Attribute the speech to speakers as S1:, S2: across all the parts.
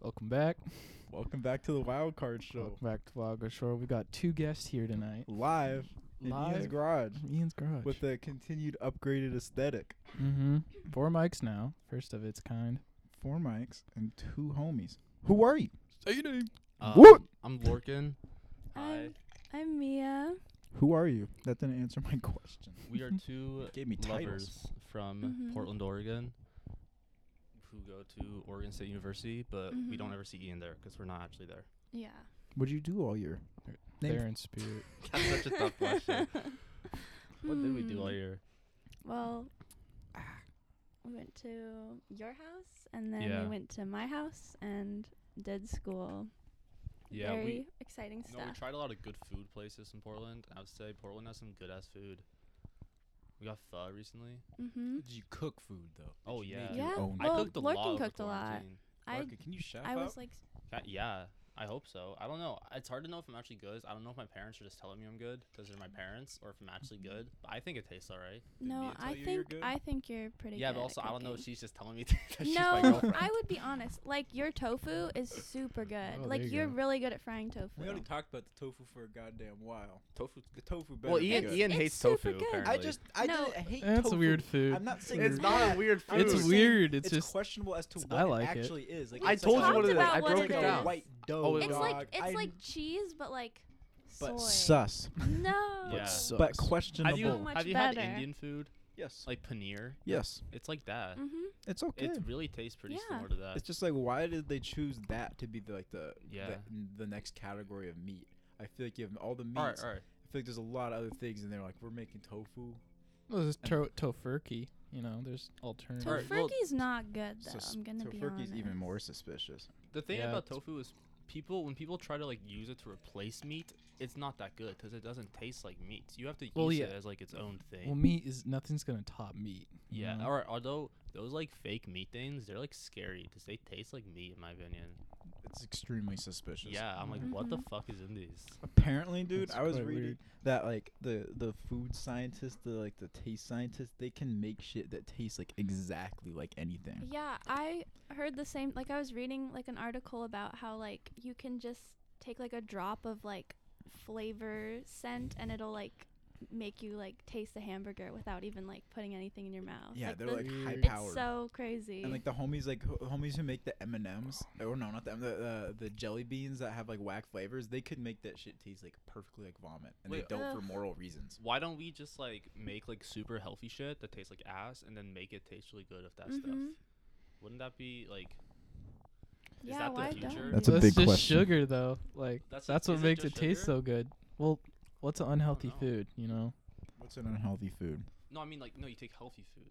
S1: Welcome back.
S2: Welcome back to the Wild Card Show,
S1: Welcome back to Vlogger Shore. We got two guests here tonight.
S2: Oh. live in Ian's
S1: Live
S2: garage
S1: from Ian's garage.
S2: with a continued upgraded aesthetic.
S1: mm-hmm. Four mics now, first of its kind.
S2: Four mics and two homies. Who are you?
S1: Say your name.
S3: Um,
S2: What?
S3: I'm Lorcan. Hi.
S4: I'm, I'm Mia.
S2: Who are you? That didn't answer my question.
S3: We are two
S2: Gave me titles.
S3: lovers from
S4: Mhm.
S3: Portland, Oregon, who go to Oregon State University, but we don't
S4: Mhm.
S3: ever see Ian there because we're not actually there.
S4: Yeah.
S2: What'd you do all year? Name-
S1: There in spirit.
S3: That's such a tough question. What did we do
S4: Mm.
S3: all year?
S4: Hmm. Well, we went to your house and then
S3: Yeah.
S4: we went to my house and did school.
S3: Yeah,
S4: Very
S3: we
S4: exciting
S3: no, we
S4: stuff.
S3: tried a lot of good food places in Portland. I would say Portland has some good ass food. We got pho recently.
S4: mm-hmm.
S5: Did you cook food though?
S3: Oh,
S5: Did you make
S3: yeah.
S5: your
S4: Yeah.
S5: own?
S4: Well,
S3: I cooked a
S4: Lorcan
S3: lot. over
S4: cooked a lot.
S3: quarantine.
S4: I
S5: Lorca, can you chef
S4: I
S5: up?
S4: was like, s-
S3: Ca- Yeah, I hope so. I don't know. It's hard to know if I'm actually good. I don't know if my parents are just telling me I'm good because they're my parents, or if I'm actually
S1: Mm-hmm.
S3: good. But I think it tastes alright.
S5: Did
S4: no,
S5: Mia tell
S4: I
S5: you you're
S4: think
S5: good?
S4: I think you're pretty.
S3: yeah,
S4: good
S3: but
S4: at
S3: also I don't know if
S4: cooking.
S3: she's just telling me that she's my
S4: no,
S3: girlfriend.
S4: I would be honest. Like your tofu is super good.
S1: Oh,
S4: like
S1: there you
S4: you're
S1: go.
S4: really good at frying tofu.
S5: we already talked about the tofu for a goddamn while.
S3: tofu.
S5: The tofu better.
S3: Well,
S5: be
S3: Ian
S5: good.
S3: Ian
S4: it's
S3: hates
S4: super
S3: tofu.
S4: good. I
S3: Apparently.
S2: I just, I
S4: No,
S2: don't I hate
S1: That's
S2: tofu.
S1: a weird food.
S2: I'm not saying
S3: It's not a weird food.
S2: I'm
S1: It's
S2: just saying
S1: weird, it's just-
S2: questionable as to what
S1: I like
S2: it
S1: it.
S2: actually is. Like
S3: I
S2: it's
S3: told
S2: like
S3: you what it is.
S4: Talked
S3: I
S4: about what
S3: broke
S4: it
S3: it
S4: is.
S3: down.
S2: White dough.
S3: Oh, it
S4: It's
S3: was-
S4: like
S2: dog.
S4: it's
S2: I-
S4: like cheese, but like
S2: but
S4: soy.
S2: sus.
S4: No.
S3: Yeah.
S1: Sus.
S2: But
S3: have
S2: questionable.
S3: you,
S4: So much
S3: have you had
S4: better.
S3: Indian food
S2: yes.
S3: like paneer?
S2: yes.
S3: It's like that.
S4: Mm-hmm.
S2: It's okay.
S3: It really tastes pretty
S4: Yeah.
S3: similar to that.
S2: It's just like why did they choose that to be the, like the,
S3: Yeah.
S2: the the next category of meat? I feel like given all the meats,
S3: all right, all right.
S2: I feel like there's a lot of other things, and they're like we're making tofu.
S1: Well, this is to- tofurkey. You know, there's alternatives.
S3: Alright, well,
S4: Tofurkey's not good though.
S2: Sus-
S4: I'm gonna be
S2: tofurkey's
S4: honest.
S2: even more suspicious.
S3: The thing
S1: Yeah,
S3: about
S1: it's-
S3: tofu is people when people try to like use it to replace meat, it's not that good because it doesn't taste like meat. You have to
S1: Well,
S3: use
S1: yeah.
S3: it as like its own thing.
S1: Well, meat is nothing's gonna top meat. you
S3: yeah.
S1: know?
S3: All right. Although those like fake meat things, they're like scary because they taste like meat in my opinion.
S2: It's extremely suspicious.
S3: yeah. I'm like, what the
S4: Mhm.
S3: fuck is in these?
S2: Apparently, dude,
S1: That's
S2: I was
S1: quite
S2: reading
S1: weird.
S2: that like the the food scientists, the like the taste scientists, they can make shit that tastes like exactly like anything.
S4: Yeah, I heard the same. Like I was reading like an article about how like you can just take like a drop of like flavor scent and it'll like make you like taste the hamburger without even like putting anything in your mouth.
S2: Yeah, they're
S4: the-
S2: like
S1: Weird.
S2: high
S1: It's
S2: powered.
S4: it's so crazy.
S2: And like the homies, like ho- homies who make the M and M's, or no, not the M- the uh, the jelly beans that have like whack flavors, they could make that shit taste like perfectly like vomit, and
S3: Wait,
S2: they don't for
S4: Ugh.
S2: moral reasons.
S3: Why don't we just like make like super healthy shit that tastes like ass and then make it taste really good of that stuff?
S4: Mhm.
S3: Wouldn't that be like?
S4: yeah,
S3: that the
S4: why
S3: future?
S4: don't?
S2: That's a
S1: Well,
S2: big
S1: just
S2: question.
S1: sugar though. Like that's,
S3: That's a-
S1: what
S3: is it
S1: makes it
S3: just
S1: taste
S3: sugar?
S1: so good. Well, what's an unhealthy
S3: know.
S1: food? You know.
S2: What's an unhealthy food?
S3: No, I mean like no. You take healthy food.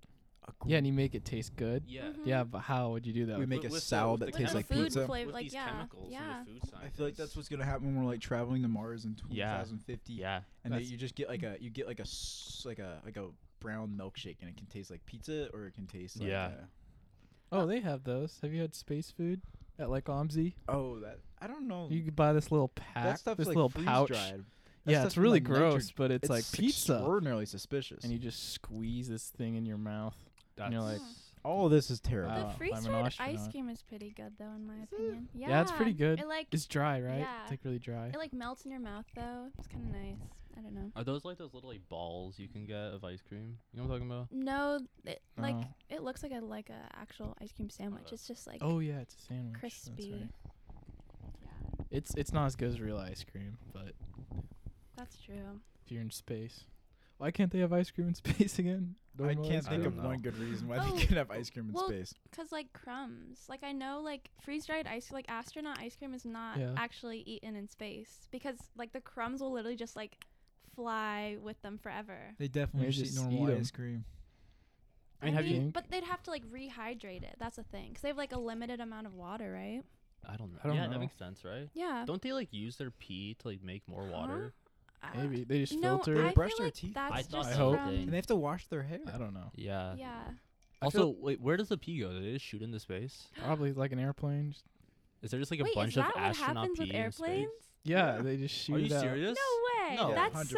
S1: Yeah, and you make it taste good.
S3: Yeah.
S4: Mhm.
S1: Yeah, but how would you do that?
S2: We
S1: with-
S2: make
S3: With-
S2: a
S3: with the-
S2: salad
S3: with
S2: that
S3: the
S2: tastes
S3: kind
S2: like
S3: of food
S2: pizza.
S4: flavor-
S3: With
S4: like,
S3: these
S4: yeah,
S3: chemicals from
S4: yeah.
S2: I
S3: the food
S2: feel like
S3: scientists.
S2: that's what's gonna happen when we're like traveling to Mars in
S3: Yeah.
S2: 2050,
S3: Yeah.
S2: and that
S1: That's-
S2: you just get like a you get like a s- like a like a brown milkshake, and it can taste like pizza or it can taste like uh,
S3: Yeah.
S1: Oh, they have those. Have you had space food at like OMSI?
S2: uh, oh that I don't know
S1: You could buy this little pack,
S2: that stuff's
S1: this
S2: like
S1: little
S2: freeze
S1: pouch.
S2: dried. That
S1: Yeah,
S2: stuff's
S1: it's
S2: from,
S1: really
S2: like, nitro-
S1: gross, but it's, like pizza,
S2: extraordinarily suspicious.
S1: and you just squeeze this thing in your mouth. and you're like,
S4: That's-
S2: All of this is terrible.
S1: Wow.
S4: The
S1: I'm an
S4: freeze dried ice
S1: astronaut.
S4: cream is pretty good though, in my opinion. Yeah,
S1: Yeah, it's pretty good.
S4: It like
S1: It's dry, right?
S4: Yeah.
S1: It's like really dry.
S4: it like melts in your mouth though. It's kind of nice. I don't know.
S3: Are those like those little like balls you can get of ice cream? You know what I'm talking about?
S4: No, it, like
S1: Oh.
S4: it looks like a like a actual ice cream sandwich. It's just like
S1: oh yeah, it's a sandwich. That's
S4: crispy.
S1: right. It's it's not as good as real ice cream, but
S4: That's true.
S1: if you're in space, why can't they have ice cream in space again?
S2: I
S1: Normal
S2: can't
S1: ice
S2: think
S1: cream?
S2: of
S3: don't
S2: one
S3: know.
S2: good reason why
S4: Oh,
S2: they can have ice cream in
S4: well,
S2: space.
S4: Cause like crumbs. Like I know like freeze dried ice like astronaut ice cream is not
S1: Yeah.
S4: actually eaten in space because like the crumbs will literally just like fly with them forever.
S2: They definitely
S1: They just just eat normal ice 'em.
S2: cream.
S1: I mean, have you-
S4: But they'd have to like rehydrate it. That's the thing. Cause they have like a limited amount of water, right?
S3: I don't know.
S1: I don't
S3: yeah,
S1: know.
S3: that makes sense, right?
S4: Yeah.
S3: Don't they like use their pee to like make more water?
S4: Uh,
S1: Maybe they just
S4: No,
S1: filter.
S4: I
S1: it.
S2: They brush
S4: feel
S2: their
S4: like
S2: teeth.
S4: That's
S3: I uh,
S4: just
S3: thought
S1: I hope.
S4: from-
S2: And they have to wash their hair.
S1: I don't know.
S3: Yeah.
S4: yeah.
S1: I feel-
S3: Also, wait, where does the pee go? Did it shoot into space?
S1: Probably like an airplane. Just
S3: Is there just like a
S4: Wait,
S3: bunch
S4: is that
S3: of
S4: what
S3: astronaut
S4: happens
S3: pee
S4: with
S3: in space?
S4: airplanes?
S1: Yeah,
S2: Yeah.
S1: they just shoot
S3: Are you
S1: it out.
S3: serious?
S4: No way.
S3: No.
S4: That's so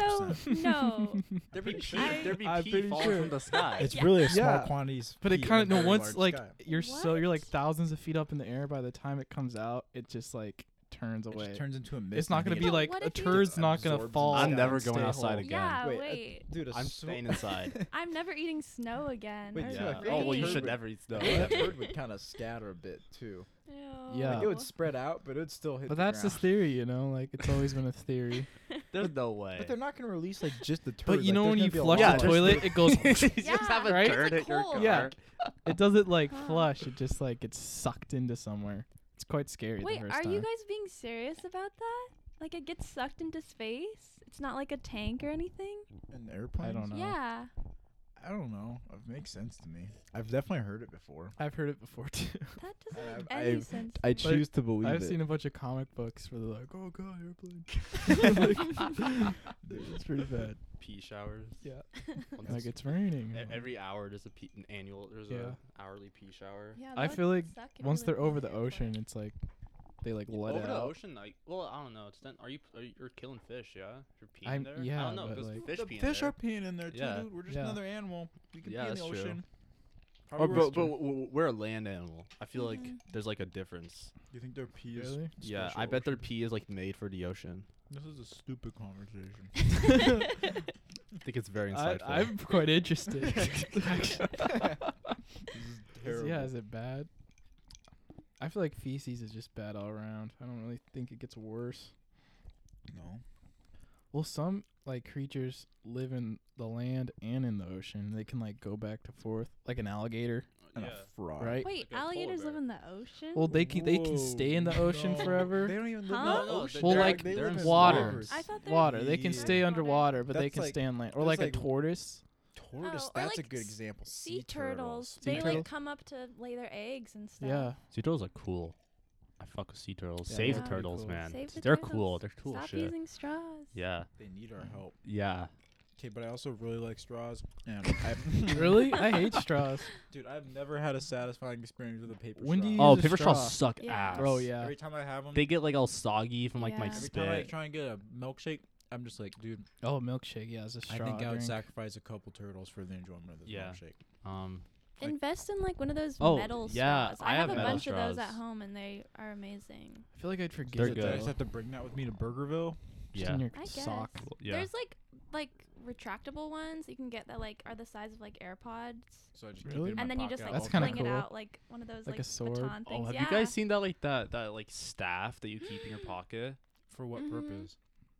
S2: 100%.
S4: no.
S3: There'd be pee.
S4: I-
S3: There'd be
S1: I'm
S3: pee
S1: pretty
S3: falling
S1: sure.
S3: from the sky.
S2: It's really a small
S1: Yeah.
S2: quantities.
S1: But it
S2: feet
S1: kind
S2: in
S1: of no.
S2: a very
S1: Once
S2: large
S1: like
S2: sky.
S1: you're so you're like
S4: What?
S1: thousands of feet up in the air. By the time it comes out, it just like turns
S2: it
S1: away.
S2: just turns into a mist.
S1: it's not
S2: and
S1: gonna
S2: I
S1: be
S2: think
S4: But
S1: like
S4: what
S1: a
S4: if you-
S1: turd's not gonna
S2: Absorbs
S1: fall.
S2: inside.
S1: I'm
S3: I'm never
S1: and
S3: going
S1: stay
S3: outside
S1: whole.
S3: again.
S4: Yeah,
S2: Wait,
S4: wait.
S2: uh, it- dude, a
S3: I'm
S2: so-
S3: staying inside.
S4: I'm never eating snow again.
S2: Wait,
S4: or
S2: yeah.
S4: rain.
S2: great.
S3: Oh well, you
S2: Turd
S3: should
S2: would-
S3: never eat snow.
S2: No, that bird would kind of scatter a bit too. Like, it
S1: Yeah.
S2: would spread out, but it would still hit.
S1: But
S2: the
S1: that's
S2: ground.
S1: just theory, you know. Like it's always been a theory.
S3: There's no way.
S2: But they're not gonna release like just the turd.
S1: But you
S2: like,
S1: know
S2: there's
S1: when
S2: gonna
S1: you
S2: be a
S1: flush
S2: lot
S1: the
S2: of-
S1: toilet, it goes.
S3: You just
S4: Yeah,
S3: have a
S1: right?
S4: It's
S3: turd
S4: like
S3: at your
S4: cold.
S3: car.
S1: Yeah. It doesn't like
S4: Huh.
S1: flush. It just like gets sucked into somewhere. It's quite scary.
S4: Wait,
S1: the first
S4: are
S1: time.
S4: you guys being serious about that? Like it gets sucked into space? It's not like a tank or anything?
S2: An airplane.
S1: I don't know.
S4: Yeah.
S2: I don't know. It makes sense to me. I've definitely heard it before.
S1: I've heard it before too.
S4: That doesn't
S2: I-
S4: make
S2: Uh, I-
S4: any sense.
S2: I
S1: Like,
S2: choose to believe
S1: I've
S2: it.
S1: seen a bunch of comic books where they're like, "Oh god, airplane!" Like, dude, it's pretty bad.
S3: Pee showers.
S1: Yeah.
S3: Well,
S1: Like
S3: that's-
S1: it's raining.
S3: e- Every hour there's a pee, an annual there's
S1: Yeah.
S3: a hourly pee shower.
S4: yeah,
S1: I
S4: that
S1: feel
S4: would
S1: like
S4: suck if it
S1: Once
S4: was
S1: they're
S4: an
S1: over the
S4: airplane.
S1: ocean, it's like they like let
S3: Over
S1: it
S3: the
S1: out.
S3: ocean, like, well, I don't know. It's then, are you are you, you're killing fish? Yeah, you're peeing
S1: I'm-
S3: there. I
S1: yeah,
S3: don't know.
S1: but,
S3: There's
S1: like-
S3: fish
S2: the
S3: peeing
S2: fish
S3: there.
S2: are peeing in there too,
S3: Yeah.
S2: dude. We're just
S1: Yeah.
S2: another animal. We can
S3: Yeah,
S2: pee in
S3: that's
S2: the
S3: true.
S2: ocean.
S3: Or,
S2: Probably
S3: Oh, but,
S2: worse,
S3: but
S2: too.
S3: w- we're a land animal. I feel like
S4: Mhm.
S3: there's like a difference.
S2: you think their pee is?
S1: Really?
S3: yeah, I
S2: special
S3: bet their
S2: ocean?
S3: pee is like made for the ocean.
S2: This is a stupid conversation.
S3: I think it's very
S1: I,
S3: insightful.
S1: I'm quite interested.
S2: This is terrible.
S1: yeah, is it bad? I feel like feces is just bad all around. I don't really think it gets worse.
S2: No.
S1: Well, some like creatures live in the land and in the ocean. They can like go back to forth, like an alligator,
S2: And
S3: yeah.
S2: a frog.
S1: right?
S4: Wait,
S3: Like a polar
S4: alligators live
S3: bear.
S4: in the ocean?
S1: Well, they can they can
S2: Whoa,
S1: stay in the ocean
S2: no. They
S1: forever.
S2: don't even live
S4: Huh?
S2: in the
S4: No, no,
S2: ocean.
S1: they're- Well,
S3: like,
S2: they
S3: they're
S2: live
S3: in
S2: in
S1: water.
S2: rivers.
S4: I thought they were
S1: Water. They can
S2: Yeah.
S1: stay
S4: Underwater.
S1: underwater, but they
S2: That's
S1: can
S2: like-
S1: stay on land. Or
S2: that's
S1: like,
S2: like-
S1: a tortoise.
S2: Tortoise.
S4: Oh, or
S2: that's
S4: like
S2: a good
S4: s-
S2: example.
S4: sea turtles.
S1: Sea
S4: they
S1: turtles?
S4: like come up to lay their eggs and stuff.
S1: Yeah.
S3: Sea turtles are cool. I fuck with sea turtles.
S1: Yeah,
S3: Save
S4: they're
S3: the
S4: pretty
S3: turtles,
S1: cool.
S3: man.
S4: Save the
S3: They're
S4: turtles.
S3: cool. They're cool
S4: Stop
S3: shit.
S4: using straws.
S3: Yeah.
S2: They need our help.
S3: Yeah.
S2: Okay, but I also really like straws. And
S1: really? I hate straws.
S2: dude, I've never had a satisfying experience with a paper
S1: When do
S2: straw.
S1: you
S3: Oh,
S1: use a
S3: paper
S1: straw.
S3: straws suck
S4: Yeah.
S3: ass.
S1: Bro, Oh, yeah.
S2: Every time I have them,
S3: They get like all soggy from like my
S4: Yeah.
S2: every time I
S3: spit.
S2: try and get a milkshake, I'm just like, dude,
S1: Oh, milkshake. Yeah, it's a straw.
S2: I think I would
S1: drink.
S2: sacrifice a couple turtles for the enjoyment of this
S3: Yeah.
S2: milkshake.
S3: Um, like-
S4: Invest in like one of those
S3: Oh,
S4: metal
S3: yeah,
S4: straws.
S3: I
S4: I, have,
S3: have
S4: a
S3: metal
S4: bunch of those
S3: straws.
S4: at home and they are amazing.
S1: I feel like I'd forget
S3: They're
S1: it,
S2: Did I
S3: good.
S1: though.
S2: just have to bring that with me to Burgerville?
S1: Just
S3: yeah.
S1: in your
S4: I
S1: sock.
S4: guess.
S3: Yeah.
S4: There's like like retractable ones that you can get that like are the size of like AirPods.
S2: So I just
S1: Really?
S2: keep it in
S1: my
S4: and then you just
S2: pocket.
S4: like
S1: That's kinda
S4: fling
S1: cool.
S4: it out like one of those
S1: Like
S4: like,
S1: a sword.
S4: baton
S3: Oh,
S4: things.
S3: have
S4: yeah.
S3: you guys seen that like that that like staff that you keep in your pocket
S2: For what
S4: Mhm.
S2: purpose?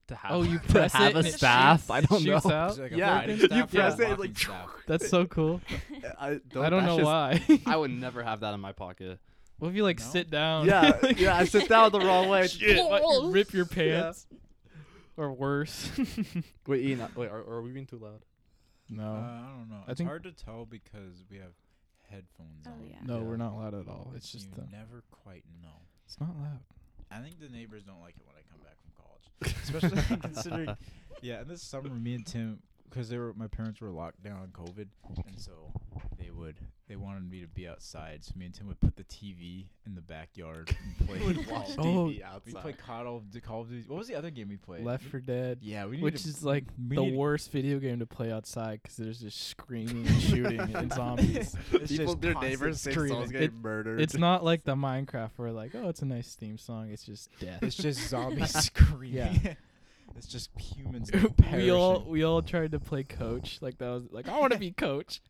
S3: to have?
S1: Oh, you
S3: to
S1: press
S3: have
S1: it
S3: a
S1: and it
S3: staff.
S1: shoots-
S3: I don't
S1: shoots
S3: know.
S1: out?
S2: Is it like a
S3: Oh, yeah,
S2: floating
S3: you
S2: staff or a
S3: press it,
S2: walking
S3: like,
S2: staff?
S1: That's so cool.
S3: I
S1: I don't know why.
S3: I would never have that in my pocket.
S1: What if you like
S2: No?
S1: sit down?
S3: yeah. I sit down the wrong way.
S1: Shit, like, you rip your pants. Or worse.
S3: Wait, Ian. uh, Wait, are, are we being too loud?
S1: no.
S2: Uh, I don't know.
S1: I
S2: it's
S1: think-
S2: hard to tell because we have headphones
S4: Oh,
S2: on.
S4: yeah.
S1: no,
S3: Yeah.
S1: we're not loud at all. It's just
S2: you
S1: the,
S2: never quite know.
S1: it's not loud.
S2: I think the neighbors don't like it when I come back from college, especially considering. Yeah, and this summer, me and Tim, because they were my parents were locked down on COVID, and so they would they wanted me to be outside. So me and Tim would put the TV in the backyard and play.
S1: Oh,
S2: we played Call of, Duty- Call of Duty. What was the other game we played?
S1: Left for Dead,
S2: Yeah, we need
S1: which
S2: to-
S1: is like
S2: we
S1: the
S2: need to-
S1: worst video game to play outside because there's just screaming and shooting and zombies.
S2: It's
S3: People,
S2: just
S3: their
S2: constant
S3: neighbors, six
S2: screaming.
S3: souls
S1: It-
S3: getting murdered.
S1: It's not like the Minecraft where like oh it's a nice theme song. It's just death.
S2: It's just zombies screaming.
S1: Yeah.
S2: it's just humans.
S1: we all
S2: perishing.
S1: we all tried to play coach like that was like I want to be coach.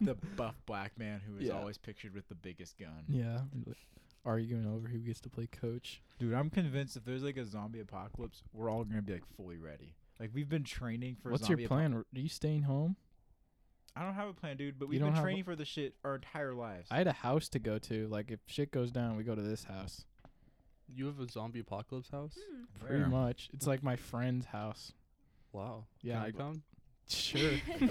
S2: the buff black man who is
S1: Yeah.
S2: always pictured with the biggest gun.
S1: Yeah, we're, like, arguing over who gets to play coach.
S2: Dude, I'm convinced if there's like a zombie apocalypse, we're all gonna be like fully ready. Like we've been training for.
S1: What's your
S2: zombie apo-
S1: plan? Are you staying home?
S2: I don't have a plan, dude. But
S1: You
S2: we've
S1: don't
S2: been
S1: have a-
S2: training for this shit our entire lives.
S1: I had a house to go to. Like if shit goes down, we go to this house.
S3: You have a zombie apocalypse house?
S4: Hmm.
S1: Pretty much. It's like my friend's house.
S3: Wow.
S1: Yeah,
S3: Can I
S1: but-
S3: come?
S1: Sure.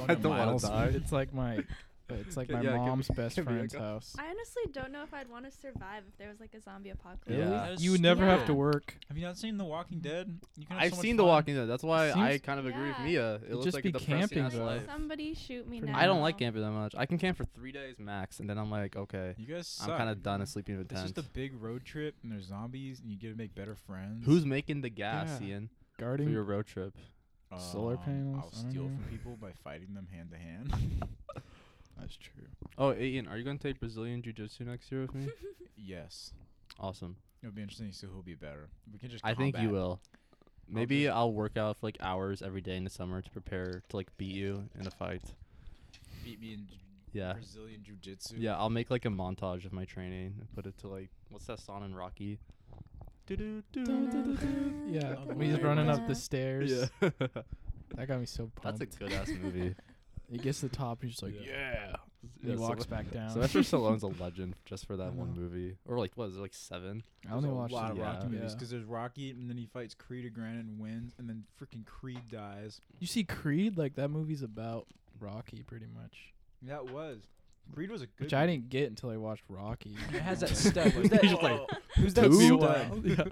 S2: I don't wanna
S1: it's like my but it's like
S2: Okay,
S1: my
S2: yeah, it could
S1: mom's
S2: be-
S1: best
S2: could be like
S1: friend's
S2: a-
S1: house.
S4: I honestly don't know if I'd want to survive if there was like a zombie apocalypse.
S1: Really?
S2: That is
S1: You would never have to
S4: Yeah.
S1: work.
S2: Have you not seen The Walking Dead? You can have
S3: I've
S2: so much
S3: seen The
S2: fun.
S3: Walking Dead. That's why I
S1: seems-
S3: kind of agree with
S4: Yeah.
S3: Mia. It
S1: It'd
S3: looks
S1: just
S3: like
S1: be
S3: a depressing
S1: camping,
S3: ass
S1: though.
S3: life.
S4: Somebody shoot me
S1: Pretty
S4: now.
S1: much.
S3: I don't like camping that much. I can camp for three days max, and then I'm like, okay,
S2: You guys suck.
S3: I'm kind of done at sleeping in a
S2: It's
S3: tent.
S2: just a big road trip, and there's zombies, and you get to make better friends.
S3: Who's making the gas,
S1: Yeah.
S3: Ian, for
S1: Guarding
S3: your road trip?
S1: solar
S2: Um,
S1: panels?
S2: I'll
S1: I don't
S2: steal
S1: know.
S2: from people by fighting them hand to hand.
S1: That's true.
S3: Oh, Ian, are you gonna take Brazilian jiu-jitsu next year with me?
S2: yes,
S3: awesome.
S2: it'll be interesting to see who'll be better. We can just.
S3: I think you
S2: combat.
S3: will. Maybe I'll, work out for like hours every day in the summer to prepare to like beat you in a fight.
S2: beat me in j-
S3: Yeah.
S2: Brazilian jiu-jitsu.
S3: Yeah, I'll make like a montage of my training and put it to like what's that song in Rocky?
S1: Yeah,
S2: Oh,
S1: when he's
S2: yeah.
S1: running up
S4: Yeah.
S1: the stairs.
S3: Yeah.
S1: That got me so pumped.
S3: That's a good ass movie.
S1: he gets to the top and he's just like, yeah. And
S3: Yeah,
S1: he walks
S3: Sylve-
S1: back down.
S3: Sylvester Stallone's a legend just for that
S1: I
S3: one
S1: know.
S3: movie. Or like what is it like seven?
S1: I only
S2: There's
S1: watched
S2: a lot of
S3: the-
S2: Rocky
S3: yeah.
S2: movies
S1: Yeah.
S2: because there's Rocky, and then he fights Creed again and wins, and then freaking Creed dies.
S1: You see Creed? Like that movie's about Rocky pretty much.
S2: That was Creed was a good.
S1: Which I didn't get until I watched Rocky.
S2: It has that
S1: Like,
S2: step. Who's that?
S3: He's just like,
S2: who's that?
S3: "Who?"
S2: stud?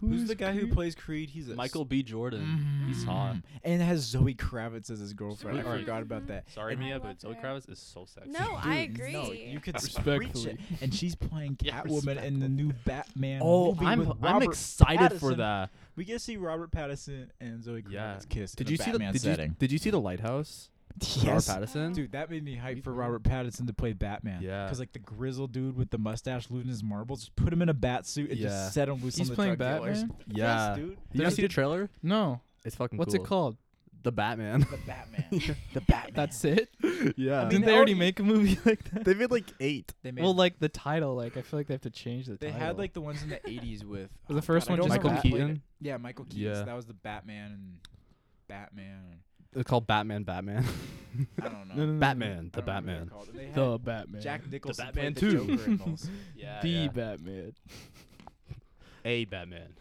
S2: Who's the guy who plays Creed? He's a
S3: Michael B. Jordan. He's hot.
S2: Mm. And it has Zoe Kravitz as his girlfriend. I
S3: Sweet.
S2: forgot about that.
S3: Sorry,
S4: And- I
S3: Mia,
S4: love
S3: but Zoe
S4: her.
S3: Kravitz is so sexy.
S4: No, I
S2: Dude,
S4: agree.
S2: No, you could preach
S1: Respectfully.
S2: it. And she's playing
S3: Yeah,
S2: Catwoman in the new Batman.
S3: Oh,
S2: movie
S3: I'm
S2: with
S3: I'm
S2: Robert
S3: excited for
S2: Pattinson.
S3: that.
S2: We get to see Robert Pattinson and Zoe Kravitz
S3: Yeah.
S2: kiss.
S3: Did
S2: in
S3: you
S2: a
S3: see the
S2: Batman
S3: did you,
S2: setting?
S3: did you see the lighthouse?
S2: Yes.
S3: Robert Pattinson.
S2: Dude, that made me hype
S3: We-
S2: for Robert Pattinson to play Batman.
S3: Yeah.
S2: Cause like the grizzled dude with the mustache losing his marbles, just put him in a bat suit and
S3: Yeah.
S2: just set him loose
S1: He's
S2: on the
S1: playing
S2: drug dealers.
S1: Batman.
S3: Yeah.
S2: Yes, dude.
S3: Did you
S1: There's
S3: guys see
S1: a-
S3: the trailer?
S1: No,
S3: It's fucking
S1: what's
S3: cool.
S1: it called?
S3: The Batman.
S2: The Batman. the Batman.
S1: That's it.
S3: yeah.
S2: I mean,
S1: Didn't
S2: they
S1: they already
S2: already-
S1: make a movie like that?
S3: they made like eight.
S2: they made
S1: Well, like the title. Like I feel like they have to change the
S2: They
S1: title.
S2: had like the ones in the '80s with Oh,
S1: Was the first
S2: I
S1: one
S2: don't
S1: just
S2: remember
S3: Michael
S2: who played it.
S3: Keaton?
S2: Yeah, Michael Keaton. So
S3: Yeah.
S2: that was the Batman and Batman.
S3: They're called Batman. Batman.
S2: And I don't
S1: No, no,
S2: know.
S1: no, no, no.
S2: I
S3: Batman. The
S2: don't remember
S3: Batman.
S2: what they're called. They had
S1: The Batman.
S2: Jack Nicholson
S3: Batman
S2: played
S3: too.
S2: the Joker in those.
S3: Yeah.
S1: the Batman.
S3: A Batman.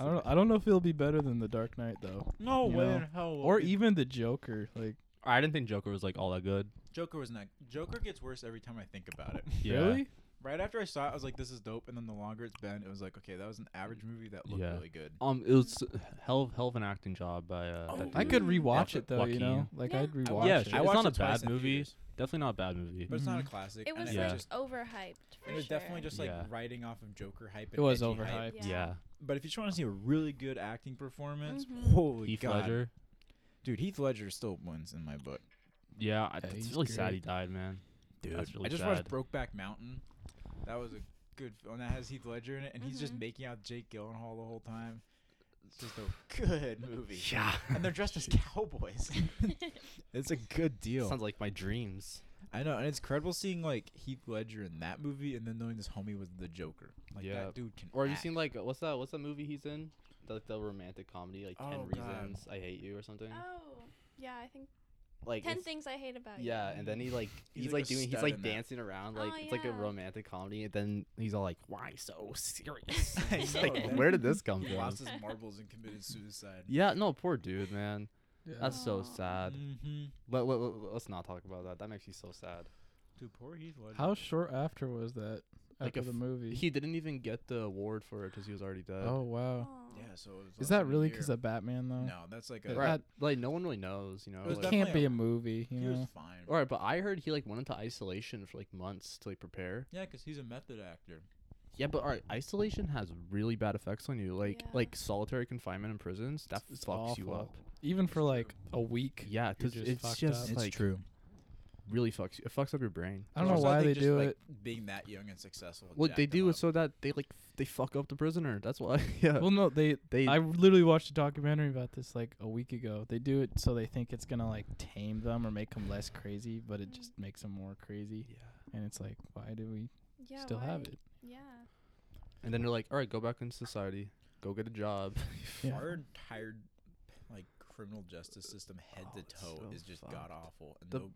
S1: I don't. I don't know if it'll be better than the Dark Knight though,
S2: No
S1: You
S2: way
S1: know.
S2: in hell.
S1: or
S2: it-
S1: even the Joker. Like
S3: I didn't think Joker was like all that good.
S2: Joker was not. Joker gets worse every time I think about it.
S3: Yeah.
S1: really?
S2: Right after I saw it, I was like, "This is dope," and then the longer it's been, it was like, "Okay, that was an average movie that looked
S3: Yeah.
S2: really good."
S3: Um, it was hell of, hell of an acting job by uh. that
S1: I
S3: dude.
S1: could
S2: Mm,
S1: rewatch
S3: Yeah.
S1: it though. You
S3: Joaquin.
S1: know, like
S4: Yeah.
S1: I'd
S4: I
S1: rewatch
S3: yeah,
S1: it.
S3: sure.
S2: I
S3: it's
S2: watched
S3: not a
S2: it twice
S3: bad
S2: in
S3: movie,
S2: theaters,
S3: Definitely not a bad movie.
S2: but it's not a
S1: Mhm.
S2: classic.
S4: It
S2: and
S4: was
S2: I
S3: Yeah.
S4: like
S2: just-
S4: just overhyped. For
S2: it was
S4: sure.
S2: definitely just like
S3: Yeah.
S2: riding off of Joker hype. And
S1: It was
S2: edgy hype.
S1: overhyped.
S4: Yeah.
S3: yeah.
S2: But if you just want to see a really good acting performance,
S4: Mhm.
S2: holy
S3: Heath
S2: god,
S3: Ledger.
S2: dude, Heath Ledger still wins in my book.
S3: Yeah, I-
S1: Yeah,
S3: it's
S1: he's
S3: really sad
S1: great.
S3: he died, man. That's really
S2: I just
S3: sad.
S2: watched Brokeback Mountain. That was a good film. That has Heath Ledger in it, and he's just
S4: Mhm.
S2: making out Jake Gyllenhaal the whole time. It's just a good movie.
S3: Yeah.
S2: And they're dressed as cowboys. it's a good deal.
S3: Sounds like my dreams.
S2: I know, and it's incredible seeing like Heath Ledger in that movie, and then knowing this homie was the Joker. Like
S3: Yeah.
S2: that dude can.
S3: Or have you
S2: act.
S3: seen like what's that? What's that movie he's in? The, like the romantic comedy, like Ten
S2: Oh, God.
S3: Reasons I Hate You or something.
S4: Oh, yeah. I think
S3: like
S4: ten
S3: it's-
S4: things I hate about you.
S3: Yeah, and then he like he's,
S2: He's
S3: like,
S2: like a
S3: doing he's
S2: stud
S3: like
S2: in that.
S3: dancing around like
S4: Oh,
S3: it's like a
S4: yeah.
S3: romantic comedy, and then he's all like, "Why so serious?"
S2: I
S3: It's
S2: know,
S3: like,
S2: that
S3: where did
S2: dude
S3: this come from?
S2: Lost his marbles and committed suicide.
S3: Yeah, no, poor dude, man.
S1: Yeah.
S3: That's so
S4: Aw.
S3: sad.
S2: Mm-hmm.
S3: Let, let, let, us not talk about that. That makes me so sad.
S2: Dude, poor Heath Ledger.
S1: How short after was that?
S3: Like
S1: After
S3: a
S1: the
S3: f-
S1: movie.
S3: He didn't even get the award for it because he was already dead.
S1: oh wow.
S4: Aw.
S2: Yeah, so it was
S1: Is
S2: less
S1: that
S2: than a
S1: really
S2: year.
S1: because of Batman though?
S2: No, that's like a.
S1: That-
S3: right.
S1: that-
S3: Like no one really knows, you know.
S2: was
S1: It
S3: like-
S2: definitely
S1: can't be
S2: a-
S1: a movie. You
S2: He was
S1: know.
S2: fine.
S3: all right, but I heard he like went into isolation for like months to like prepare.
S2: Yeah, 'cause he's a method actor.
S3: Yeah, but all right, isolation has really bad effects on you. Like
S4: Yeah.
S3: like solitary confinement in prisons, that
S1: It's
S3: fucks you
S1: awful.
S3: up.
S1: Even for
S2: It's
S1: like a week.
S3: Yeah,
S1: You're
S3: because
S1: just
S3: it's
S1: fucked
S3: just
S1: up.
S3: like
S2: true.
S3: really fucks you. It fucks up your brain.
S1: I don't know why they do it.
S2: Being that young and successful.
S3: Well,
S2: jacked
S3: they
S2: him
S3: do
S2: up.
S3: it so that they like f- they fuck up the prisoner. That's why. yeah.
S1: Well, no, they
S3: they
S1: I literally watched a documentary about this like a week ago. They do it so they think it's gonna like tame them or make them less crazy, but it just makes them more crazy.
S3: yeah.
S1: And it's like, why do we
S4: Yeah,
S1: still have
S4: why-
S1: it?
S4: Yeah.
S3: And then they're like, all right, go back into society, go get a job.
S1: Yeah.
S2: Our entire like criminal justice system, head
S3: Oh,
S2: to
S3: it's
S2: toe,
S3: so
S2: is just
S3: fucked.
S2: god awful, and
S3: The-
S2: no,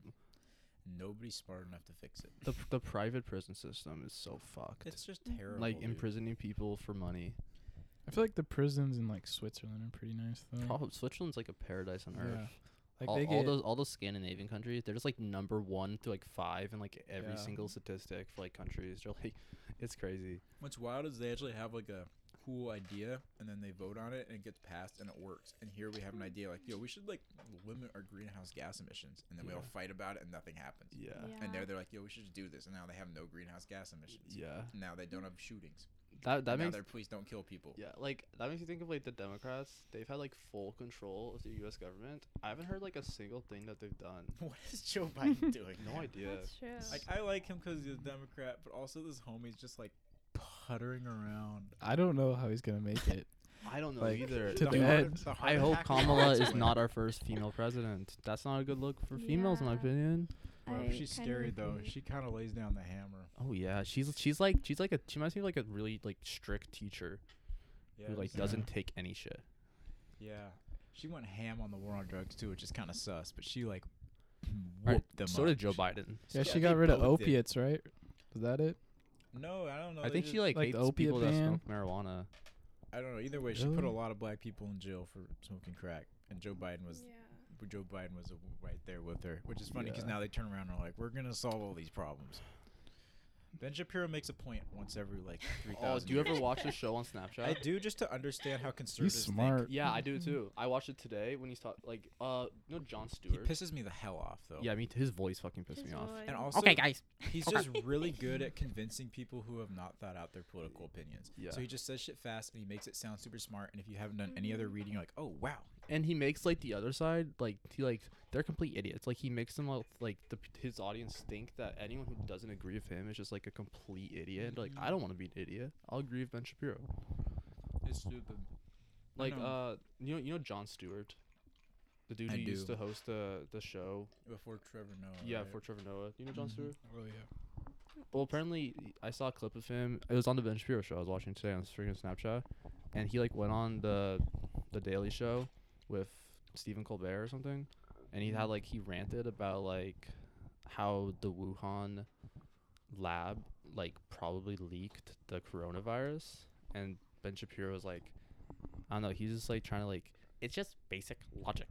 S2: nobody's smart enough to fix it.
S3: the the private prison system is so fucked.
S2: It's just
S4: Mhm.
S2: terrible.
S3: like
S2: dude.
S3: imprisoning people for money.
S1: I feel like the prisons in like Switzerland are pretty nice though.
S3: Mm. Probably Switzerland's like a paradise on earth.
S1: Yeah. Like
S3: all,
S1: they
S3: all
S1: get
S3: those all those Scandinavian countries, they're just like number one to like five in like every
S1: Yeah.
S3: single statistic for like countries. They're like, it's crazy.
S2: What's wild is they actually have like a cool idea and then they vote on it and it gets passed and it works. And here we have an idea like, yo, we should like limit our greenhouse gas emissions. And then we all
S3: Yeah.
S2: fight about it and nothing happens.
S3: Yeah,
S2: And there they're like, yo, we should just do this. And now they have no greenhouse gas emissions.
S3: yeah.
S2: Now they don't have shootings.
S3: That that
S2: now
S3: makes
S2: their police don't kill people.
S3: yeah, like that makes you think of like the Democrats. They've had like full control of the U.S. government. I haven't heard like a single thing that they've done.
S2: What is Joe Biden doing?
S3: No idea.
S4: That's true.
S2: uh, Like I like him because he's a Democrat, but also this homie's just like puttering around.
S1: I don't know how he's gonna make it.
S3: I don't know
S1: Like,
S3: either.
S1: to
S2: The
S1: the
S2: hard-
S1: end.
S2: the
S3: I
S2: hard
S3: hope
S2: attack on
S3: Kamala
S2: Biden.
S3: is not our first female president. That's not a good look for females, in my
S4: Yeah.
S3: opinion.
S2: Bro,
S4: I
S2: she's
S4: kind of
S2: scary though.
S4: agree.
S2: She kind of lays down the hammer.
S3: Oh yeah, she's she's like she's like a she reminds me of like a really like strict teacher
S2: Yeah,
S3: who like
S2: just-
S3: doesn't take any shit.
S2: Yeah, she went ham on the war on drugs too, which is kind of sus. But she like
S3: Alright,
S2: whooped them
S3: so
S2: up.
S3: did Joe Biden.
S1: Yeah,
S2: Yeah,
S1: she
S2: they
S1: got rid of
S2: both did.
S1: opiates, right? Is that it?
S2: No, I don't know.
S3: I
S2: they
S3: think she
S2: just-
S3: Oh, like,
S1: like the
S3: hates people
S1: opiate
S3: that
S1: ban.
S3: smoke marijuana.
S2: I don't know. Either way, she put a
S1: Really?
S2: lot of black people in jail for smoking crack, and Joe Biden was Joe Biden was uh, right there with her, which is funny because
S1: Yeah.
S2: now they turn around and are like, "We're gonna solve all these problems." Ben Shapiro makes a point once every like three
S3: Oh,
S2: thousand.
S3: do you ever watch the show on Snapchat?
S2: I do just to understand how conservatives.
S1: He's smart.
S3: Yeah, I do too. I watched it today when he's talk like uh you know John
S2: Think. He
S3: Stewart.
S2: pisses me the hell off though.
S3: yeah, I mean his voice fucking pissed me off.
S2: And also,
S3: guys.
S2: he's just really good at convincing people who have not thought out their political opinions.
S3: Yeah.
S2: So he just says shit fast and he makes it sound super smart. And if you haven't done any
S3: Mm.
S2: other reading, you're like, oh wow.
S3: And he makes like the other side like he like they're complete idiots. Like he makes them all, like the, his audience think that anyone who doesn't agree with him is just like a complete idiot. Like I don't want to be an idiot. I'll agree with Ben Shapiro.
S2: It's stupid. I
S3: Like
S2: know.
S3: uh you know you know John Stewart, the dude
S2: I
S3: who used
S2: do.
S3: to host the the show.
S2: Before Trevor Noah.
S3: Yeah,
S2: right?
S3: for Trevor Noah. You know John
S2: Mhm.
S3: Stewart.
S1: Oh yeah.
S3: Well, apparently I saw a clip of him. It was on the Ben Shapiro show I was watching today on freaking Snapchat, and he like went on the the Daily Show with Stephen Colbert or something, and he had like he ranted about like how the Wuhan lab like probably leaked the coronavirus, and Ben Shapiro was like, I don't know, he's just like trying to like it's just basic logic,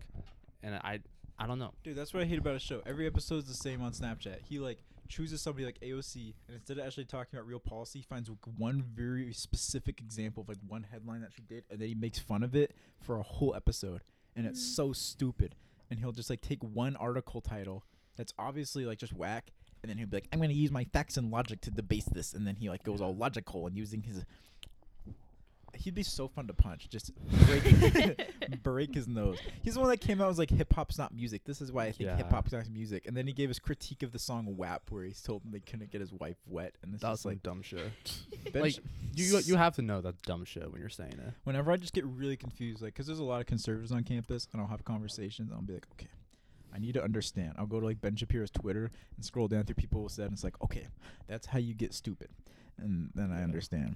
S3: and I I don't know.
S2: Dude, that's what I hate about a show. Every episode's the same on Snapchat. He like chooses somebody like AOC, and instead of actually talking about real policy, he finds like, one very specific example of like one headline that she did, and then he makes fun of it for a whole episode, and it's
S4: Mm.
S2: so stupid. And he'll just like take one article title that's obviously like just whack, and then he'll be like, "I'm gonna use my facts and logic to debase this," and then he like goes all logical and using his. He'd be so fun to punch. Just break, break his nose. He's the one that came out and was like, "Hip hop's not music. This is why I think
S3: Yeah.
S2: hip hop's not music." And then he gave his critique of the song "WAP," where he told him they couldn't get his wife wet, and this
S3: That was
S2: is like
S3: like dumb shit.
S2: Ben
S3: like
S2: Sh-
S3: you you- you have to know that's dumb shit when you're saying it.
S2: Whenever I just get really confused, like, because there's a lot of conservatives on campus, and I'll have conversations, and I'll be like, okay, I need to understand. I'll go to like Ben Shapiro's Twitter and scroll down through people who said, and it's like, okay, that's how you get stupid, and then I
S3: Yeah.
S2: understand.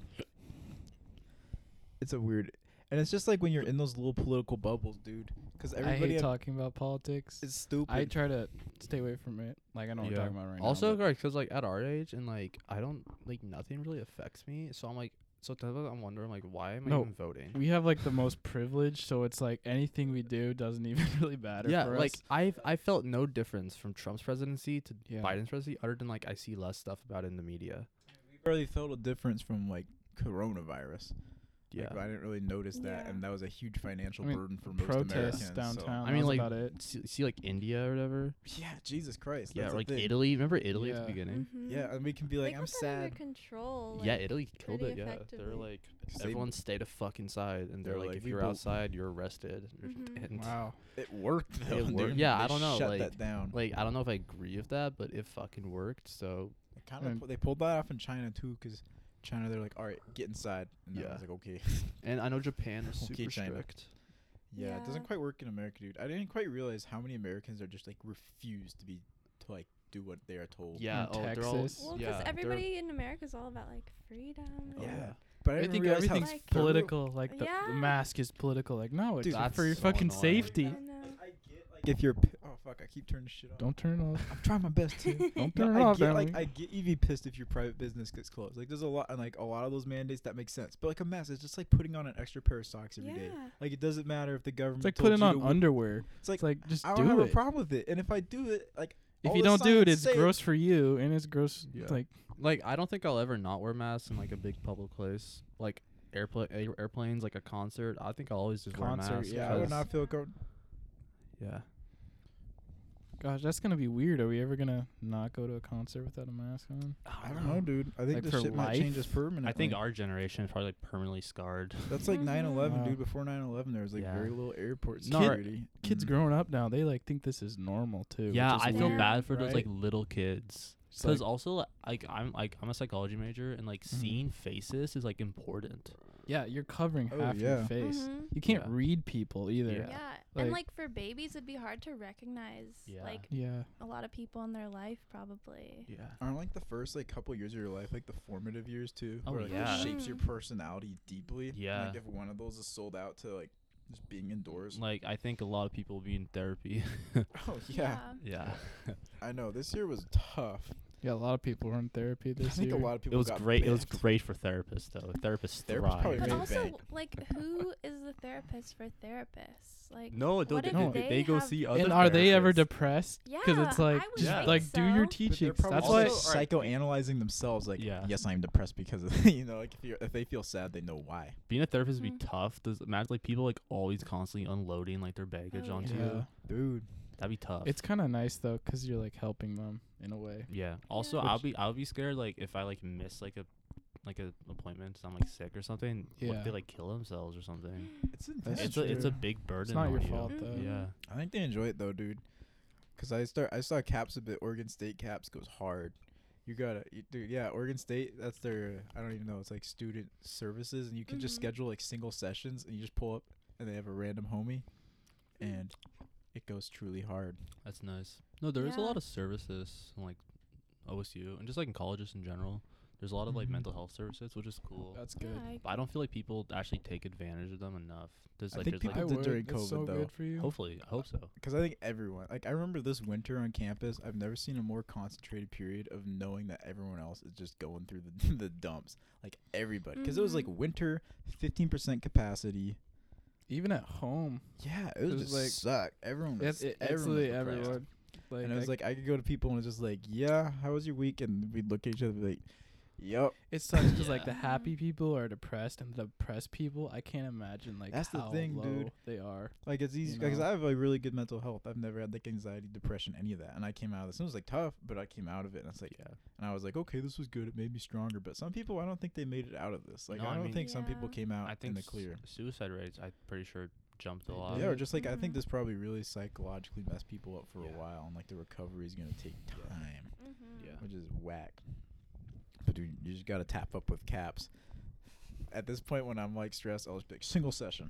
S2: It's a weird, and it's just like when you're in those little political bubbles, dude. Because
S1: I
S2: everybody
S1: hate
S2: have-
S1: talking about politics.
S2: is stupid.
S1: I try to stay away from it. Like I know what
S3: Yeah.
S1: we're talking about right
S3: also,
S1: now. but-
S3: like, cause like at our age and like I don't like nothing really affects me, so I'm like so type of- I'm wondering like why am I
S1: No.
S3: even voting?
S1: we have like the most privilege, so it's like anything we do doesn't even really matter.
S3: Yeah,
S1: for
S3: like
S1: us.
S3: I've I felt no difference from Trump's presidency to
S1: Yeah.
S3: Biden's presidency, other than like I see less stuff about it in the media.
S2: We barely felt a difference from like coronavirus.
S3: Yeah,
S2: Like, I didn't really notice that,
S4: Yeah.
S2: and that was a huge financial
S1: I mean,
S2: burden for most
S1: protests
S2: Americans. so-
S1: downtown.
S3: I mean,
S1: that was
S3: like,
S1: about it.
S3: see, see like India or whatever.
S2: Yeah, Jesus Christ.
S3: Yeah,
S2: that's
S3: or
S2: the
S3: like
S2: thing.
S3: Italy. Remember Italy at
S1: Yeah.
S3: the beginning?
S4: Mm-hmm.
S2: Yeah, and we can be
S4: They
S2: like,
S4: got
S2: I'm
S4: that under
S2: sad.
S4: control.
S3: yeah,
S4: like-
S3: Italy killed it.
S4: pretty
S3: Yeah, they're
S4: effectively.
S3: like
S2: 'Cause they-
S3: everyone stay the fuck inside, and they're,
S2: They're
S3: like,
S2: like,
S3: if
S2: "We
S3: you're
S2: bo-
S3: outside, you're arrested.
S4: Mhm.
S3: And
S1: Wow.
S2: It worked though.
S3: It
S2: dude.
S3: worked. Yeah, I
S2: They
S3: don't know,
S2: Shut
S3: like-
S2: that down.
S3: like I don't know if I agree with that, but it fucking worked. So
S2: It kinda
S1: and-
S2: pu- they pulled that off in China too, because China they're like, all right, get inside. And then I
S3: Yeah.
S2: was like, okay.
S3: And I know Japan is
S2: Okay,
S3: super
S2: China.
S3: strict.
S2: yeah, it doesn't
S4: Yeah.
S2: quite work in America, dude. I didn't quite realize how many Americans are just like refuse to be to like do what they are told.
S3: Yeah,
S1: In
S3: oh, they're all
S1: Texas.
S4: Well, 'cause
S3: yeah, they're-
S4: everybody in America is all about like freedom.
S3: oh,
S2: Yeah.
S3: yeah.
S2: But I,
S1: I
S2: didn't
S1: think
S2: realize how
S1: everything's
S4: like-
S2: thorough-
S1: political. Like the, the
S4: Yeah.
S1: mask is political. Like no, it's
S2: Dude,
S1: for
S3: that's
S1: your
S3: so
S1: fucking
S3: annoying.
S1: safety.
S4: I know.
S2: Like, if you're, p- oh fuck, Fuck, I keep turning shit off.
S1: Don't turn it off.
S2: I'm trying my best to.
S1: Don't
S2: No,
S1: turn it
S2: I
S1: off,
S2: get like
S1: Emily.
S2: I get you'd be pissed if your private business gets closed. Like there's a lot and like a lot of those mandates that make sense. But like a mess, it's just like putting on an extra pair of socks every day.
S4: Yeah.
S2: Like it doesn't matter if the
S1: It's
S2: government
S1: like
S2: told
S1: putting
S2: you
S1: on
S2: to-
S1: underwear.
S2: It's like,
S1: It's like just
S2: I don't have
S1: do
S2: a
S1: it.
S2: problem with it. And if I do it, like
S1: If
S2: all
S1: you
S2: the
S1: don't do it,
S2: signs
S1: it's
S2: say
S1: gross for you and it's gross.
S6: Yeah.
S1: Like
S6: Like I don't think I'll ever not wear masks in like a big public place, like airplane air- airplanes, like a concert. I think I'll always just wear
S1: Concert,
S6: masks.
S2: Yeah, I would
S6: because-
S2: not feel good.
S6: Yeah.
S1: gosh, that's gonna be weird. Are we ever gonna not go to a concert without a mask on?
S2: I don't know, dude. I think
S1: Like,
S2: this
S1: for
S2: shit might change us
S1: life?
S2: permanently.
S3: I think our generation is probably like permanently scarred.
S2: that's like 9/11,
S1: Wow.
S2: dude. Before 9/11, there was like
S6: Yeah.
S2: very little airport
S6: No, right.
S2: security.
S1: Kids
S2: Mm.
S1: growing up now, they like think this is normal too. which
S6: Yeah,
S1: is
S3: I feel
S1: weird.
S3: bad for those
S2: right?
S3: like little kids.
S1: It's
S3: Because
S1: like-
S3: also li- like I'm like I'm a psychology major and like
S1: Mhm.
S2: Mm-hmm.
S3: seeing faces is like important.
S1: yeah, you're covering
S2: Oh,
S1: half
S2: yeah.
S1: your face.
S4: Mhm.
S1: You can't
S6: Yeah.
S1: read people either.
S4: Yeah.
S6: Yeah.
S4: and
S1: Like-
S4: like for babies, it'd be hard to recognize
S3: Yeah.
S4: like
S1: Yeah.
S4: a lot of people in their life probably.
S6: Yeah.
S2: Aren't like the first like couple years of your life like the formative years too?
S3: Oh,
S2: where, like,
S3: yeah.
S2: It shapes your
S4: Mhm.
S2: personality deeply. And,
S3: Yeah.
S2: like if one of those is sold out to like just being indoors.
S3: Like I think a lot of people will be in therapy.
S2: Oh yeah.
S3: yeah.
S2: I know. This year was tough.
S1: Yeah, a lot of people were in therapy
S2: I
S1: this
S2: think
S1: year.
S2: a lot of
S3: It
S2: people
S3: was
S2: got
S3: great. It was
S2: banned.
S3: great for therapists though.
S2: Therapists
S3: Therapists thrive.
S2: probably
S4: But
S2: made
S4: also,
S2: bank.
S4: like, who is the therapist for therapists? Like,
S3: No,
S4: What
S3: dude, they,
S4: if
S1: No.
S3: they,
S4: they
S3: they go
S4: have-
S3: see other.
S1: and are they ever
S3: therapists.
S1: depressed? Because it's
S4: Yeah,
S1: like
S4: I would
S1: just
S3: think
S1: like do your
S4: so.
S2: But they're
S1: teachings.
S2: probably
S1: That's
S3: also-
S1: why
S3: all right.
S2: psychoanalyzing themselves. Like,
S3: Yeah.
S2: yes, I'm depressed because of you know, like if you if they feel sad, they know why.
S3: being a therapist would
S4: Mhm.
S1: Hmm.
S3: be tough? Does imagine like people like always constantly unloading like their baggage
S4: Oh,
S3: onto
S1: yeah.
S3: you?
S2: Dude,
S3: That'd be tough.
S1: It's kind of nice though, cause you're like helping them in a way.
S3: yeah. Also,
S1: Which-
S3: I'll be I'll be scared like if I like miss like a like a appointment, 'cause I'm like sick or something. What if
S1: Yeah.
S3: they like kill themselves or something?
S2: it's
S1: That's
S3: it's a it's a
S1: true.
S3: big burden.
S1: not your
S3: on you.
S1: fault,
S4: though.
S3: Yeah.
S2: I think they enjoy it though, dude. Cause I start I saw Caps a bit. Oregon State Caps goes hard. You gotta, you, dude. Yeah, Oregon State. That's their. I don't even know. It's like student services, and you can just
S4: Mhm.
S2: schedule like single sessions, and you just pull up, and they have a random homie, and it goes truly hard.
S3: That's nice. No, there is a
S4: Yeah.
S3: lot of services in, like OSU and just like in colleges in general. There's a lot of like
S1: Mhm.
S3: mental health services, which is cool.
S1: That's
S4: Yeah,
S1: good.
S4: I-
S3: But I don't feel like people actually take advantage of them enough. There's
S2: I
S3: like
S2: think
S3: there's
S1: I
S2: people
S3: like
S2: did
S1: would.
S2: during
S1: That's
S2: COVID,
S1: so
S2: though.
S1: good for you.
S3: hopefully I hope so.
S2: Because I think everyone, like, I remember this winter on campus, I've never seen a more concentrated period of knowing that everyone else is just going through the, the dumps. Like, everybody. Because it was like
S4: Mhm.
S2: winter, 15% capacity.
S1: Even at home,
S2: Yeah, it was,
S1: was
S2: just
S1: like-
S2: suck. Everyone
S1: it's
S2: was,
S1: it,
S2: everyone was
S1: absolutely
S2: depressed.
S1: everyone. Like,
S2: and it was
S1: I-
S2: like, I could go to people and it was just like, yeah, how was your week? And we'd look at each other and be like, yep.
S1: it sucks because like the
S4: Yeah.
S1: happy people are depressed and the depressed people, I can't imagine like
S2: That's the
S1: how
S2: thing,
S1: low
S2: dude.
S1: they are.
S2: Like, it's easy.
S1: You
S2: Because
S1: know.
S2: I have like really good mental health. I've never had like anxiety, depression, any of that. And I came out of this. And it was like tough, but I came out of it and it's like,
S3: Yeah.
S2: And I was like, okay, this was good. It made me stronger. But some people, I don't think they made it out of this. Like,
S3: No,
S2: I
S3: I
S2: don't
S3: mean-
S2: think some people
S4: Yeah.
S2: came out
S3: I think
S2: in the
S3: s-
S2: clear.
S3: suicide rates I'm pretty sure jumped a
S1: They
S3: lot.
S2: yeah, or
S1: did.
S2: just like I think
S4: Mhm.
S2: this probably really psychologically messed people up for
S3: Yeah.
S2: a while, and like the recovery is gonna take time,
S4: mhm.
S3: Yeah.
S2: which is whack. But dude, you just gotta tap up with caps. At this point, when I'm like stressed, I'll just be like single session,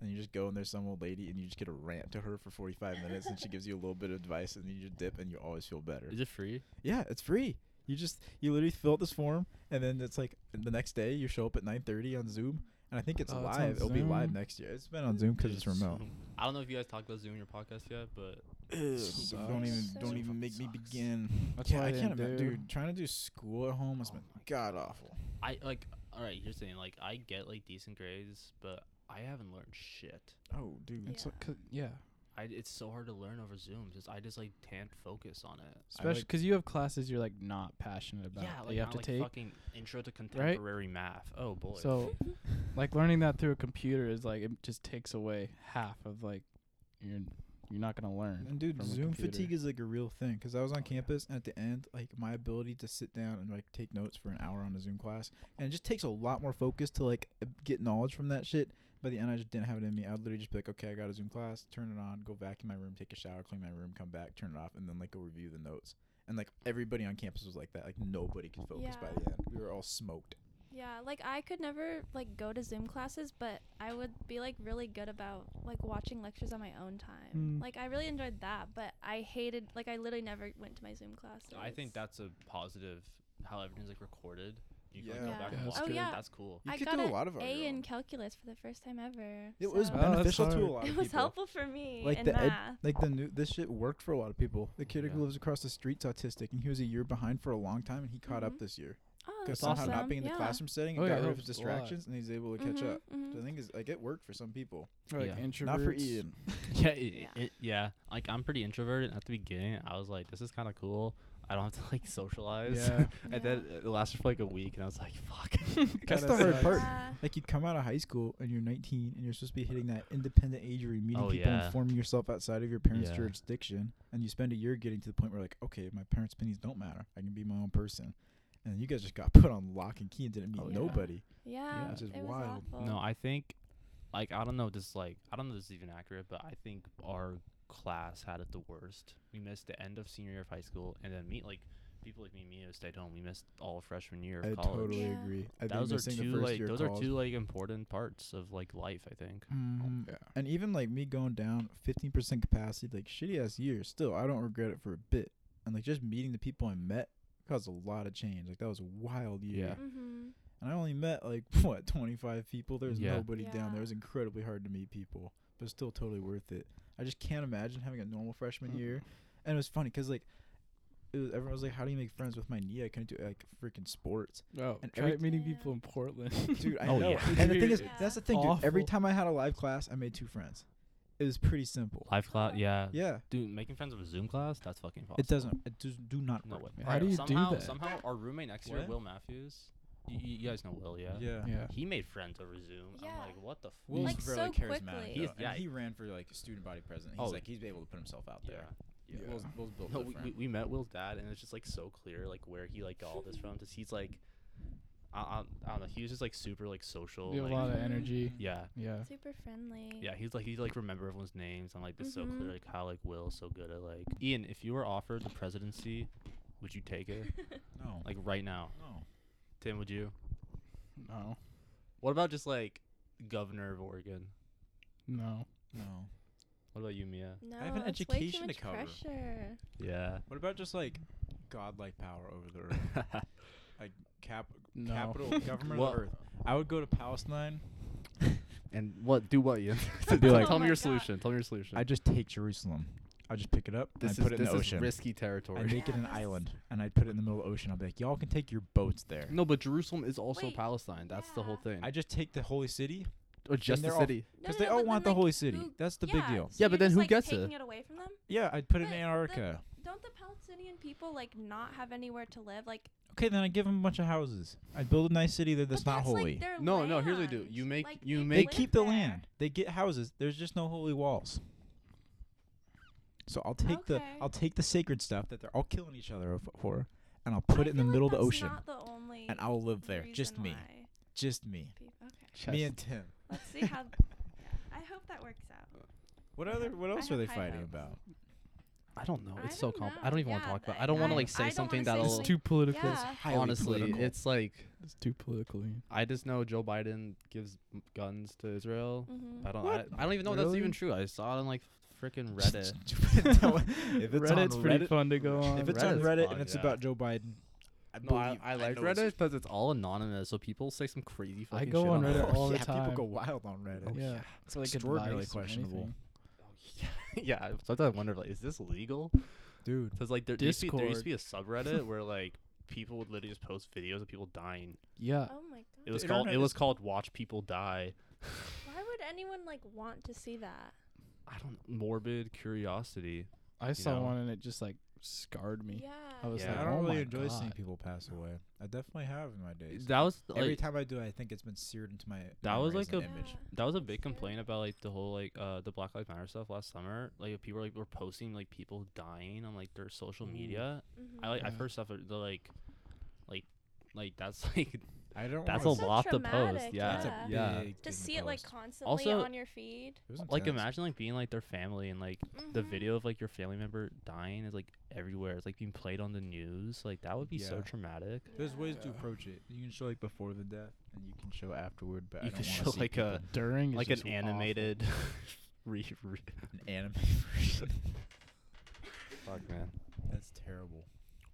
S2: and you just go and there's some old lady, and you just get a rant to her for 45 minutes, and she gives you a little bit of advice, and then you just dip, and you always feel better.
S3: Is it free?
S2: Yeah, it's free. You just you literally fill out this form, and then it's like the next day you show up at nine thirty on Zoom, and I think it's
S1: Oh, it's on
S2: live. It'll be live
S1: Zoom?
S2: next year. It's been on Zoom because it's
S3: Dude,
S2: remote.
S3: Zoom. I don't know if you guys talked about Zoom in your podcast yet, but
S2: So don't even
S4: Sucks.
S2: don't
S4: Zoom
S2: even make me
S1: fucking sucks.
S2: begin.
S1: That's
S2: Yeah,
S1: why
S2: I
S1: I
S2: can't
S1: didn't
S2: imagine,
S1: do-
S2: dude. Trying to do school at home has
S3: Oh
S2: been
S3: my
S2: god awful.
S3: I like all right, here's the thing, like I get like decent grades, but I haven't learned shit.
S2: Oh, dude.
S4: Yeah.
S1: It's like, 'cause- yeah,
S3: I, it's so hard to learn over Zoom because I just like can't focus on it.
S1: especially
S2: like-
S1: because you have classes you're like not passionate about.
S3: yeah,
S1: that
S3: like
S1: you have
S3: not,
S1: to
S3: like,
S1: take.
S3: fucking intro to contemporary math. Oh boy.
S1: So, like learning that through a computer is like it just takes away half of like you're you're not gonna learn.
S2: And dude,
S1: from a
S2: Zoom
S1: computer.
S2: fatigue is like a real thing because I was on campus and at the end, like my ability to sit down and like take notes for an hour on a Zoom class, and it just takes a lot more focus to like uh, get knowledge from that shit. By the end, I just didn't have it in me. I'd literally just be like, okay, I got a Zoom class, turn it on, go back in my room, take a shower, clean my room, come back, turn it off, and then like go review the notes. And like everybody on campus was like that. Like nobody could focus
S4: Yeah.
S2: by the end. We were all smoked.
S4: Yeah, like I could never like go to Zoom classes, but I would be like really good about like watching lectures on my own time.
S1: Mm.
S4: Like I really enjoyed that, but I hated like I literally never went to my Zoom classes.
S3: I think that's a positive how everything's like recorded.
S7: You can like, go
S4: Yeah.
S7: back and
S1: Yeah,
S7: watch
S1: that's
S4: good.
S7: it.
S4: Oh, yeah.
S7: That's cool.
S2: You
S4: I
S2: could
S4: got
S2: do a
S4: a
S2: lot of art
S4: A
S2: your
S4: in
S2: own.
S4: calculus for the first time ever.
S2: It was
S4: so-
S1: Oh, that's
S2: beneficial to a
S1: hard.
S2: lot of
S4: It was
S2: people.
S4: helpful for me
S2: Like
S4: in
S2: the ed-
S4: math.
S2: Like the new this shit worked for a lot of people. The kid who
S3: Yeah.
S2: lives across the street's autistic, and he was a year behind for a long time, and he caught
S4: Mhm.
S2: up this year
S4: oh,
S2: because
S4: that's
S2: somehow
S4: awesome.
S2: not being in the
S4: yeah.
S2: classroom setting, it
S1: Oh, yeah,
S2: got
S1: it
S2: rid of his
S1: helps a lot.
S2: distractions, and he's able to catch
S4: Mhm,
S2: up.
S4: mhm.
S2: So I think is like it worked for some people,
S1: Or, like
S3: Yeah.
S1: introverts.
S2: not for Ian.
S7: Yeah, it,
S4: Yeah.
S7: It, yeah. Like I'm pretty introverted. At the beginning, I was like, "This is kind of cool. I don't have to like socialize."
S1: Yeah.
S7: and then it lasted for like a week, and I was like, "Fuck."
S2: That's
S1: Kinda
S2: the hard
S1: sucks.
S2: part.
S4: Yeah.
S2: Like you come out of high school and you're 19 and you're supposed to be hitting that independent age where you're meeting
S7: Oh,
S2: people
S7: yeah.
S2: and forming yourself outside of your parents'
S7: Yeah.
S2: jurisdiction, and you spend a year getting to the point where like, okay, my parents' opinions don't matter. I can be my own person. And you guys just got put on lock and key and didn't meet
S4: Oh, yeah.
S2: nobody.
S4: Yeah,
S2: which is
S4: it was
S2: wild.
S4: awful.
S7: no, I think, like, I don't know. This like, I don't know. If this is even accurate, but I think our class had it the worst. We missed the end of senior year of high school, and then meet like people like me, and me who stayed home. We missed all freshman year
S2: I
S7: of college.
S2: totally
S4: Yeah.
S2: agree. I
S7: Those are
S2: think missing
S7: two
S2: the first
S7: like
S2: year
S7: those
S2: calls-
S7: are two like oh, important parts of like life. I think.
S2: Mm,
S5: Yeah.
S2: And even like me going down 15% capacity, like shitty ass year, still, I don't regret it for a bit. And like just meeting the people I met caused a lot of change. Like that was a wild year.
S3: Yeah.
S4: Mm-hmm.
S2: And I only met like what 25 people. There was
S3: Yeah.
S2: nobody down there.
S4: Yeah.
S2: It was incredibly hard to meet people, but still totally worth it. I just can't imagine having a normal freshman year. And it was funny because like it was, everyone was like, "How do you make friends with my knee? I couldn't do like freaking sports,
S1: Oh,
S2: And
S1: try
S2: every-
S1: meeting
S4: Yeah.
S1: people in Portland.
S2: dude." I
S7: Oh,
S2: know.
S7: yeah.
S2: And the thing is,
S4: Dude,
S2: that's
S4: it's
S2: the thing, dude. Every
S1: awful.
S2: time I had a live class, I made two friends. It was pretty simple.
S7: Life class, yeah.
S2: Yeah,
S7: Dude, making friends with a Zoom class, that's fucking possible.
S2: it doesn't. It does do not
S7: No
S2: work.
S7: way.
S2: man.
S1: How do you do
S7: somehow,
S1: that?
S7: Somehow, our roommate next year,
S2: What?
S7: Will Matthews. You, you you guys know Will, yeah?
S2: Yeah.
S1: yeah.
S7: He made friends over Zoom. I'm
S4: Yeah.
S7: like, what the f-
S2: Will's
S4: Like,
S2: very
S4: so
S2: charismatic.
S4: quickly.
S2: though,
S7: He's-
S2: and
S7: yeah.
S2: he ran for like student body president. He's
S7: Oh.
S2: like he's able to put himself out
S7: Yeah.
S2: there.
S1: Yeah.
S2: Will's, Will's built
S7: No, we,
S2: different.
S7: we, we met Will's dad, and it's just like so clear, like where he like got all this from. Because he's like, I, I, I don't know, he was just like super like social.
S1: You have
S7: like,
S1: a lot of
S4: Mhm.
S1: energy.
S7: yeah,
S1: Yeah.
S4: Super friendly.
S7: yeah. He's like he like remember everyone's names. I'm like, this so
S4: Mhm.
S7: clear, like how like Will's so good at like Ian. If you were offered the presidency, would you take it?
S2: no,
S7: like right now,
S2: no.
S7: Tim? Would you?
S1: No.
S7: What about just like governor of Oregon?
S1: No.
S2: No.
S7: What about you, Mia?
S4: No,
S2: have an
S4: it's
S2: education to
S4: way too much
S2: cover.
S4: Pressure.
S7: Yeah.
S2: What about just like godlike power over the earth? Cap-
S1: No.
S2: Capital government of
S7: Well-
S2: the earth. I would go to Palestine.
S3: And what? Do what, Ian?
S4: To be like-
S3: tell
S4: Oh
S3: me
S4: my
S3: your
S4: God.
S3: solution. Tell me your solution.
S2: I just take Jerusalem. I just pick it up
S3: this
S2: and
S3: is
S2: put it in
S3: this
S2: the
S3: is
S2: ocean.
S3: risky
S2: I
S3: territory.
S2: make it an
S4: Yes.
S2: island and I put it in the middle of the ocean. I'll be like, y'all can take your boats there.
S3: No, but Jerusalem is also
S4: Wait,
S3: Palestine. That's the whole
S4: yeah.
S3: thing.
S2: I just take the holy city
S3: or oh, just
S2: they're
S3: the
S2: all-
S3: city.
S4: No,
S2: because
S4: no,
S2: they
S4: no,
S2: all
S4: but
S2: want the
S4: then, like,
S2: holy city.
S4: who-
S2: That's the
S4: yeah,
S2: big deal.
S4: so
S3: Yeah, but then
S4: you're just,
S3: who
S4: like,
S3: gets
S4: taking
S3: it?
S4: it away from them?
S2: Yeah, I'd put it in
S4: But the-
S2: Antarctica.
S4: Don't the Palestinian people like not have anywhere to live? Like
S2: okay, then I give them a bunch of houses. I'd build a nice city that-
S4: but
S2: that's not
S4: like,
S2: holy.
S4: their
S3: No, no, here's what you do.
S4: land.
S3: You make-
S4: Like,
S3: you
S4: they
S2: they
S3: make-
S4: live
S2: keep the
S4: there.
S2: land. They get houses. There's just no holy walls. So I'll take the
S4: Okay.
S2: I'll take the sacred stuff that they're all killing each other of- for, and I'll put it
S4: I
S2: in the
S4: feel like
S2: middle of the
S4: that's
S2: ocean,
S4: Not the only
S2: and I'll live there. Just
S4: reason
S2: me.
S4: why
S2: Just me.
S4: peop- Okay.
S2: Me
S1: Just-
S2: and Tim.
S4: Let's see how. I hope that works out.
S2: What
S4: I
S2: other?
S4: have-
S2: What
S4: I
S2: else are
S4: have
S2: they
S4: high
S2: fighting
S4: hopes.
S2: about?
S3: I don't know.
S4: I
S3: It's so
S4: don't
S3: comp.
S4: know.
S3: I don't even want
S4: Yeah,
S3: to talk about.
S4: but
S3: I don't want
S4: I-
S3: to like
S4: I
S3: say
S4: don't
S3: something
S4: wanna say
S3: that'll.
S1: It's
S4: Like-
S1: too political.
S4: Yeah.
S2: highly
S3: honestly,
S2: political.
S3: it's like
S1: It's too political. Ian.
S3: I just know Joe Biden gives m- guns to Israel.
S4: Mhm.
S1: Uh,
S3: I don't. I,
S2: What?
S3: I don't even know if that's
S1: Really?
S3: even true. I saw it on like freaking Reddit.
S2: if it's
S1: Reddit's
S2: on
S1: pretty
S2: Reddit,
S1: fun to go on.
S2: if it's on
S3: Reddit's
S2: Reddit
S3: fun,
S2: and it's
S3: yeah.
S2: about Joe Biden, I
S3: no, I,
S2: believe-
S3: I like
S2: know it's
S3: Reddit because it's all anonymous, so people say some crazy
S1: I
S3: fucking.
S1: go
S3: shit
S1: on
S3: there.
S1: Reddit all the
S2: yeah, Oh, people
S1: time. Oh,
S2: go wild on Reddit.
S1: yeah.
S2: It's
S1: like
S2: Oh, extraordinarily
S1: advice or
S2: questionable.
S1: anything.
S3: yeah, sometimes I wonder like, is this legal?
S2: Dude,
S3: Because like there, there used to be, there used to
S1: Discord.
S3: be a subreddit where like people would literally just post videos of people dying.
S1: Yeah.
S4: Oh my
S3: Uh, It
S4: god.
S3: was
S2: The
S3: called it
S2: internet
S3: was
S2: is-
S3: called Watch People Die.
S4: Why would anyone like want to see that?
S3: I don't morbid curiosity.
S1: I saw
S3: know?
S1: one and it just like scarred me.
S4: Yeah.
S1: I was
S3: Yeah.
S1: like,
S2: I don't
S1: oh my
S2: really enjoy
S1: God.
S2: seeing people pass away. I definitely have in my days.
S3: That was
S2: Every
S3: like
S2: time I do, I think it's been seared into my.
S3: That was
S2: memories and
S3: like a-
S2: image.
S3: That was a
S4: That's
S3: big
S4: scary.
S3: complaint about like the whole like uh the Black Lives Matter stuff last summer. Like if people like were posting like people dying on like their social
S7: Ooh.
S3: media.
S4: Mhm.
S3: I like I
S1: Yeah.
S3: first suffered the like like like that's like
S2: I don't.
S3: that's a
S4: That's
S2: wanna
S4: so
S3: lot to post.
S4: traumatic,
S3: Yeah.
S2: That's a
S4: Yeah.
S3: yeah.
S2: big
S4: to
S2: thing
S4: see it like
S2: post.
S4: constantly
S3: Also-
S4: on your feed.
S2: It was
S3: Like
S2: intense.
S3: imagine like being like their family and like the
S4: Mhm.
S3: video of like your family member dying is like everywhere. It's like being played on the news. Like that would be so
S2: Yeah.
S3: traumatic.
S2: There's
S4: Yeah.
S2: ways to approach it. You can show like before the death, and you can show afterward. But
S3: You
S2: I
S3: can
S2: don't wanna
S3: show
S2: see
S3: like a
S1: During is
S3: like
S1: just
S3: an
S1: awful.
S3: animated re, re
S2: people- an anime version.
S3: fuck man.
S2: That's terrible.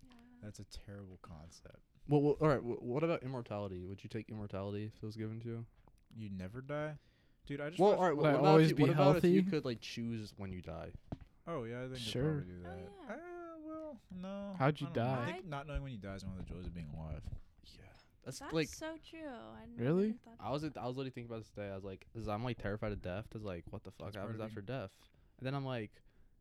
S4: Yeah.
S2: That's a terrible concept.
S3: Well, well all right. wh- what about immortality? Would you take immortality if it was given to you?
S2: You never die, dude. I just
S3: Well,
S2: watched-
S3: all right.
S1: Would
S3: What,
S1: I
S3: about,
S1: always
S3: if you,
S1: be
S3: what about if you
S1: healthy?
S3: could like choose when you die?
S2: Oh yeah, I think
S1: Sure.
S2: I'd probably do that.
S4: Oh, yeah.
S2: Uh, well, no.
S1: How'd you
S2: I don't know. I
S4: die?
S2: think not knowing when you die is one of the joys of being alive.
S3: Yeah, that's,
S4: That's
S3: like
S4: so true. I never
S1: Really?
S4: even thought-
S3: I was I was literally thinking about this today. I was like, 'cause I'm like terrified of death. Cause like, what the fuck
S2: That's part
S3: happens
S2: of being-
S3: after death? And then I'm like,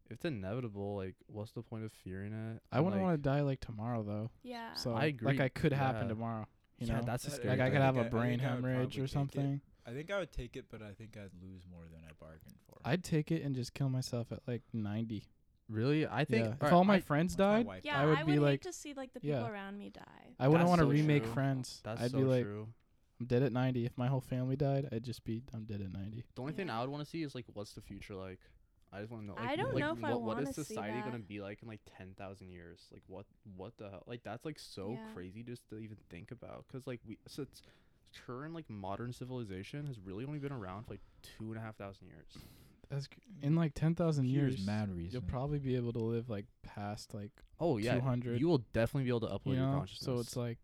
S3: if it's inevitable, like, what's the point of fearing it?
S1: I wouldn't want to die like tomorrow though.
S4: Yeah.
S1: So
S3: I agree,
S1: like I could happen
S3: yeah.
S1: tomorrow. You
S3: yeah,
S1: know,
S3: that's a
S2: That-
S3: scary.
S1: like I
S3: thing.
S1: could have
S2: I
S1: a
S2: think I
S1: brain
S2: would
S1: hemorrhage
S2: probably take
S1: or
S2: it.
S1: something.
S2: I think I would take it, but I think I'd lose more than I bargained for.
S1: I'd take it and just kill myself at like 90.
S3: really. I think
S1: yeah. If
S3: alright,
S1: all my
S3: I-
S1: friends
S2: Once my
S1: died,
S2: wife
S4: yeah,
S1: I would be
S4: hate
S1: like-
S4: to see like the people
S1: yeah.
S4: around me die.
S1: I wouldn't
S3: That's
S1: want to
S3: so
S1: remake
S3: true.
S1: Friends.
S3: that's
S1: I'd
S3: so
S1: be like,
S3: true.
S1: I'm dead at 90. If my whole family died, I'd just be, I'm dead at 90.
S3: The only thing
S4: Yeah.
S3: I would want to see is like, what's the future like? I just want to know. Like,
S4: I don't
S3: like,
S4: know if I
S3: what, what is
S4: wanna see
S3: society
S4: that.
S3: gonna be like in like ten thousand years? Like what what the hell? Like that's like so
S4: Yeah.
S3: crazy just to even think about. Cause like we so it's current like modern civilization has really only been around for like two and a half thousand years.
S1: That's cr- in like 10,000 years.
S2: mad
S1: You'll
S2: reason.
S1: probably be able to live like past like,
S3: Oh yeah,
S1: 200.
S3: you will definitely be able to upload
S1: you
S3: your
S1: know,
S3: consciousness.
S1: so it's like,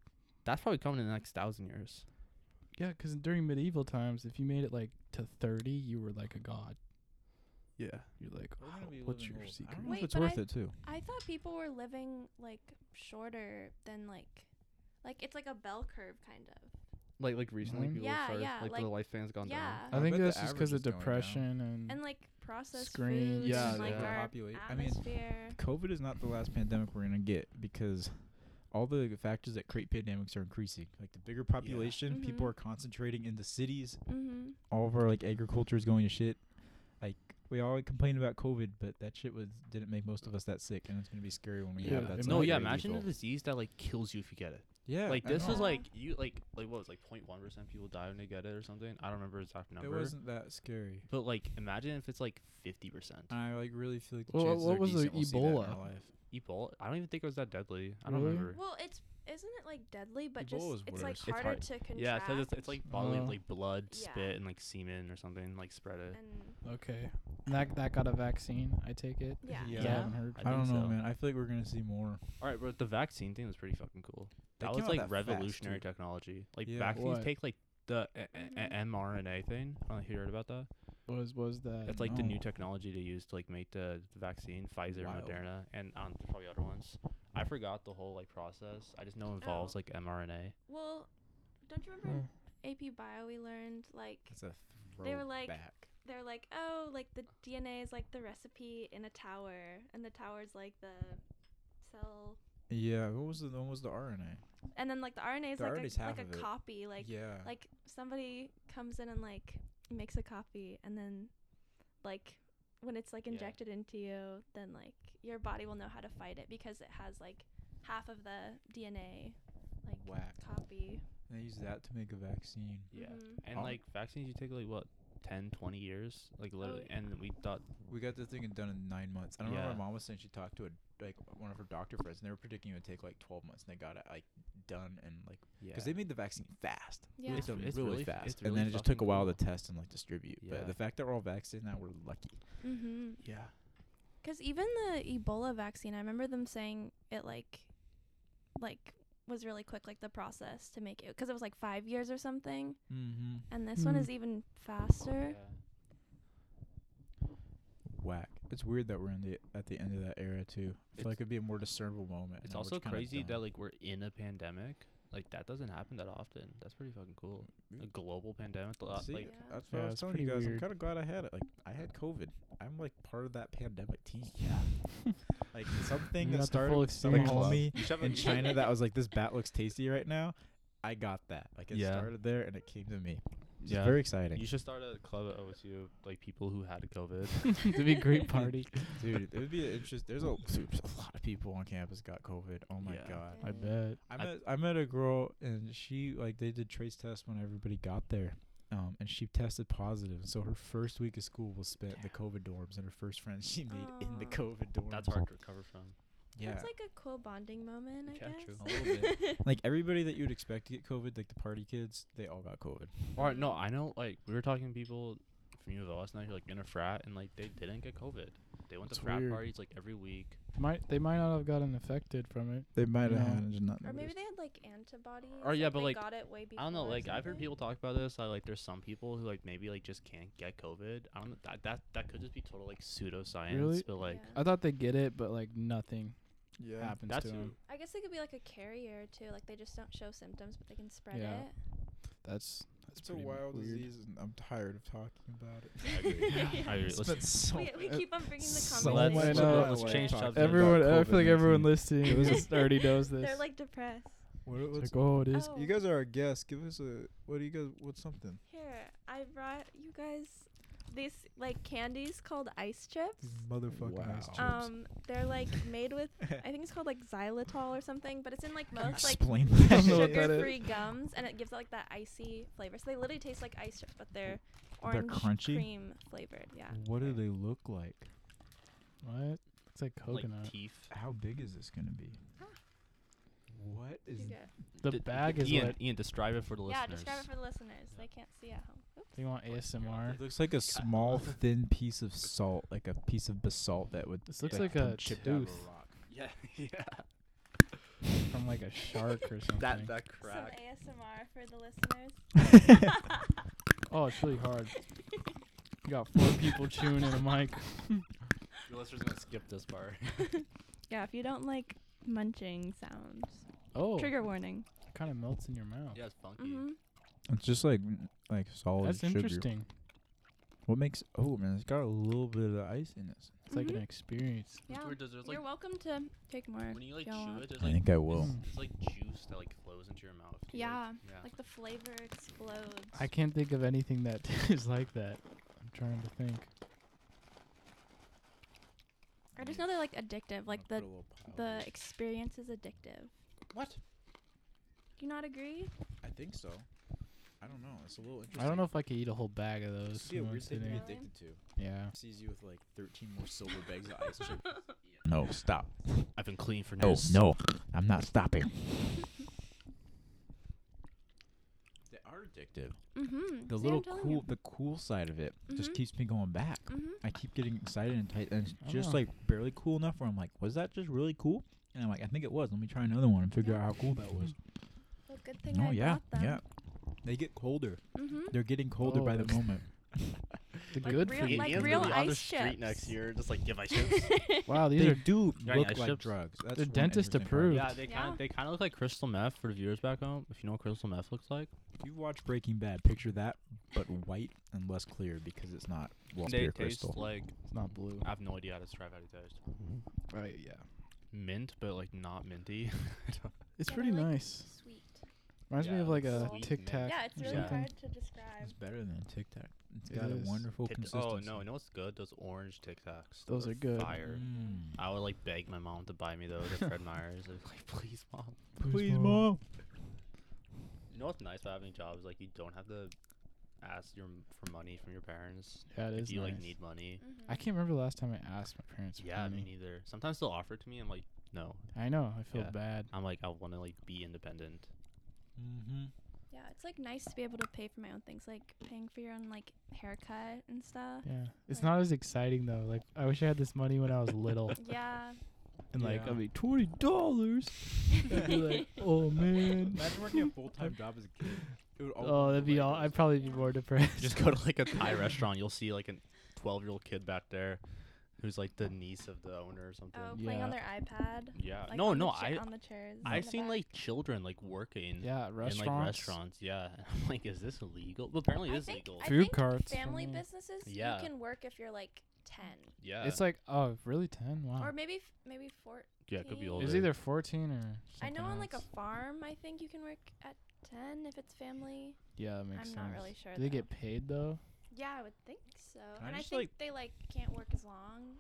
S3: that's probably coming in the next thousand years.
S1: yeah, because during medieval times, if you made it like to 30, you were like a god.
S3: Yeah,
S1: You're like,
S2: We're
S1: "Wow,
S2: gonna be
S1: what's
S2: living
S1: your
S2: old. I
S1: secret?
S2: don't know
S4: Wait,
S2: if it's
S4: but
S2: worth
S4: I-
S2: it too.
S4: I thought people were living like shorter than like, like it's like a bell curve kind of.
S3: like like recently
S1: Mhm.
S3: people
S4: Mm-hmm. Yeah,
S3: started like,
S4: yeah,
S3: the lifespan's gone
S4: yeah,
S3: down.
S1: I,
S2: I
S1: think
S2: bet the
S1: that's just because
S2: average
S1: of
S2: is going down.
S1: depression and,
S4: and like processed
S1: Screens
S4: food
S3: Yeah,
S4: and like
S3: yeah.
S4: our
S2: Populate- I mean-
S4: atmosphere.
S2: COVID is not the last pandemic we're gonna get because all the factors that create pandemics are increasing. Like the bigger population,
S1: Mm-hmm.
S2: people
S4: Mhm.
S2: are concentrating in the cities.
S4: mm-hmm.
S2: All of our like agriculture is going to shit. Like we all complain about COVID, but that shit was didn't make most of us that sick, and it's gonna be scary when we
S1: Yeah,
S2: have that.
S1: it
S2: stuff
S1: might
S3: No,
S1: be
S3: yeah.
S2: really
S3: Imagine a
S2: lethal.
S3: disease that like kills you if you get it.
S2: yeah,
S3: like
S2: I
S3: this
S2: know.
S3: was
S4: Yeah.
S3: like you like like what was like 0.1 percent people die when they get it or something. I don't remember the exact number.
S2: It wasn't that scary.
S3: But like imagine if it's like 50 percent.
S2: I like really feel like the
S1: Well,
S2: chances
S1: what
S2: are
S1: was the
S2: decent we'll see that in our
S1: Ebola?
S2: life.
S3: Ebola. I don't even think it was that deadly. I don't
S1: Really?
S3: remember.
S4: Well, it's isn't it like deadly, but
S2: Ebola's
S4: just it's like
S2: worse. It's
S4: harder
S3: hard-
S4: to contract.
S3: Yeah, it says it's, it's like
S2: Uh,
S3: bodily
S1: Oh.
S3: like blood,
S4: Yeah.
S3: spit, and like semen or something like spread it.
S4: and
S1: okay. And that, that got a vaccine. I take it.
S4: yeah.
S2: Yeah.
S1: 'cause I
S3: Yeah.
S1: haven't heard.
S3: I
S2: I,
S3: think
S2: don't know,
S3: so.
S2: man. I feel like we're gonna see more.
S3: All right, but the vaccine thing was pretty fucking cool.
S2: They
S3: That
S2: came
S3: was
S2: out
S3: like
S2: that fast,
S3: revolutionary
S2: too.
S3: technology. Like
S2: Yeah.
S3: vaccines
S1: What?
S3: take like the a- a- a-
S4: Mhm.
S3: mRNA thing. I don't know if you heard about that.
S1: Was, was that?
S3: That's like the new
S2: know.
S3: technology they use to like make the, the vaccine, Pfizer,
S2: Wild.
S3: Moderna, and um, there's probably other ones. I forgot the whole like process. I just know it involves
S4: Oh.
S3: like mRNA.
S4: Well, don't you
S3: Mm.
S4: remember in AP Bio we learned like
S2: That's a
S4: They were like- they're like oh like the DNA is like the recipe in a tower and the tower's like the cell
S2: Yeah, what was the what was the RNA?
S4: and then like the RNA is
S2: The
S4: like
S2: RNA 's
S4: a,
S2: half
S4: like
S2: of
S4: a
S2: it.
S4: copy like
S2: yeah,
S4: like somebody comes in and like makes a copy and then like when it's like
S3: Yeah.
S4: injected into you then like your body will know how to fight it because it has like half of the DNA like
S2: Whack.
S4: copy
S2: they used that to make a vaccine.
S3: Yeah.
S4: Mhm.
S3: And
S2: Oh.
S3: like vaccines, you take like what 10, 20 years, like literally.
S4: Oh, yeah.
S3: And we thought
S2: We got the thing done in nine months. I don't know.
S3: Yeah.
S2: My mom was saying she talked to a like one of her doctor friends, and they were predicting it would take like twelve months, and they got it like done and like
S3: yeah,
S2: because they made the vaccine fast.
S4: yeah
S2: It's,
S3: It's
S2: really,
S3: really f-
S2: fast,
S3: it's
S2: and
S3: really
S2: then it just took a
S3: fucking
S2: while to
S3: cool.
S2: test and like distribute.
S3: Yeah.
S2: But the fact that we're all vaccinated now, we're lucky.
S4: mm-hmm.
S3: yeah.
S4: Because even the Ebola vaccine, I remember them saying it like, like was really quick, like the process to make it, because it was like five years or something,
S2: Mm-hmm.
S4: and this one
S1: Mm.
S4: is even faster.
S2: Whack. It's weird that we're in the at the end of that era too. I
S3: It's-
S2: feel like it'd be a more discernible moment.
S3: It's
S2: and we're
S3: also
S2: just kinda
S3: crazy that
S2: dumb.
S3: like we're in a pandemic. Like that doesn't happen that often. That's pretty fucking cool.
S2: Mm.
S3: A global pandemic. a lot,
S2: See,
S3: like
S4: Yeah.
S2: that's what
S1: Yeah,
S2: I was
S1: it's
S2: telling you
S1: pretty
S2: guys. I'm
S1: weird.
S2: kind of glad I had it. Like, I had COVID. I'm like part of that pandemic team.
S3: yeah.
S2: Like something
S1: You got
S2: that
S1: the
S2: started
S1: full
S2: with someone
S1: experience.
S2: told me
S3: You should have a
S2: in
S3: meeting.
S2: China that was like, "This bat looks tasty right now." I got that. Like it
S3: Yeah.
S2: started there and it came to me. It's
S3: Yeah.
S2: very exciting,
S3: You should start a club at OSU, like people who had COVID.
S1: It'd be a great party.
S2: dude. It would be an interest. There's a, dude, a lot of people on campus got COVID. Oh my
S3: Yeah.
S2: god.
S1: I bet.
S2: I
S3: I-
S2: met I met a girl and she like they did trace tests when everybody got there, um, and she tested positive. So her first week of school was spent in the COVID dorms, and her first friends she made in the
S4: Aw.
S2: COVID dorms.
S3: That's hard to recover from.
S2: Yeah,
S4: It's like a cool bonding moment, I
S3: Yeah,
S4: guess.
S3: true.
S2: a little bit. like everybody that you'd expect to get COVID, like the party kids, they all got COVID.
S3: Or no, I know like we were talking to people from U of L, now you're like in a frat, and like they didn't get COVID. They went
S1: It's
S3: to frat
S1: weird.
S3: parties like every week.
S1: Might they might not have gotten affected from it.
S2: They might have
S1: No.
S2: had just not
S4: Or maybe
S2: noticed.
S4: they had like antibodies.
S3: Or, yeah, but,
S4: they
S3: like,
S4: got it way before
S3: I don't know.
S4: or
S3: Like I've heard
S4: something.
S3: people talk about this. I like there's some people who like maybe like just can't get COVID. I don't know. That that, that could just be total like pseudoscience.
S1: Really?
S3: But like uh
S4: Yeah.
S1: I thought they get it, but like nothing
S2: yeah.
S1: happens
S3: that's
S1: to uh,
S3: who-
S1: them.
S4: I guess they could be like a carrier too. Like they just don't show symptoms, but they can spread
S1: Yeah.
S4: it.
S1: That's that's
S2: It's a
S1: pretty
S2: wild
S1: weird.
S2: disease, and I'm tired of talking about it.
S3: I agree. I agree. Let's,
S2: Spent so
S4: we, we
S2: uh,
S4: keep on bringing the
S2: so
S4: conversation.
S1: much
S4: back.
S1: time
S3: let's change
S4: They're-
S3: subject.
S1: Everyone, I feel like everyone
S2: COVID-19.
S1: listening
S2: It was
S1: was already knows this.
S4: They're like depressed.
S2: What,
S1: It's
S2: what's,
S1: like, oh, it is.
S4: Oh,
S2: You guys are our guests. Give us a. What do you guys? What's something?
S4: here. I brought you guys these like candies called ice chips.
S2: These motherfucking ice
S1: Wow.
S2: chips.
S4: Um, they're like made with I think it's called like xylitol or something, but it's in like most like
S2: Explain
S1: I don't know what that is.
S4: sugar-free gums, and it gives it like that icy flavor. So they literally taste like ice chips, but they're orange
S2: crunchy?
S4: cream flavored. Yeah.
S2: What do they look like?
S1: What? It's like coconut.
S3: like teeth.
S2: How big is this gonna be? What is?
S4: You
S2: th-
S4: go.
S1: the
S3: D-
S1: bag is
S3: Ian,
S1: what
S3: Ian, describe it for the
S4: Yeah,
S3: listeners.
S4: describe it for the listeners. They can't see at home. Oops.
S1: they want ASMR.
S2: It looks like a small, thin piece of salt, like a piece of basalt that would.
S1: This looks like a
S2: chipped out of
S1: tooth.
S2: a rock.
S3: yeah, yeah.
S1: from like a shark or something.
S3: That that
S4: Some
S3: crack.
S4: ASMR for the listeners.
S1: Oh, it's really hard. You got four people chewing in a mic.
S3: The listeners gonna skip this part.
S4: Yeah, if you don't like munching sounds,
S1: Oh,
S4: trigger warning.
S1: kind of melts in your mouth.
S3: yeah, it's funky.
S4: hmm
S2: It's just like mm, like solid
S1: That's
S2: sugar.
S1: interesting.
S2: What makes? Oh man, it's got a little bit of ice in it.
S1: It's like an
S4: Mhm.
S1: experience.
S3: It's
S4: Yeah.
S3: weird, does there's, like,
S4: You're welcome to take more.
S3: when you like
S4: y'all
S3: chew
S4: want.
S3: it, there's
S2: I
S3: like
S2: think I will.
S1: Mm.
S3: it's like juice that like flows into your mouth. if you, like-
S4: Yeah,
S3: yeah.
S4: Like the flavor explodes.
S1: I can't think of anything that is like that. I'm trying to think.
S4: I just know they're like addictive. Like the the
S2: Ex-
S4: experience is addictive.
S2: what?
S4: Do you not agree?
S2: I think so. I don't know. It's a little interesting.
S1: I don't know if I could eat a whole bag of those.
S2: It'd be a
S1: in one
S2: weird thing to be
S1: sitting.
S4: Really?
S2: addicted to.
S1: Yeah.
S2: Sees you with like 13 more silver bags of ice chips. No, stop.
S3: I've been clean for
S2: No, Oh,
S3: now.
S2: no, I'm not stopping. they are addictive.
S4: Mm-hmm.
S2: The little cool, the cool side of it just
S4: Mhm.
S2: keeps me going back.
S4: Mm-hmm.
S2: I keep getting excited and tight, and it's
S1: I
S2: just
S1: know.
S2: like barely cool enough where I'm like, was that just really cool? And I'm like, I think it was. Let me try another one and figure
S4: Yeah.
S2: out how cool that was.
S4: Well, good thing
S2: oh
S4: I
S2: yeah,
S4: bought them.
S2: yeah. They get colder.
S4: Mm-hmm.
S2: They're getting colder
S1: Oh,
S2: by the
S1: that's-
S2: moment.
S1: The
S4: Like
S1: good
S4: real-
S1: for you.
S4: like
S3: Ian's
S4: real
S3: gonna be on the
S4: ice
S3: street
S4: chips.
S3: next year, just like give ice chips.
S1: Wow, these
S2: they
S1: are.
S2: do
S3: Yeah,
S2: look
S3: ice
S2: like
S3: chips.
S2: drugs. That's
S1: They're
S2: one
S1: dentist
S2: interesting part.
S1: approved.
S3: yeah, they kind
S4: Yeah.
S3: of they kind of look like crystal meth for the viewers back home. If you know what crystal meth looks like,
S2: If you watch Breaking Bad, picture that, but white and less clear because it's not well
S3: they
S2: clear
S3: taste
S2: crystal.
S3: like
S1: It's not blue.
S3: I have no idea how to describe how they taste.
S1: Right, yeah.
S3: Mint, but like not minty.
S1: It's
S4: Yeah,
S1: pretty
S4: they're, like,
S1: nice.
S4: Sweet.
S1: Reminds me
S3: Yeah,
S1: of like
S4: it's
S1: a
S4: sweet
S1: Tic
S3: mint.
S1: Tac.
S4: Yeah, it's
S1: or
S4: really
S1: something.
S4: hard to describe.
S2: It's better than Tic Tac. It's
S1: It
S2: got a
S1: is.
S2: wonderful
S3: Tic- oh
S2: consistency.
S3: no, you know what's good? Those orange Tic Tacs.
S1: Those are good.
S3: Fire.
S2: Mm.
S3: I would like beg my mom to buy me those at Fred Meyer's. I'd be like, please, mom.
S2: Please, mom.
S3: You know what's nice about having a job is like you don't have to ask your m- for money from your parents.
S1: Yeah, it
S3: if
S1: is
S3: you like
S1: nice.
S3: need money.
S4: Mm-hmm.
S1: I can't remember the last time I asked my parents for
S3: yeah, me
S1: money.
S3: neither. Sometimes they'll offer it to me. I'm like, no.
S1: I know. I feel
S3: Yeah.
S1: bad.
S3: I'm like, I want to like be independent.
S2: Mm-hmm.
S4: Yeah, it's like nice to be able to pay for my own things, like paying for your own like haircut and stuff.
S1: Yeah. It's
S4: Like-
S1: not as exciting though. Like I wish I had this money when I was little.
S4: Yeah.
S1: and like
S2: Yeah.
S1: I'd be twenty dollars. I'd be like, oh man.
S2: Imagine working a full time job as a kid. It would
S1: Oh, that'd be all. I'd probably be
S4: Yeah.
S1: more depressed.
S3: Just go to like a Thai restaurant. You'll see like a 12 year old kid back there, who's like the niece of the owner or something.
S4: Oh, playing on
S1: Yeah.
S4: their iPad.
S3: yeah.
S4: Like
S3: no,
S4: on the
S3: no.
S4: cha-
S3: I
S4: on the chairs. in
S3: I've
S4: the
S3: seen
S4: back.
S3: like children like working.
S1: yeah,
S3: In
S1: restaurants.
S3: like restaurants, yeah. And I'm like, is this illegal? Well, apparently it
S4: I
S3: is
S4: think,
S3: legal.
S4: I
S1: Food
S4: think
S1: carts, I
S4: Family
S1: mean.
S4: businesses.
S3: Yeah.
S4: You can work if you're like ten,
S3: yeah.
S1: It's like oh, really ten? Wow.
S4: or maybe f- maybe four.
S3: yeah, it could be
S4: It's
S3: older.
S1: it's either fourteen or.
S4: I know
S1: something
S4: on like a
S1: else.
S4: farm, I think you can work at ten if it's family.
S1: Yeah, that makes
S4: I'm
S1: sense.
S4: not really sure,
S1: Do they
S4: though.
S1: get paid though?
S4: Yeah, I would think so.
S2: I
S4: and I
S2: just,
S4: think
S2: like-
S4: they like can't work as long.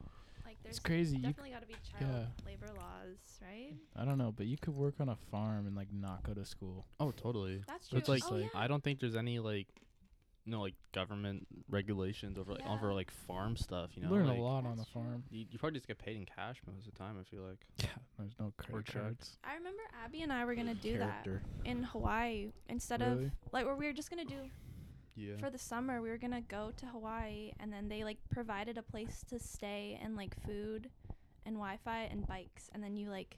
S4: Like there's
S1: It's crazy. You,
S4: definitely got to be child
S1: yeah.
S4: labor laws, right?
S1: I don't know, but you could work on a farm and like not go to school.
S3: Oh, totally.
S4: That's true.
S3: It's like
S4: oh, yeah.
S3: I don't think there's any like no like government regulations over
S4: Yeah.
S3: over like farm stuff. You know,
S1: learn
S3: like,
S1: a lot on the
S4: That's true.
S1: farm.
S3: You, you probably just get paid in cash most of the time. I feel like.
S1: Yeah, there's no credit
S3: check.
S1: cards.
S4: I remember Abby and I were gonna do that in Hawaii instead of
S1: Really?
S4: like where we were just gonna do
S3: Yeah.
S4: for the summer we were gonna go to Hawaii and then they like provided a place to stay and like food and Wi-Fi and bikes and then you like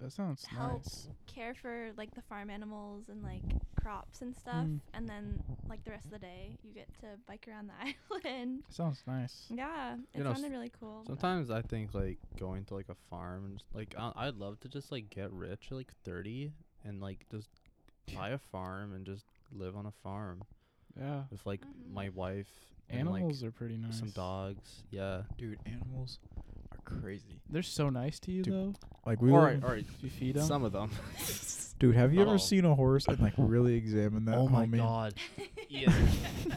S1: That sounds
S4: Help.
S1: nice.
S4: care for like the farm animals and like crops and stuff
S1: Mm.
S4: and then like the rest of the day you get to bike around the island.
S1: Sounds nice.
S4: yeah, it
S3: You know,
S4: sounded really cool. but-
S3: Sometimes I think like going to like a farm and just, like I, I'd love to just like get rich at like 30 and like just buy a farm and just live on a farm
S1: Yeah.
S3: with like
S4: Mhm.
S3: my
S1: Mm-hmm.
S3: wife and
S1: Animals
S3: like
S1: are pretty nice.
S3: some dogs. Yeah.
S2: Dude, animals are crazy.
S1: They're so nice to you
S2: Dude,
S1: though.
S2: Like
S3: All right, all right.
S1: If you feed them.
S3: Some of them.
S2: Dude, have you
S3: Not
S2: ever
S3: all.
S2: seen a horse and like really examine that? um,
S3: oh my
S2: homie?
S3: god. Yeah.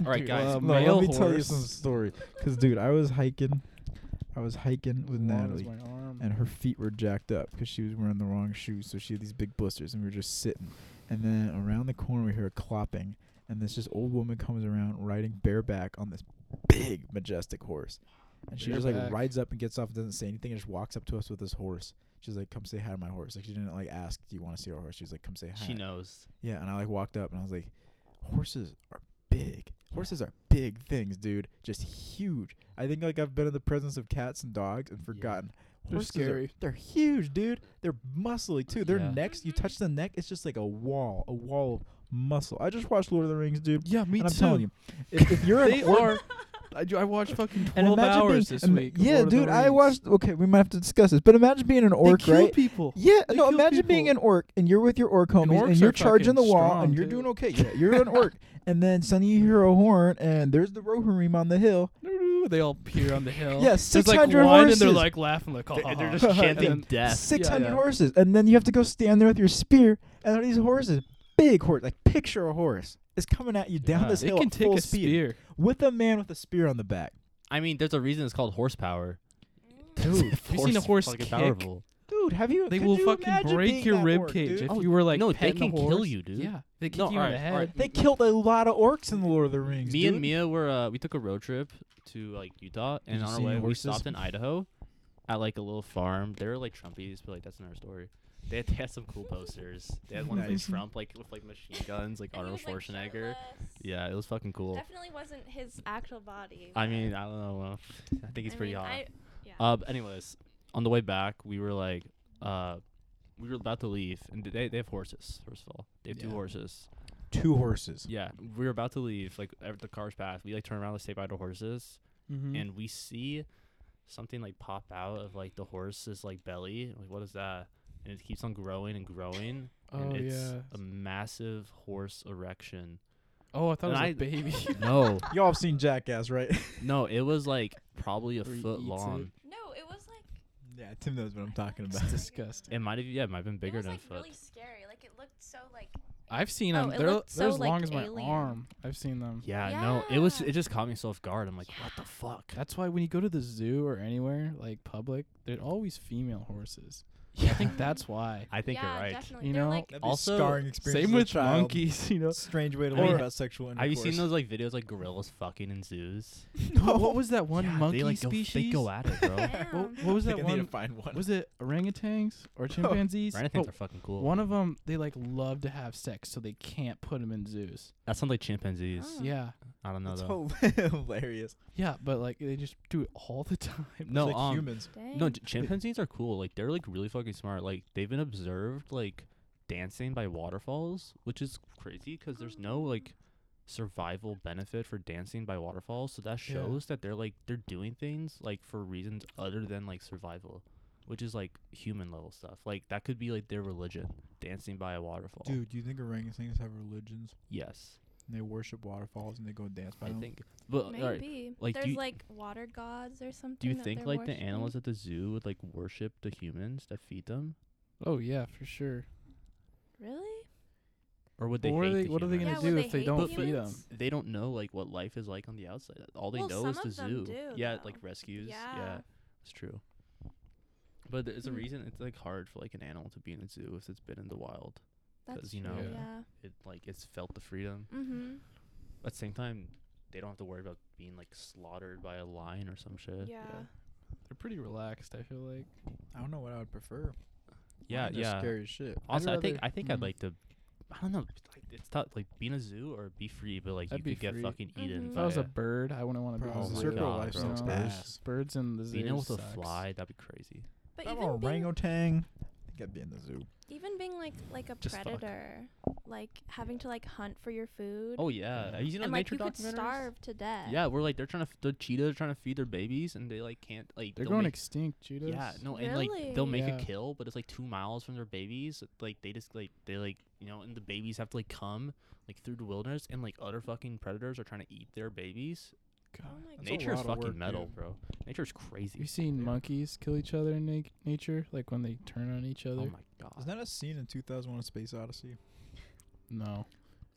S3: All right,
S1: Dude,
S3: guys.
S1: uh,
S2: No, let me
S1: male
S2: tell you
S1: horse.
S2: some story. Cause dude, I was hiking, I was hiking with
S1: Long as
S2: Natalie,
S1: my arm.
S2: and her feet were jacked up because she was wearing the wrong shoes. So she had these big blisters, and we were just sitting. And then around the corner, we hear a clopping, and this just old woman comes around riding bareback on this big majestic horse, and she just like
S1: Bareback.
S2: rides up and gets off, and doesn't say anything, and just walks up to us with this horse. She's like, "Come say hi to my horse." Like she didn't like ask, "Do you want to see our horse?" She's like, "Come say hi."
S3: She knows.
S2: Yeah, and I like walked up and I was like, horses are big. Horses are big things, dude. Just huge. I think like I've been in the presence of cats and dogs and forgotten.
S1: They're
S2: horses are-
S1: scary.
S2: they're huge, dude. They're muscly too. Their
S3: Yeah.
S2: necks, you touch the neck, it's just like a wall, a wall of muscle. I just watched Lord of the Rings, dude.
S1: Yeah, me
S2: and I'm
S1: too.
S2: telling you, if, if you're
S1: They
S2: an orc,
S1: are- I, ju- I watched fucking
S2: and
S1: twelve
S2: imagine
S1: hours
S2: being,
S1: this
S2: ima-
S1: week. of
S2: yeah,
S1: Lord of the
S2: dude, I
S1: Rings.
S2: watched. Okay, we might have to discuss this, but imagine being an orc,
S1: they kill
S2: right?
S1: people.
S2: Yeah,
S1: They
S2: no.
S1: kill
S2: Imagine being
S1: people.
S2: an orc, and you're with your orc
S1: And
S2: homies, and,
S1: orcs
S2: you're
S1: are
S2: charging the
S1: fucking
S2: wall,
S1: strong,
S2: and you're
S1: too.
S2: doing okay. Yeah, you're an orc, and then suddenly you hear a horn, and there's the Rohirrim on the hill.
S1: They all peer on the hill.
S2: Yeah,
S1: There's like
S2: 600
S1: one, and they're
S2: horses.
S1: like laughing, like ha, ha,
S3: Uh-huh.
S7: And they're
S1: ha.
S7: just
S1: And
S7: chanting
S1: then-
S7: death.
S2: Six hundred
S1: yeah.
S2: horses, and then you have to go stand there with your spear, and all these horses, big horse, like picture a horse, is coming at you down
S7: Yeah.
S2: this
S1: It
S2: hill
S1: can
S2: at
S1: take
S2: full
S1: a
S2: speed
S1: spear.
S2: with a man with a spear on the back.
S3: I mean, there's a reason it's called horsepower.
S4: Mm.
S1: Dude, you seen a horse
S3: fucking
S1: kick?
S3: powerful.
S2: Dude, have you?
S1: They
S2: could
S1: will
S2: you
S1: fucking
S2: imagine being
S1: break your
S2: that
S1: rib
S2: orc,
S1: cage
S2: dude?
S1: if
S3: Oh,
S1: you were like
S3: no, they
S1: petting
S3: can
S1: a horse.
S3: kill you, dude.
S1: Yeah, they kick
S3: No,
S1: you in the
S3: alright, alright.
S1: head.
S2: They killed a lot of orcs in the Lord of the Rings.
S3: Me
S2: dude.
S3: and Mia were uh, we took a road trip to like Utah, and
S2: you
S3: on our
S2: see
S3: way
S2: any
S3: we
S2: horses?
S3: stopped in Idaho, at like a little farm. They were like Trumpies, but like that's another story. They had, they had some cool posters. They had one
S2: Nice.
S3: of Trump like with like machine guns, like
S4: And he
S3: Arnold
S4: was, like,
S3: Schwarzenegger.
S4: shirtless.
S3: yeah, it was fucking cool.
S4: Definitely wasn't his actual body.
S3: I mean, I don't know. well, I think it's
S4: I
S3: pretty
S4: mean,
S3: hot.
S4: I- yeah.
S3: Uh, but anyways, on the way back, we were like, uh, we were about to leave, and they they have horses. First of all, they have two
S2: Yeah.
S3: horses.
S2: two horses.
S3: Yeah, we were about to leave. Like ev- the cars passed, we like turn around to say bye to horses,
S1: Mhm.
S3: and we see something like pop out of like the horse's like belly. Like what is that? And it keeps on growing and growing.
S1: oh
S3: and it's
S1: yeah.
S3: a massive horse erection.
S1: Oh, I thought it was
S3: and
S1: a
S3: I-
S1: baby.
S3: No,
S2: Y'all have seen Jackass, right?
S3: no, it was like probably a
S1: Where he
S3: foot
S1: eats it.
S3: long.
S4: no, it was like
S2: Yeah, Tim knows what I'm talking
S4: It's
S2: about.
S1: It's disgusting.
S3: It, might have yeah, it might have been bigger
S4: it was
S3: than
S4: like
S3: a foot.
S4: really scary. Like it looked so like
S1: I've seen
S4: Oh,
S1: them.
S4: it
S1: they're
S4: looked
S1: they're
S4: so,
S1: as long
S4: like,
S1: as my
S4: alien.
S1: arm. I've seen them.
S3: Yeah, no, it was.
S4: Yeah.
S3: It just caught me so off guard. I'm like, what the fuck?
S1: That's why when you go to the zoo or anywhere like public, they're always female horses. I
S3: Yeah,
S1: think that's why.
S3: I think
S4: yeah,
S3: you're right.
S4: Definitely.
S1: You
S4: They're
S1: know,
S4: like
S2: That'd
S3: Also,
S2: experience.
S1: Same
S2: as a
S1: with
S2: child.
S1: monkeys, you know.
S2: Strange way to
S3: I
S2: learn
S3: mean-
S2: about sexual
S3: Have you
S2: intercourse.
S3: seen those like videos like gorillas fucking in zoos?
S1: What- What was that one
S3: Yeah,
S1: monkey
S3: they, like, go-
S1: species?
S3: They go at it, bro.
S1: What,
S4: damn.
S1: what was
S2: I
S1: that
S2: think I need
S1: one?
S2: to find one.
S1: Was it orangutans or chimpanzees?
S3: Right? I
S1: But
S3: think they're fucking cool.
S1: One of them, they like love to have sex, so they can't put them in zoos.
S3: that sounds like chimpanzees.
S4: Oh.
S1: Yeah,
S3: I don't know
S2: That's
S3: though.
S2: hilarious.
S1: yeah, but like they just do it all the time.
S3: no,
S2: like
S3: um,
S2: humans.
S4: Dang.
S3: no, ch- chimpanzees are cool. Like they're like really fucking smart. Like they've been observed like dancing by waterfalls, which is crazy because there's no like survival benefit for dancing by waterfalls. So that
S1: Yeah.
S3: shows that they're like they're doing things like for reasons other than like survival, which is like human level stuff. Like that could be like their religion, dancing by a waterfall.
S2: Dude, do you think orangutans have religions?
S3: Yes,
S2: And they worship waterfalls and they go dance by
S3: I
S2: them.
S3: think. But uh, all right,
S4: Maybe.
S3: like, do
S4: There's
S3: you-
S4: like water gods or something.
S3: do you
S4: that
S3: think
S4: they're
S3: like the
S4: worshiping.
S3: animals at the zoo would like worship the humans that feed them,
S1: Oh yeah, for sure.
S4: Really?
S3: or would
S1: But
S3: they?
S1: what are
S3: hate
S1: they?
S3: the
S1: what are they
S3: humans?
S1: gonna
S4: Yeah, would
S1: do
S4: they
S1: if they
S4: hate
S1: don't
S3: the
S1: feed them?
S4: humans?
S3: they don't know like what life is like on the outside. All they
S4: Well,
S3: know is
S4: some
S3: the
S4: of
S3: zoo.
S4: them do,
S3: yeah,
S4: though.
S3: like rescues. Yeah.
S4: Yeah.
S3: it's true. But there's a
S4: Mm.
S3: reason it's like hard for like an animal to be in a zoo if it's been in the wild.
S4: That's
S3: 'Cause, you
S4: true,
S1: know,
S4: Yeah.
S3: It like it's felt the freedom.
S4: Mhm.
S3: But at the same time, they don't have to worry about being like slaughtered by a lion or some
S4: Yeah.
S3: shit.
S1: They're pretty relaxed. I feel like.
S2: I don't know what I would prefer.
S3: Yeah,
S2: Lions are
S3: yeah.
S2: Scary as shit.
S3: Also, I think
S1: rather-
S3: I think I'd
S1: mm.
S3: like to
S7: I don't know. Like it's tough. Like being a zoo or be free, but like
S1: I'd
S7: you
S1: be
S7: could get
S1: free.
S7: fucking eaten.
S4: Mhm.
S1: If
S7: by
S1: I was
S7: a
S1: a bird, I wouldn't want to be.
S2: Bro,
S1: in a
S2: the
S1: zoo.
S2: circle
S7: God,
S2: life
S7: bro.
S2: sucks
S1: No.
S2: ass.
S1: Birds and the zoo.
S7: being with a
S1: sucks.
S7: fly, that'd be crazy.
S4: But
S2: I'm
S4: even being,
S2: orangutan. I think I'd be in the zoo.
S4: even being like like a
S7: Just fuck.
S4: predator, like having to like hunt for your food,
S7: Oh yeah, have you seen those
S4: and like
S7: nature
S4: you could
S7: documentaries?
S4: starve to death.
S7: Yeah, we're like they're trying to f- the cheetahs are trying to feed their babies and they like can't like
S1: They're
S7: they'll
S1: going
S7: make-
S1: extinct, Judas.
S7: Yeah, no, and like they'll
S4: Really?
S7: make
S1: Yeah.
S7: a kill, but it's like two miles from their babies. Like they just like they like you know, and the babies have to like come like through the wilderness, and like other fucking predators are trying to eat their babies.
S4: Oh my
S2: That's a
S4: god.
S7: Nature is
S2: lot of
S7: fucking
S2: work,
S7: metal,
S2: dude.
S7: bro. Nature's crazy.
S1: You've seen
S2: Yeah.
S1: monkeys kill each other in na- nature, like when they turn on each other.
S7: Oh my god.
S2: Isn't that a scene in 2001: A Space Odyssey
S1: no,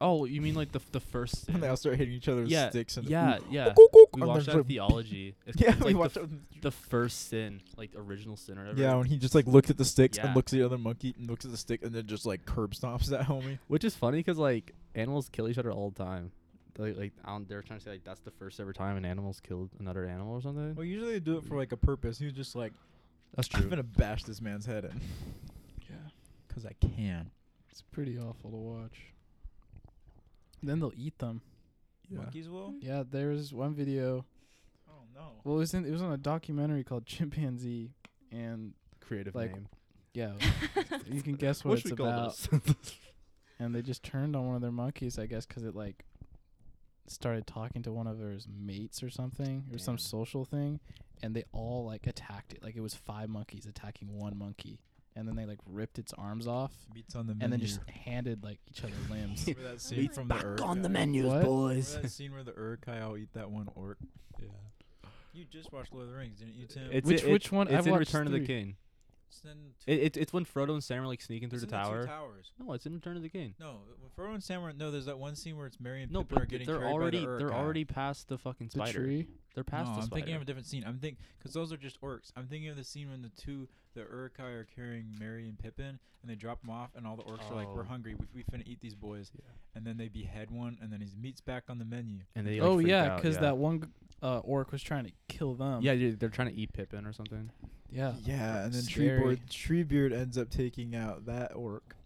S7: oh, you mean like the f- the first?
S2: when they all start hitting each other with
S7: Yeah,
S2: sticks and
S7: yeah, yeah. We
S2: and
S7: watched
S2: there's
S7: that
S2: a-
S7: theology. It's,
S2: yeah,
S7: it's,
S2: we
S7: like
S2: watched
S7: the,
S2: it
S7: f-
S2: with-
S7: the first sin, like original sin or whatever.
S2: Yeah, when he just like looked at the sticks
S7: Yeah.
S2: and looks at the other monkey and looks at the stick and then just like curb stomps that homie.
S3: Which is funny because like animals kill each other all the time. Like, like I don't, they're trying to say like that's the first ever time an animal's killed another animal or something.
S2: Well, usually they do it for like a purpose. He was just like,
S3: That's
S2: I'm gonna bash this man's head in. Yeah, cause I can.
S1: it's pretty awful to watch. Then they'll eat them.
S2: Monkeys will.
S1: Yeah, there was one video.
S2: Oh no.
S1: Well, it was in, it was on a documentary called Chimpanzee, and
S3: Creative
S1: Like,
S3: name.
S1: yeah, you can guess what
S3: What
S1: it's
S3: should we call
S1: about.
S3: this?
S1: And they just turned on one of their monkeys, I guess, 'cause it like started talking to one of his mates or something, or some
S7: Damn.
S1: social thing, and they all like attacked it. Like it was five monkeys attacking one monkey, and then they like ripped its arms off,
S2: Meats on the menu.
S1: and then just handed like each other limbs.
S2: Remember that scene
S4: Meats
S2: from the Urk guy?
S1: menus, What?
S3: boys.
S2: Remember that scene where the Urkai all eat that one orc?
S3: Yeah.
S2: You just watched Lord of the Rings, didn't you, Tim?
S3: It's
S1: Which-
S3: it-
S1: which one?
S3: It's
S1: I've
S3: in
S1: watched
S3: Return of
S1: three.
S3: the King.
S5: It's in two-
S3: It, it, it's when Frodo and Sam are like sneaking through
S5: it's
S3: the
S5: in two
S3: tower.
S5: towers.
S3: No, it's in Return of the King.
S2: No, when Frodo and Sam were no. There's that one scene where it's Merry and
S3: No,
S2: Pippin are
S3: but th-
S2: getting
S3: they're
S2: carried
S3: already
S2: by the Uruk
S3: they're
S2: guy.
S3: already past the fucking
S1: The
S3: spider.
S1: tree.
S3: They're past
S2: no,
S3: the
S2: I'm
S3: spider.
S2: thinking of a different scene. I'm thinking because those are just orcs. I'm thinking of the scene when the two the Urukai are carrying Merry and Pippin, and they drop them off, and all the orcs are like, "We're
S7: Oh.
S2: hungry. We, we finna eat these boys."
S3: Yeah.
S2: And then they behead one, and then his meat's back on the menu.
S3: and they like
S1: oh
S3: freak
S1: yeah,
S3: out,
S1: because
S3: yeah. um,
S1: that one g- uh, orc was trying to kill them.
S3: yeah dude, they're trying to eat Pippin or something.
S1: yeah.
S2: Yeah, and then
S1: Uh, Scary.
S2: Treebeard Treebeard ends up taking out that orc.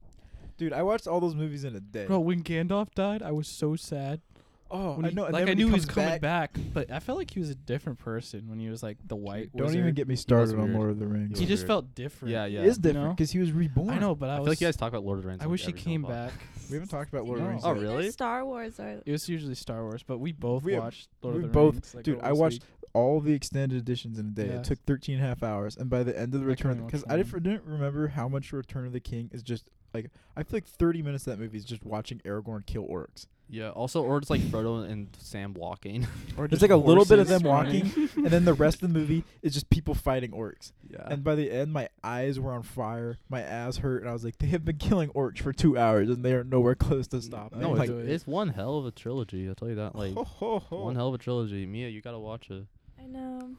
S2: Dude, I watched all those movies in a day.
S1: Bro, when Gandalf died, I was so sad.
S2: oh,
S1: When
S2: I
S1: he-
S2: know. and
S1: like
S2: then
S1: I
S2: when
S1: knew he was
S2: comes
S1: coming back, but I felt like he was a different person when he was like the white.
S2: Don't
S1: wizard.
S2: even get me started on
S3: weird.
S2: Lord of the Rings.
S1: He
S3: He
S1: just
S3: was weird.
S1: felt different.
S3: Yeah, yeah.
S2: It is
S1: You know?
S2: different because he was reborn.
S1: I know, but I,
S3: I,
S1: was.
S3: feel like you guys talk about Lord of the Rings.
S1: I
S3: like
S1: wish he
S3: every single
S1: came back.
S3: pod.
S2: We haven't talked about Lord of the
S1: No.
S2: Rings.
S3: Oh,
S2: yet.
S4: Either
S3: really?
S4: Star Wars or
S1: It was usually Star Wars, but we both
S2: We have-
S1: watched Lord
S2: we
S1: of the
S2: both-
S1: Rings. Like
S2: dude,
S1: over
S2: I
S1: this
S2: watched
S1: week.
S2: all the extended editions in a day.
S1: Yeah.
S2: It took 13 and a half hours, and by the end of the
S1: I can
S2: Return,
S1: only watch
S2: because I didn't,
S1: one.
S2: didn't remember how much Return of the King is just like I feel like 30 minutes of that movie is just watching Aragorn kill orcs.
S3: Yeah. Also, or it's like Frodo and Sam walking.
S1: Or
S2: It's
S1: just
S2: like a little bit of
S1: horses
S2: them
S1: running.
S2: walking, and then the rest of the movie is just people fighting orcs.
S1: Ah.
S3: yeah.
S2: And by the end, my eyes were on fire, my ass hurt, and I was like, they have been killing orcs for two hours, and they are nowhere close to stopping.
S3: no,
S1: I
S3: it's,
S2: like,
S1: enjoyed it.
S3: it's one hell of a trilogy. I'll tell you that. Like
S2: ho, ho, ho.
S3: one hell of a trilogy. Mia, you gotta watch it.
S4: I know.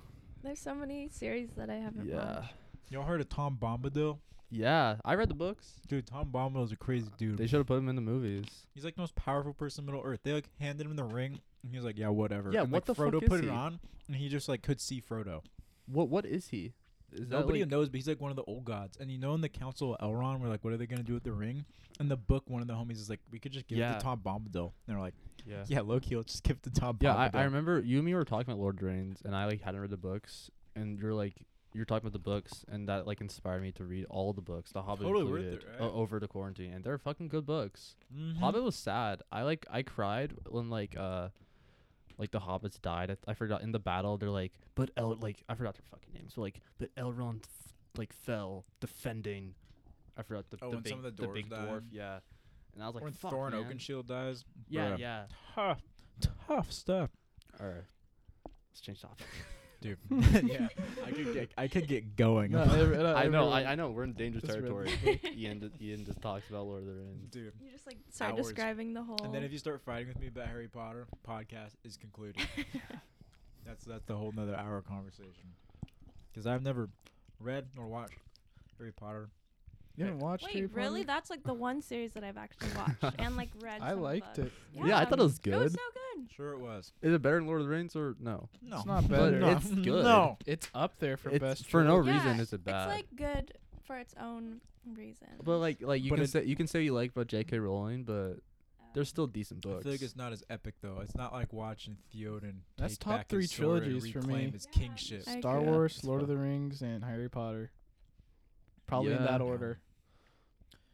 S4: There's so many series that I haven't
S3: Yeah.
S4: watched.
S2: Y'all heard of Tom Bombadil?
S3: Yeah. I read the books.
S2: Dude, Tom Bombadil's a crazy dude.
S3: They should have put him in the movies.
S2: He's like the most powerful person in Middle Earth. They like handed him the ring, and he was like, "Yeah, whatever."
S3: Yeah,
S2: and,
S3: what
S2: like,
S3: the fuck
S2: Frodo
S3: is
S2: put
S3: he?
S2: it on, and he just like could see Frodo.
S3: What What is he? Is that
S2: Nobody
S3: like,
S2: knows, but he's like one of the old gods. And you know, in the Council of Elrond, we're like, "What are they gonna do with the ring?" In the book, one of the homies is like, "We could just give it
S3: Yeah.
S2: to Tom Bombadil," and they're like,
S3: Yeah.
S2: "Yeah, Loki, let's just give it to Tom."
S3: Yeah, I,
S2: Bombadil.
S3: I remember you and me were talking about Lord of the Rings, and I like hadn't read the books, and you're like you're talking about the books, and that like inspired me to read all the books, The Hobbit
S2: Totally worth it,
S3: included,
S2: right?
S3: o- over the quarantine, and they're fucking good books.
S2: Mhm.
S3: Hobbit was sad. I like I cried when like uh like the hobbits died. I, th- I forgot in the battle they're like but El like I forgot their fucking names. But like but Elrond f- like fell defending. I forgot the,
S2: Oh,
S3: the
S2: when
S3: big
S2: some of the
S3: the
S2: dwarves
S3: big
S2: died.
S3: dwarf. Yeah, and I was like
S2: when
S3: Fuck,
S2: Thorin
S3: man."
S2: Oakenshield dies.
S3: Yeah,
S2: bruh.
S3: yeah.
S2: Tough, tough stuff,
S3: All right, let's change topic.
S2: dude. yeah, I could get, I could get going.
S1: No, I, re-
S3: I know,
S1: really-
S3: I, I know, we're in dangerous
S1: Just read
S3: territory.
S4: the
S3: but Ian, d- Ian just talks about Lord of the Rings.
S2: dude.
S4: You just like start
S2: Hours.
S4: describing the whole.
S2: And then if you start fighting with me about Harry Potter, podcast is concluded. that's that's the whole another hour conversation. Because I've never read nor watched Harry Potter.
S1: You haven't watched
S4: Wait,
S1: Harry
S4: really?
S1: Potter?
S4: That's like the one series that I've actually watched and like read.
S1: I
S4: some
S1: liked
S4: of.
S1: it.
S3: Yeah, I thought it was
S4: It
S3: good.
S4: was so good.
S2: Sure, it was.
S3: Is it better than Lord of the Rings or no?
S2: No,
S1: It's not
S2: But
S1: better.
S2: no,
S3: It's good.
S2: No,
S1: It's up there for
S3: It's-
S1: best.
S3: for no
S1: trilogy.
S3: Oh, reason
S4: Yeah,
S3: is it bad.
S4: It's like good for its own reason.
S3: But like, like you
S2: But
S3: can
S2: it-
S3: say you can say you like about J.K. Rowling, but they're still decent
S2: I
S3: books.
S2: feel like it's not as epic though. It's not like watching Theoden.
S1: That's
S2: take
S1: top
S2: back
S1: three
S2: his sword and
S1: trilogies for
S2: reclaim
S1: me.
S2: His
S4: Yeah,
S2: kingship.
S4: I
S1: Star
S4: agree.
S1: Wars,
S3: It's
S1: Lord of
S3: fun.
S1: the Rings, and Harry Potter. Probably in
S3: Yeah.
S1: that
S2: Yeah.
S1: order.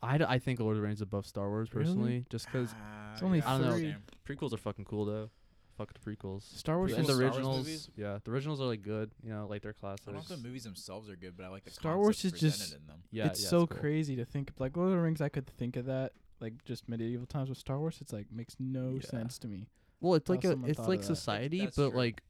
S3: I, d- I think Lord of the Rings is above Star Wars
S1: Really?
S3: personally, just because
S2: Ah,
S1: it's only
S2: yeah, I don't know.
S1: three.
S3: prequels are fucking cool though. Fuck the prequels.
S1: Star Wars
S3: and
S1: was
S3: the
S2: Star Wars
S3: originals,
S2: movies?
S3: yeah, the originals are like good. You know, like they're classics.
S2: I don't know if the movies themselves are good, but I like the
S1: Star Wars
S2: concepts
S1: is just-
S2: presented in them.
S3: yeah,
S1: it's
S3: yeah,
S1: so
S3: cool.
S1: crazy to think like Lord of the Rings. I could think of that like just medieval times with Star Wars. It's like makes no
S3: Yeah.
S1: sense to me.
S3: Well, it's
S1: How
S3: like a,
S1: Oh, someone
S3: it's
S1: thought
S3: like
S1: of that.
S3: society,
S2: That's
S3: but
S2: true.
S3: like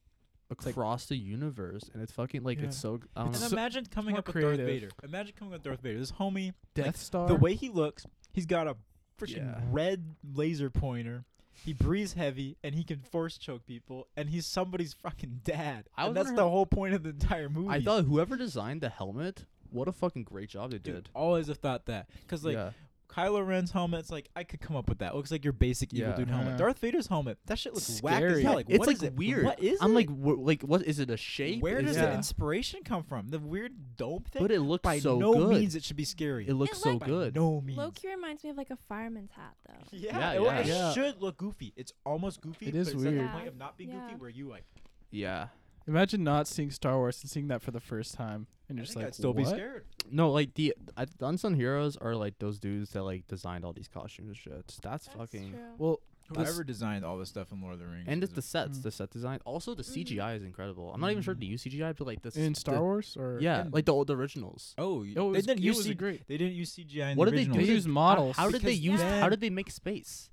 S1: It's like-
S3: across the universe, and it's fucking like it's
S1: Yeah.
S3: so. I don't
S2: And
S1: It's
S3: know.
S1: so-
S2: imagine coming
S1: more
S2: up with Darth Vader.
S1: creative.
S2: Imagine coming up with Darth Vader. This homie,
S1: Death
S2: Like,
S1: Star.
S2: the way he looks, he's got a freaking
S3: Yeah.
S2: red laser pointer. He breathes heavy, and he can force choke people, and he's somebody's fucking dad.
S3: I
S2: and
S3: was
S2: that's
S3: wondering-
S2: the whole point of the entire movie.
S3: I thought whoever designed the helmet, what a fucking great job they
S2: Dude,
S3: did.
S2: always have thought that because like
S3: yeah,
S2: Kylo Ren's helmet's like I could come up with that. Looks like your basic evil
S3: Yeah.
S2: dude helmet.
S1: Uh-huh.
S2: Darth Vader's helmet. That shit looks whack as
S1: Scary.
S2: hell. Like,
S3: it's
S2: what
S3: like
S2: is it?
S3: weird.
S2: What is
S3: I'm
S2: it?
S3: like, wh- like, what is it? A shape?
S2: where
S3: Is
S2: does
S3: it-
S2: the
S1: Yeah.
S2: inspiration come from? The weird dome thing.
S3: But it looks
S2: by
S3: so
S2: no
S3: good.
S2: means it should be scary.
S3: it looks
S4: It
S3: so
S4: looked-
S2: by
S3: good.
S2: no means.
S4: Low key reminds me of like a fireman's hat though.
S2: Yeah,
S3: Yeah,
S2: it, wa-
S3: yeah.
S2: it
S1: Yeah.
S2: should look goofy. It's almost goofy.
S1: It is
S2: but it's at the
S4: weird.
S2: point of not being
S4: Yeah.
S2: goofy where you like.
S3: Yeah.
S1: Imagine not seeing Star Wars and seeing that for the first time, and
S2: I
S1: you're just
S2: think
S1: like,
S2: I'd still be
S1: "What?"
S2: scared.
S3: No, like the, I, the unsung heroes are like those dudes that like designed all these costumes and shit. That's, fucking.
S4: True.
S1: Well,
S2: Whoever designed all this stuff in Lord of the Rings.
S3: And
S2: is
S3: it's the sets,
S1: Mm.
S3: the set design. Also, the
S4: Mhm.
S3: CGI is incredible. I'm not even sure if they use CGI, but like this.
S1: in Star Wars or
S3: Yeah,
S2: in-
S3: like the old originals.
S2: oh, y-
S1: oh, it
S2: they
S1: was,
S2: didn't
S1: it
S2: use
S1: was
S2: C-
S1: great.
S2: they didn't use CGI. In
S3: What
S2: the
S3: did they
S2: original.
S3: do?
S1: They used
S3: how-
S1: models.
S3: How, did they
S2: Because
S3: use? How
S2: then-
S3: did they make space?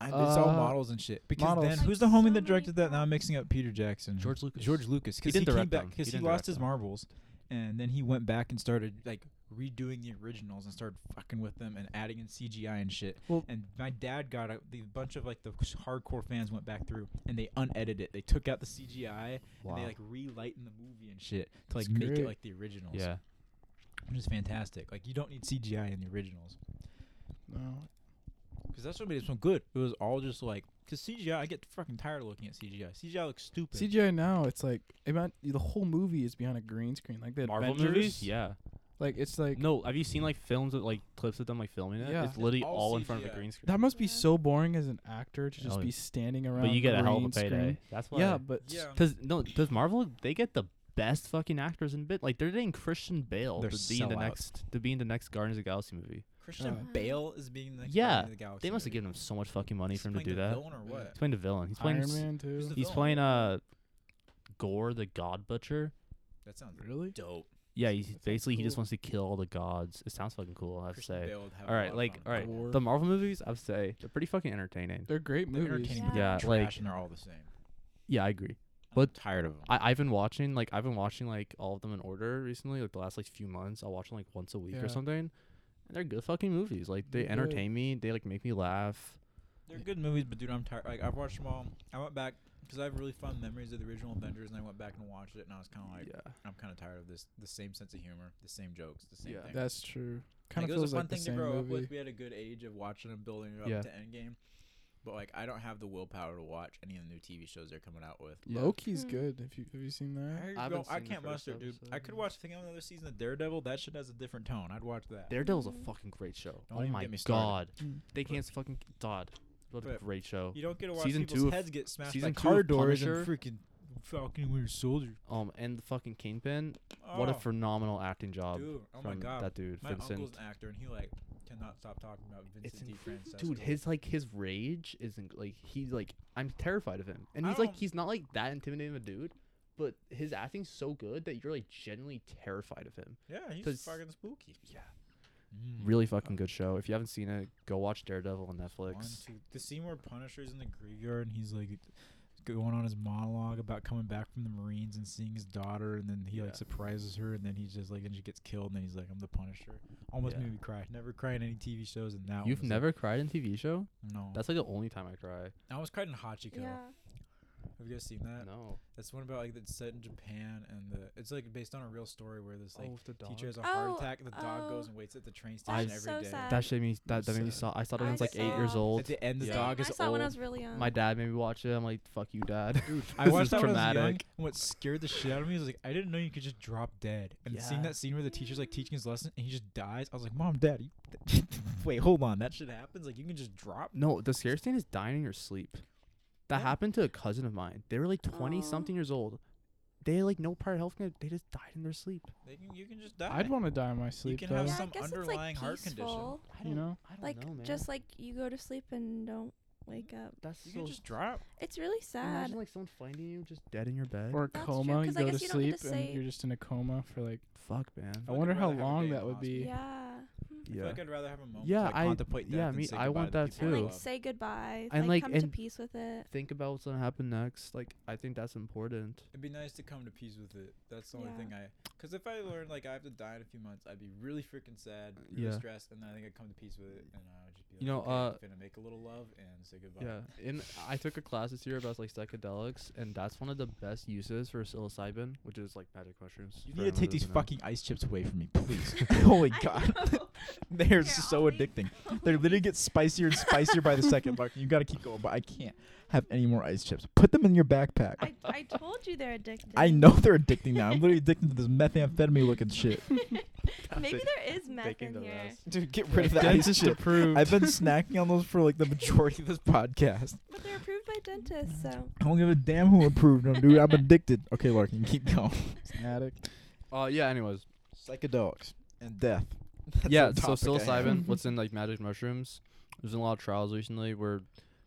S2: I, it's all
S1: Uh,
S2: models and shit. Because
S1: models.
S2: then,
S1: Like
S2: who's the homie
S4: so
S2: that
S4: many
S2: directed that? Now I'm
S4: models.
S2: mixing up Peter Jackson.
S3: George Lucas.
S2: George Lucas. Because he,
S3: didn't
S2: came
S3: direct
S2: back
S3: them. He
S2: because he,
S3: didn't
S2: lost
S3: direct
S2: his
S3: them.
S2: marbles, and then he went back and started like redoing the originals and started fucking with them and adding in CGI and shit.
S1: Well-
S2: and my dad got a the bunch of like the hardcore fans went back through and they unedited it. They took out the CGI and they like relighten the movie and shit to like
S1: That's
S2: make it
S1: great.
S2: like the originals.
S3: Yeah.
S2: which is fantastic. Like you don't need CGI in the originals.
S1: No,
S2: Because that's what made this one good. It was all just like, because CGI, I get fucking tired of looking at CGI. CGI looks stupid.
S1: CGI now it's like about the whole movie is behind a green screen. Like the
S3: Marvel
S1: Avengers,
S3: movies. Yeah.
S1: Like it's like
S3: No, have you seen like films with like clips of them like filming it?
S1: Yeah.
S3: It's literally all,
S2: all
S3: in front of a
S2: CGI.
S3: green screen.
S1: that must be
S4: Yeah.
S1: so boring as an actor to just
S3: Oh,
S1: be standing around.
S3: but you get a hell of a
S1: green
S3: payday.
S1: screen.
S3: That's why.
S1: Yeah, but s-
S2: Yeah.
S3: Because no, does Marvel? They get the best fucking actors in bit. Like they're getting Christian Bale
S2: They're
S3: to be in the
S2: sellouts.
S3: next to be in the next Guardians of the Galaxy movie.
S2: Christian
S1: Uh,
S2: Bale is being the
S3: Yeah,
S2: Guardian of the Galaxy.
S3: They must have
S2: movie.
S3: given him so much fucking money
S2: He's
S3: for him to
S2: playing
S3: do
S2: the
S3: that.
S2: villain or what?
S3: He's playing the villain. He's playing.
S1: Iron
S3: s-
S1: Man
S2: Who's
S1: too.
S2: the
S3: He's
S2: villain?
S3: playing uh, Gore the God Butcher.
S2: That sounds
S1: Really?
S2: dope.
S3: Yeah, he's
S1: sounds
S3: basically he just
S1: cool.
S3: wants to kill all the gods. It sounds fucking cool. I have to
S2: Christian
S3: say.
S2: Bale would have
S3: All
S2: a
S3: right,
S2: lot
S3: like
S2: of fun.
S3: all right,
S1: Gore.
S3: the Marvel movies. I would say they're pretty fucking entertaining.
S1: They're great
S2: They're
S1: movies.
S2: entertaining,
S4: Yeah.
S2: but they're
S3: Yeah,
S2: trash
S3: like-
S2: and they're all the same.
S3: Yeah, I agree.
S2: I'm
S3: But
S2: tired of them.
S3: I, I've been watching like I've been watching like all of them in order recently, like the last like few months. I'll watch them like once a week
S1: Yeah.
S3: or something. And they're good fucking movies. Like they
S1: They're good.
S3: entertain me. They like make me laugh.
S2: They're good movies, but dude, I'm tired. Like I've watched them all. I went back because I have really fun memories of the original Avengers, and I went back and watched it, and Oh, I was kind of like,
S3: yeah.
S2: I'm kind of tired of this. The same sense of humor, the same jokes, the same
S3: Yeah.
S2: thing.
S1: That's true.
S2: Like,
S1: Kind of
S2: it was
S1: feels
S2: a fun
S1: like the
S2: thing to
S1: same
S2: grow up
S1: movie.
S2: with. We had a good age of watching them, building it up
S3: Yeah.
S2: to Endgame. But like, I don't have the willpower to watch any of the new TV shows they're coming out with.
S3: Yeah.
S1: Loki's
S4: Mm.
S1: good. Have you have you seen that?
S2: I,
S3: haven't
S2: go- I
S3: seen the
S2: can't
S3: first
S2: muster, dude. I
S3: episode.
S2: could watch I think another season of Daredevil. That shit has a different tone. I'd watch that.
S3: Daredevil's a
S4: Mhm.
S3: fucking great show.
S2: Don't
S3: oh
S2: even
S3: my
S2: get me started.
S3: god.
S1: Mm.
S3: They can't fucking god. What a
S2: But
S3: great show.
S2: you don't get to watch
S3: Season
S2: people's
S3: two of-
S2: heads get smashed
S3: season
S2: by
S3: two of
S2: car doors and
S3: Punisher?
S2: freaking Falcon Winter Soldier.
S3: Um and the fucking Kingpin. What a
S2: Oh,
S3: phenomenal acting job
S2: dude! Oh my
S3: from
S2: god,
S3: that dude,
S2: my
S3: Vincent.
S2: uncle's an actor, and he like cannot stop talking about
S3: It's
S2: Vincent D.
S3: inc-
S2: Francesco.
S3: dude, his like his rage isn't like he's like I'm terrified of him, and
S2: I
S3: he's like
S2: don't-
S3: he's not like that intimidating of a dude, but his acting's so good that you're like genuinely terrified of him.
S2: yeah, he's
S3: does-
S2: fucking spooky.
S3: Yeah,
S2: Mm.
S3: really fucking good show. If you haven't seen it, go watch Daredevil on Netflix.
S2: One, two- The scene where Punisher's in the graveyard and he's like going on his monologue about coming back from the Marines and seeing his daughter, and then he
S3: Yeah.
S2: like surprises her, and then he's just like, and she gets killed, and then he's like, I'm the Punisher. Almost
S3: Yeah.
S2: made me cry. Never cry in any TV shows, and now
S3: You've never cried in TV show?
S2: no.
S3: That's like the only time I cry.
S2: I almost cried in Hachiko.
S4: Yeah.
S2: It Have you guys seen that?
S3: no.
S2: That's one about like that's set in Japan and the it's like based on a real story where this like
S3: Oh, with the
S2: teacher has a heart
S4: Oh,
S2: attack and the dog goes
S4: oh.
S2: and waits at the train station
S4: That's
S2: every day.
S4: so sad.
S3: That shit me. That, that made me
S2: sad.
S3: saw. I saw it when I
S4: I
S3: was like eight years
S4: saw-
S3: old.
S2: At the end, the
S3: Yeah.
S2: dog
S4: I
S2: is
S4: saw
S2: old.
S4: when I was really young.
S3: My dad made me watch it. I'm like, fuck you, dad.
S2: I watched that
S3: This is
S2: when I was young,
S3: traumatic.
S2: and what scared the shit out of me was like I didn't know you could just drop dead. And seeing
S3: Yeah.
S2: that scene where the teacher's like teaching his lesson and he just dies, I was like, Mom, Dad, you wait, hold on, that shit happens. Like you can just drop.
S3: No, the scariest thing is dying in your sleep. That
S2: Yeah.
S3: happened to a cousin of mine. They were like 20
S4: Aw.
S3: something years old. They had, like no prior health condition. They just died in their sleep.
S2: They can, you can just die.
S1: I'd want to die in my sleep
S2: can
S1: though.
S2: have
S4: yeah,
S2: some
S4: I guess
S2: underlying
S4: it's like
S2: heart condition.
S4: peaceful.
S3: I
S1: you know,
S3: I don't
S4: Like
S3: know, man.
S4: just like you go to sleep and don't wake up.
S3: that's
S2: you
S3: so
S2: can just drop.
S4: It's really sad.
S3: Imagine like someone finding you just dead in your bed.
S1: or a
S4: That's true,
S1: coma. You
S4: 'cause I
S1: go to
S4: guess you don't
S1: sleep
S4: get to
S1: and
S4: say-
S1: you're just in a coma for like.
S3: fuck, man.
S1: I
S2: I'd
S1: wonder how
S2: rather have a
S1: long
S2: day in
S1: that would be.
S4: yeah.
S2: Oh, I feel
S3: Yeah.
S2: like I'd rather have a moment.
S3: Yeah,
S2: to, like,
S3: I-
S2: contemplate death
S3: yeah,
S2: and
S3: me-
S2: say
S3: I
S2: goodbye
S3: want
S2: to the
S3: that
S2: people I
S4: And
S3: too.
S4: like
S2: love.
S4: say goodbye.
S3: And,
S4: like
S3: like,
S4: come to
S3: and-
S4: peace with it.
S3: Think about what's gonna happen next. Like I think that's important.
S2: It'd be nice to come to peace with it. That's the only
S4: Yeah.
S2: thing I. Because if I learned like I have to die in a few months, I'd be really freaking sad, really
S3: Yeah.
S2: stressed, and I think I'd come to peace with it, and I would just be like,
S3: You know,
S2: okay,
S3: uh,
S2: I'm gonna make a little love and say goodbye.
S3: Yeah. In I took a class this year about like psychedelics, and that's one of the best uses for psilocybin, which is like magic mushrooms.
S2: You need
S3: for
S2: to
S3: anyone
S2: take
S3: who
S2: these
S3: doesn't know.
S2: fucking ice chips away from me, please. Holy
S4: I
S2: Oh God,
S4: know.
S2: they're
S4: Here,
S2: so
S4: I'll leave
S2: addicting. They literally get spicier and spicier by the second, Larkin. You gotta keep going, but I can't have any more ice chips. Put them in your backpack.
S4: I, I told you they're addicted.
S2: I know they're addicting now. I'm literally addicted to this methamphetamine looking shit.
S4: Maybe there is meth
S3: Taking
S4: in
S3: the
S4: here.
S3: rest.
S2: Dude, get
S1: rid of the ice Dentist chip. approved.
S2: I've been snacking on those for like the majority of this podcast.
S4: But they're approved by dentists, so
S2: I don't give a damn who approved them, dude. I'm addicted. Okay, Larkin, keep going.
S1: An addict.
S3: Uh, yeah. Anyways.
S2: Psychedelics and death.
S3: yeah, so psilocybin, what's in like magic mushrooms? There's been a lot of trials recently where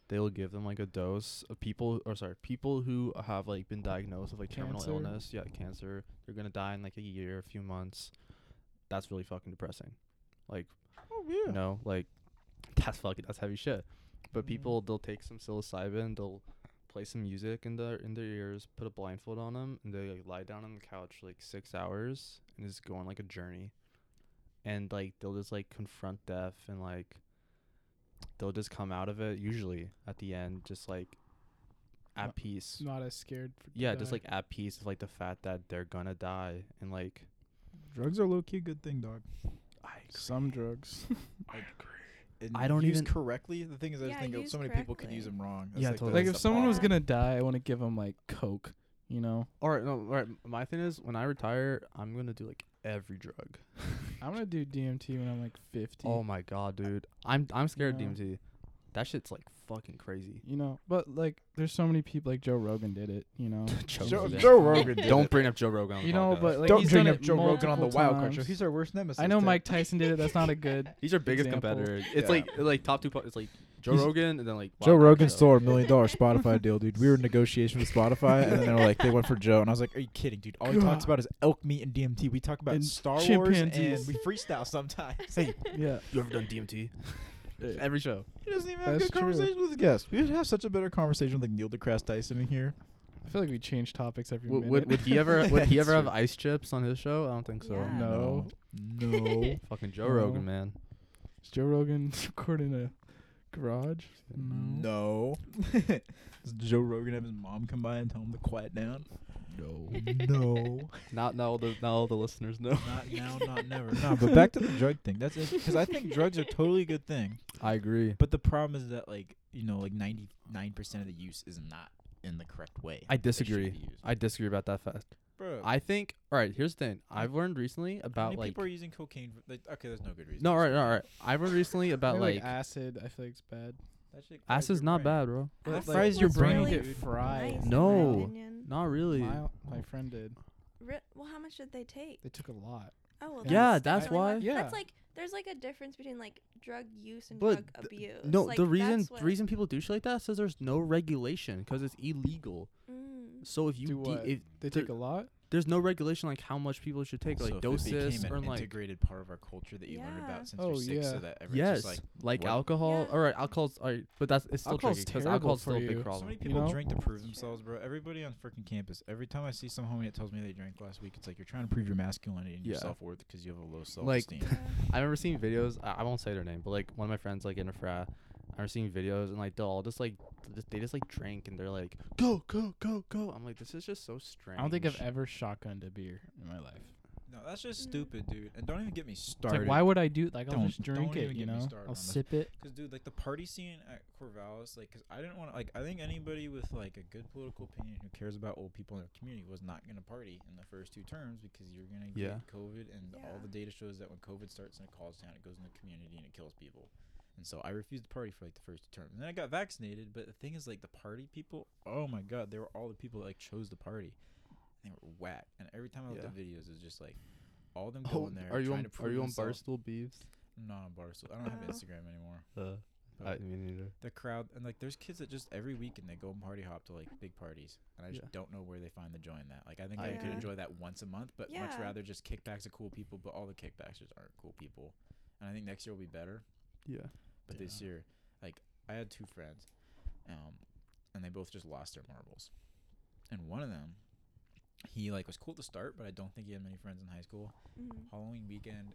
S3: they'll give them like a dose of people, or sorry, people who have like been diagnosed with like terminal
S1: Cancer.
S3: illness, yeah, cancer. They're gonna die in like a year, a few months. That's really fucking depressing. Like,
S2: Oh, yeah.
S3: you know, like that's fucking that's heavy shit. But
S2: Mhm.
S3: people, they'll take some psilocybin, they'll play some music in their in their ears, put a blindfold on them, and they like, lie down on the couch for, like six hours and just go on like a journey. And like they'll just like confront death and like they'll just come out of it usually at the end just like at
S1: Not-
S3: peace.
S1: Not as scared. For to
S3: Yeah, just
S1: die.
S3: like at peace with like the fact that they're gonna die and like
S2: Drugs are low key a good thing, dog.
S3: I
S1: some drugs.
S2: And
S3: I don't
S2: used
S3: even-
S2: correctly. The thing is, I
S4: Yeah,
S2: just think uh,
S4: used
S2: so many people could use
S4: correctly.
S2: them wrong.
S3: Yeah,
S2: like, the-
S3: totally.
S1: like
S2: that's
S1: if
S2: the
S1: someone was
S2: problem.
S1: gonna die, I want to give them like coke. You know,
S3: All right, no, all right. My thing is, when I retire, I'm gonna do like every drug.
S1: I'm gonna do DMT when I'm like 50.
S3: Oh my god, dude, I'm I'm scared
S1: Yeah.
S3: of DMT. That shit's like fucking crazy.
S1: You know, but like, there's so many people like Joe Rogan did it. You know,
S3: Joe,
S2: Joe,
S3: Rogan.
S2: Joe Rogan did
S3: Don't
S2: it.
S3: bring up Joe Rogan. On the
S1: you know,
S3: podcast.
S1: but like
S2: don't
S1: he's
S2: bring
S1: done
S2: up
S1: it
S2: Joe Rogan on the
S1: multiple
S2: Wild Card Show.
S1: times.
S2: He's our worst nemesis.
S1: I know
S2: dude.
S1: Mike Tyson did it. That's not a good.
S3: he's our biggest
S1: Example.
S3: competitor.
S2: Yeah.
S3: It's like like top two. po- It's like Joe
S2: He's-
S3: Rogan and then like
S2: Joe
S3: Wild Card
S2: Rogan
S3: Show.
S2: stole our million dollar Spotify deal, dude. We were in negotiation with Spotify, and then they were like, they went for Joe, and I was like, "Are you kidding, dude? All he talks about is elk meat and DMT. We talk about
S1: And
S2: Star
S1: chimpanzees.
S2: Wars, and we freestyle sometimes.
S3: Hey,
S1: Yeah.
S3: you ever done DMT? every show.
S2: he doesn't even
S1: That's true.
S2: with the guests. We should have such a better conversation with like Neil deGrasse Tyson in here.
S1: I feel like we change topics every
S3: Would,
S1: minute.
S3: would, would he ever would he
S2: That's
S3: ever have
S2: true.
S3: ice chips on his show? I don't think so.
S4: Yeah.
S1: No.
S2: no.
S3: Fucking Joe
S1: No.
S3: Rogan, man.
S1: Is Joe Rogan recording a garage? No.
S2: No. Does Joe Rogan have his mom come by and tell him to quiet down? No. No.
S3: Not not all the not all the listeners know.
S2: not now, not never. No, but back to the drug thing. That's it. Because I think drugs are totally a good thing.
S3: I agree.
S2: But the problem is that, like, you know, like 99% of the use is not in the correct way.
S3: I
S2: that it should
S3: disagree.
S2: be used.
S3: I disagree about that fact.
S2: Bro,
S3: I think. All right, here's the thing. I've learned recently
S2: how
S3: about
S2: many
S3: like.
S2: people are using cocaine? For, like, okay, there's no good reason.
S3: No, all
S2: to
S3: right,
S2: use
S3: all right.
S2: cocaine.
S3: I've learned recently about
S1: Maybe,
S3: like.
S1: acid. I feel like it's bad.
S2: That shit fries
S3: ass is
S2: your
S3: not
S2: brain.
S3: bad, bro.
S2: That
S1: But, like,
S2: fries your
S1: it's
S2: brain.
S1: really
S2: dude.
S1: fried.
S4: nice, in my
S3: No.
S4: opinion.
S3: Not really.
S1: My, my friend did.
S4: Ri- well, how much did they take?
S1: They took a lot.
S4: Oh, well,
S1: Yeah,
S4: that's
S3: that's
S4: definitely
S3: why.
S4: What,
S1: Yeah.
S4: That's like there's like a difference between like drug use and
S3: But
S4: drug abuse.
S3: No,
S4: like,
S3: the reason
S4: that's what-
S3: the reason people do shit like that says there's no regulation because it's illegal.
S4: Mm.
S3: So if you
S1: Do
S3: de-
S1: what?
S3: if
S1: They
S3: there-
S1: take a lot.
S3: there's no regulation like how much people should take like
S2: Also, if it
S3: doses
S2: became
S3: or
S2: an
S3: like
S2: integrated part of our culture that you learned
S4: Yeah.
S2: about since
S1: Oh,
S2: you're six,
S1: yeah.
S2: so that everyone's
S3: yes
S2: just like,
S3: like
S2: what?
S3: alcohol.
S4: Yeah.
S3: All right, alcohol's all right, but that's it's still
S1: Alcohol's
S3: tricky because
S1: terrible
S3: alcohol's
S1: for
S3: still a
S1: you.
S3: big
S1: So
S2: So
S3: problem.
S2: many
S1: You
S2: people
S1: know?
S2: drink to prove
S4: That's true.
S2: themselves, bro. Everybody on freaking campus. Every time I see some homie that tells me they drank last week, it's like you're trying to prove your masculinity and your
S3: Yeah.
S2: self worth because you have a low self
S3: Like,
S2: esteem.
S4: Yeah.
S3: I remember seeing videos. I, I won't say their name, but like one of my friends, like in a frat, I was seeing videos and like they'll all just like th- they just like drink and they're like go go go go. I'm like this is just so strange.
S1: I don't think I've ever shotgunned a beer in my life.
S2: No, that's just
S4: Mm.
S2: stupid, dude. And don't even get me
S1: It's
S2: started.
S1: like why would I do like I'll
S2: Don't-
S1: just drink
S2: don't
S1: it,
S2: even
S1: you
S2: get me
S1: know?
S2: started
S1: I'll
S2: on this.
S1: sip it.
S2: Cause dude, like the party scene at Corvallis, like, cause I didn't want to, like, I think anybody with like a good political opinion who cares about old people in their community was not gonna party in the first two terms because you're gonna
S3: Yeah.
S2: get COVID, and all
S4: Yeah.
S2: the data shows that when COVID starts in a college town, it goes in the community and it kills people. And so I refused to party for like the first two terms, and then I got vaccinated. But the thing is, like, the party people, oh my god, they were all the people that like chose the party. They were whack, and every time I looked
S3: Yeah.
S2: at videos, it was just like all them
S3: Oh,
S2: going there.
S3: are you
S2: trying
S3: on
S2: to prove
S3: are you on
S2: themselves-
S3: Barstool Beeves?
S2: I'm not on Barstool. I don't have
S4: Oh.
S2: Instagram anymore.
S3: Uh,
S2: but-
S3: I mean neither.
S2: the crowd and like there's kids that just every weekend they go and party hop to like big parties and i just
S3: Yeah.
S2: don't know where they find the joy in that like i think i,
S3: I
S2: could
S3: agree.
S2: enjoy that once a month but much
S4: Yeah.
S2: rather just kickbacks of cool people but all the kickbacks just aren't cool people and i think next year will be better
S3: Yeah.
S2: but this
S1: Yeah.
S2: year like i had two friends um and they both just lost their marbles and one of them he like was cool to start but i don't think he had many friends in high school
S4: Mm.
S2: Halloween weekend,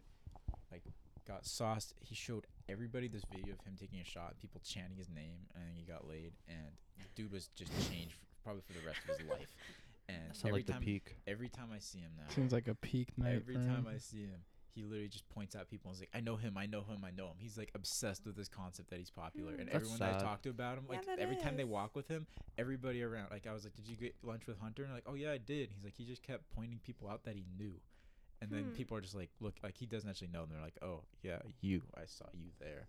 S2: like got sauced. He showed everybody this video of him taking a shot, people chanting his name, and then he got laid. And the dude was just changed f- probably for the rest of his life. And
S3: That sounds
S2: every
S3: like
S2: time,
S3: the peak.
S2: every time I see him now,
S1: Seems like a peak night.
S2: every
S1: for him.
S2: time I see him, he literally just points out people and is like, "I know him, I know him, I know him." He's like obsessed with this concept that he's popular, and
S4: Mm.
S3: That's
S2: everyone that I
S3: sad.
S2: talk to about him,
S4: Yeah,
S2: like
S4: that
S2: every time they
S4: is.
S2: walk with him, everybody around, like I was like, "Did you get lunch with Hunter?" And like, "Oh yeah, I did." He's like, he just kept pointing people out that he knew, and then
S4: Hmm.
S2: people are just like, "Look, like he doesn't actually know them." They're like, "Oh yeah, you, I saw you there,"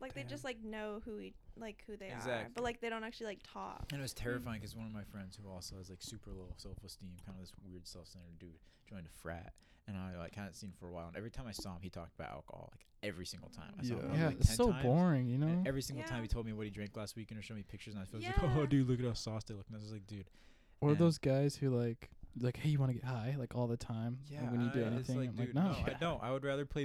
S8: Like
S3: Damn.
S8: they just like know who he like who they are,
S2: Exactly.
S8: but like they don't actually like talk.
S2: and it was
S1: Mm.
S2: terrifying because one of my friends who also has like super low self-esteem, kind of this weird self-centered dude, joined a frat. And I like hadn't seen him for a while, and every time I saw him, he talked about alcohol like every single time. I saw him
S3: Yeah.
S2: probably,
S1: yeah,
S2: like,
S1: it's
S2: 10
S1: so
S2: times.
S1: boring, you know.
S2: And every single time
S8: Yeah.
S2: he told me what he drank last weekend or showed me pictures and I was like,
S8: Yeah.
S2: oh, dude, look at how sauced they look. And I was like, dude.
S1: Or
S2: and-
S1: those guys who like like hey, you want to get high like all the time like, when you do
S2: I-
S1: anything.
S2: It's like,
S1: I'm like
S2: dude,
S1: no.
S2: no, I don't. I would rather play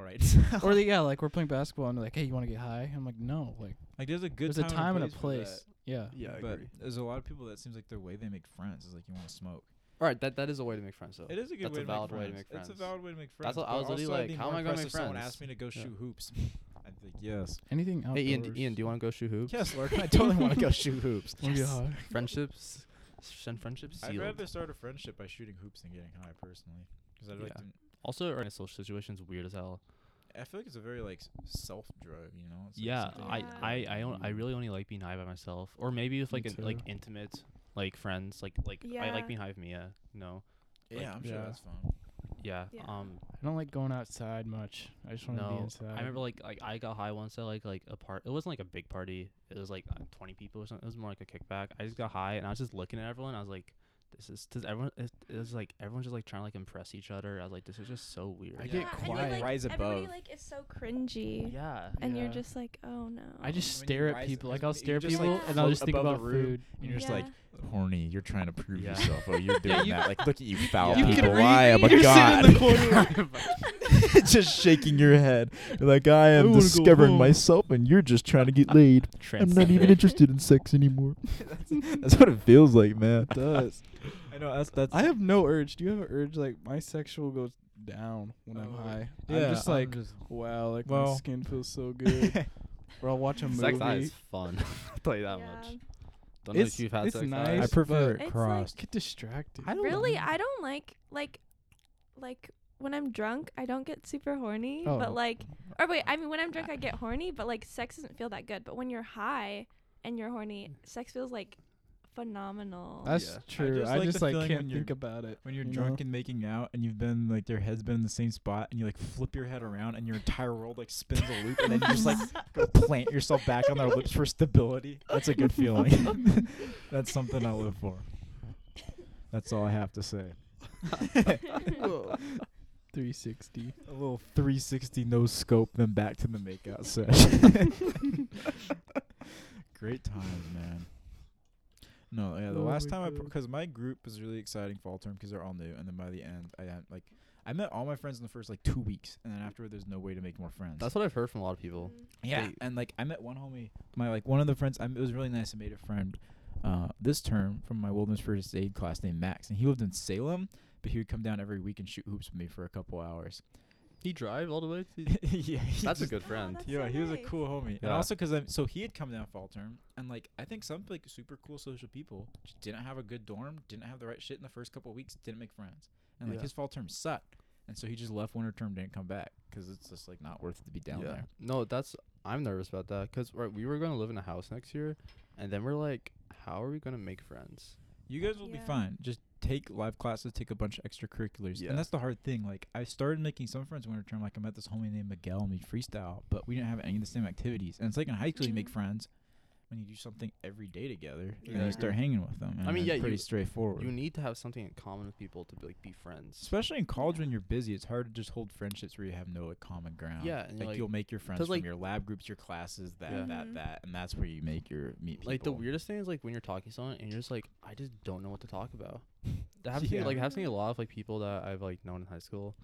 S2: right now.
S1: or they, yeah, like we're playing basketball and they're like hey, you want to get high? I'm like no, like
S2: like, there's a good
S1: there's a time and a
S2: for
S1: place. Yeah.
S2: that,
S3: Yeah, I
S2: but
S3: agree.
S2: there's a lot of people that seems like the way they make friends is like you want to smoke.
S3: All right, that that is a way to make friends though.
S2: It is a good
S3: That's
S2: way,
S3: a
S2: to
S3: valid
S2: make
S3: way to
S2: friends.
S3: make
S2: It's
S3: friends.
S2: a valid way to make friends.
S3: That's what I
S2: but
S3: was literally
S2: also, I'd
S3: like,
S2: be
S3: how
S2: more
S3: am I gonna
S2: impressed
S3: make
S2: if Someone
S3: friends?
S2: asked me to go
S3: Yeah.
S2: shoot hoops. I'd think yes.
S1: Anything outdoors.
S3: Hey Ian, Ian, do you want to go shoot hoops?
S2: Yes, Larkin, I totally want to go shoot hoops.
S1: Wanna get high?
S3: Friendships, send friendships
S2: I'd
S3: sealed.
S2: rather start a friendship by shooting hoops than getting high personally, because I'd like
S3: Yeah.
S2: to
S3: Also, our social situation's weird as hell.
S2: I feel like it's a very like self drug, you know? It's, like,
S7: yeah,
S2: something
S7: I,
S2: that
S7: I, I don't. I
S2: you-
S7: really only like being high by myself, or maybe with
S1: Me
S7: like an, like
S1: too.
S7: intimate, like friends. Like like I
S4: Yeah.
S7: like being high with Mia. No,
S2: Yeah,
S7: like-
S2: I'm sure
S1: Yeah.
S2: that's fun.
S7: yeah.
S4: Yeah.
S7: Um,
S1: I don't like going outside much. I just want to be
S7: no.
S1: inside.
S7: I remember like like I got high once at like like a part. It wasn't like a big party. It was like uh, 20 people or something. It was more like a kickback. I just got high and I was just looking at everyone. I was like, this is does everyone? It, it was like everyone's just like trying to like impress each other. I was like, this is just so weird.
S2: I get
S4: Yeah, and
S2: quiet.
S4: Then, like,
S2: Rise
S4: everybody,
S2: above.
S4: like is so cringy,
S7: yeah.
S4: and
S1: Yeah.
S4: you're just like, oh no.
S1: I just
S2: When you
S1: stare at
S2: rise-
S1: people.
S2: because
S1: Like I'll
S2: when you
S1: stare at
S2: just,
S1: people
S4: like,
S1: and I'll
S2: float
S1: just think
S2: above the
S1: about
S2: room,
S1: food.
S2: and you're just
S4: Yeah.
S2: like horny. You're trying to prove
S7: Yeah.
S2: yourself. Oh, you're
S1: Yeah,
S2: doing
S1: you-
S2: that. Like, look at you, foul
S1: You can
S2: people.
S1: read
S2: I am
S1: me.
S2: a
S1: You're
S2: god.
S1: sitting in the corner.
S2: just shaking your head. You're like I
S1: I
S2: am
S1: wanna go
S2: discovering
S1: home."
S2: myself, and you're just trying to get laid. I'm not even
S7: Transphobic.
S2: interested in sex anymore. that's, that's what it feels like, man.
S1: It does.
S2: I know. That's that's.
S1: I have no urge. Do you have an urge? Like my sexual goes down when I'm
S2: Oh,
S1: high.
S2: yeah,
S1: I'm just
S2: I'm
S1: like,
S2: just-
S1: wow, like my
S2: Well.
S1: skin feels so good. or I'll watch a movie.
S3: Sex high is fun. Tell you that
S4: Yeah.
S3: much. Don't know if
S1: It's-
S3: you've had
S1: it's
S3: sex high.
S1: nice.
S2: I
S1: It's-
S2: prefer
S4: but-
S2: it
S4: It's
S2: crossed.
S1: Get distracted.
S3: I don't
S4: really,
S3: know.
S4: I don't like like like when I'm drunk, I don't get super horny.
S1: Oh.
S4: But like, or wait, I mean, when I'm drunk, I get horny, but like, sex doesn't feel that good. But when you're high and you're horny, sex feels like phenomenal.
S1: That's
S3: Yeah.
S1: true.
S2: just
S1: I
S2: like the
S1: just like,
S2: feeling
S1: can't
S2: when you're-
S1: think about it.
S2: When you're
S1: you
S2: drunk
S1: know?
S2: and making out, and you've been like their head's been in the same spot, and you like flip your head around, and your entire world like spins a loop, and then you just like go plant yourself back on their lips for stability. That's a good feeling. That's something I live for. That's all I have to say.
S1: 360.
S2: A little 360 no scope, then back to the makeout session. Great times, man. No, yeah. The
S1: Oh
S2: last
S1: my
S2: time I,
S1: God.
S2: because my group was really exciting fall term because they're all new, and then by the end, I had like, I met all my friends in the first like two weeks, and then afterward, there's no way to make more friends.
S3: That's what I've heard from a lot of people.
S2: Yeah,
S3: They-
S2: and like I met one homie, my like one of the friends. I, it was really nice. I made a friend uh, this term from my wilderness first aid class named Max, and he lived in Salem, but he would come down every week and shoot hoops with me for a couple hours.
S3: He drive all the way. To
S2: yeah, he
S3: That's a
S2: just-
S3: good
S8: Oh,
S3: friend.
S8: that's
S2: Yeah,
S8: so
S2: he was a
S8: nice.
S2: cool homie, and
S3: Yeah.
S2: also because I'm so he had come down fall term, and like I think some like super cool social people just didn't have a good dorm, didn't have the right shit in the first couple of weeks, didn't make friends, and like
S1: Yeah.
S2: his fall term sucked, and so he just left winter term, didn't come back because it's just like not worth it to be down there.
S3: No, that's I'm nervous about that because right, we were gonna live in a house next year, and then we're like, how are we gonna make friends?
S2: You guys will be
S8: Yeah.
S2: fine. Just take live classes, take a bunch of extracurriculars,
S3: Yeah.
S2: and that's the hard thing. Like I started making some friends winter term, like I met this homie named Miguel, and we freestyle, but we didn't have any of the same activities, and it's like in high school you make
S8: Mhm.
S2: friends. When you do something every day together, and
S8: Yeah.
S2: you start hanging with them. and
S3: mean,
S2: it's
S3: yeah,
S2: pretty
S3: you-
S2: straightforward.
S3: You need to have something in common with people to be, like be friends.
S2: Especially in college when you're busy, it's hard to just hold friendships where you have no like, common ground.
S3: Yeah, and you're
S2: like,
S3: like-
S2: you'll make your friends
S3: 'cause,
S2: from
S3: like-
S2: your lab groups, your classes, that,
S3: Yeah.
S2: that,
S8: Mhm.
S2: that, and that's where you make your meet people.
S3: Like the weirdest thing is like when you're talking to someone and you're just like, I just don't know what to talk about. That happens to
S2: Yeah.
S3: me, like happens to me a lot of like people that I've like known in high school.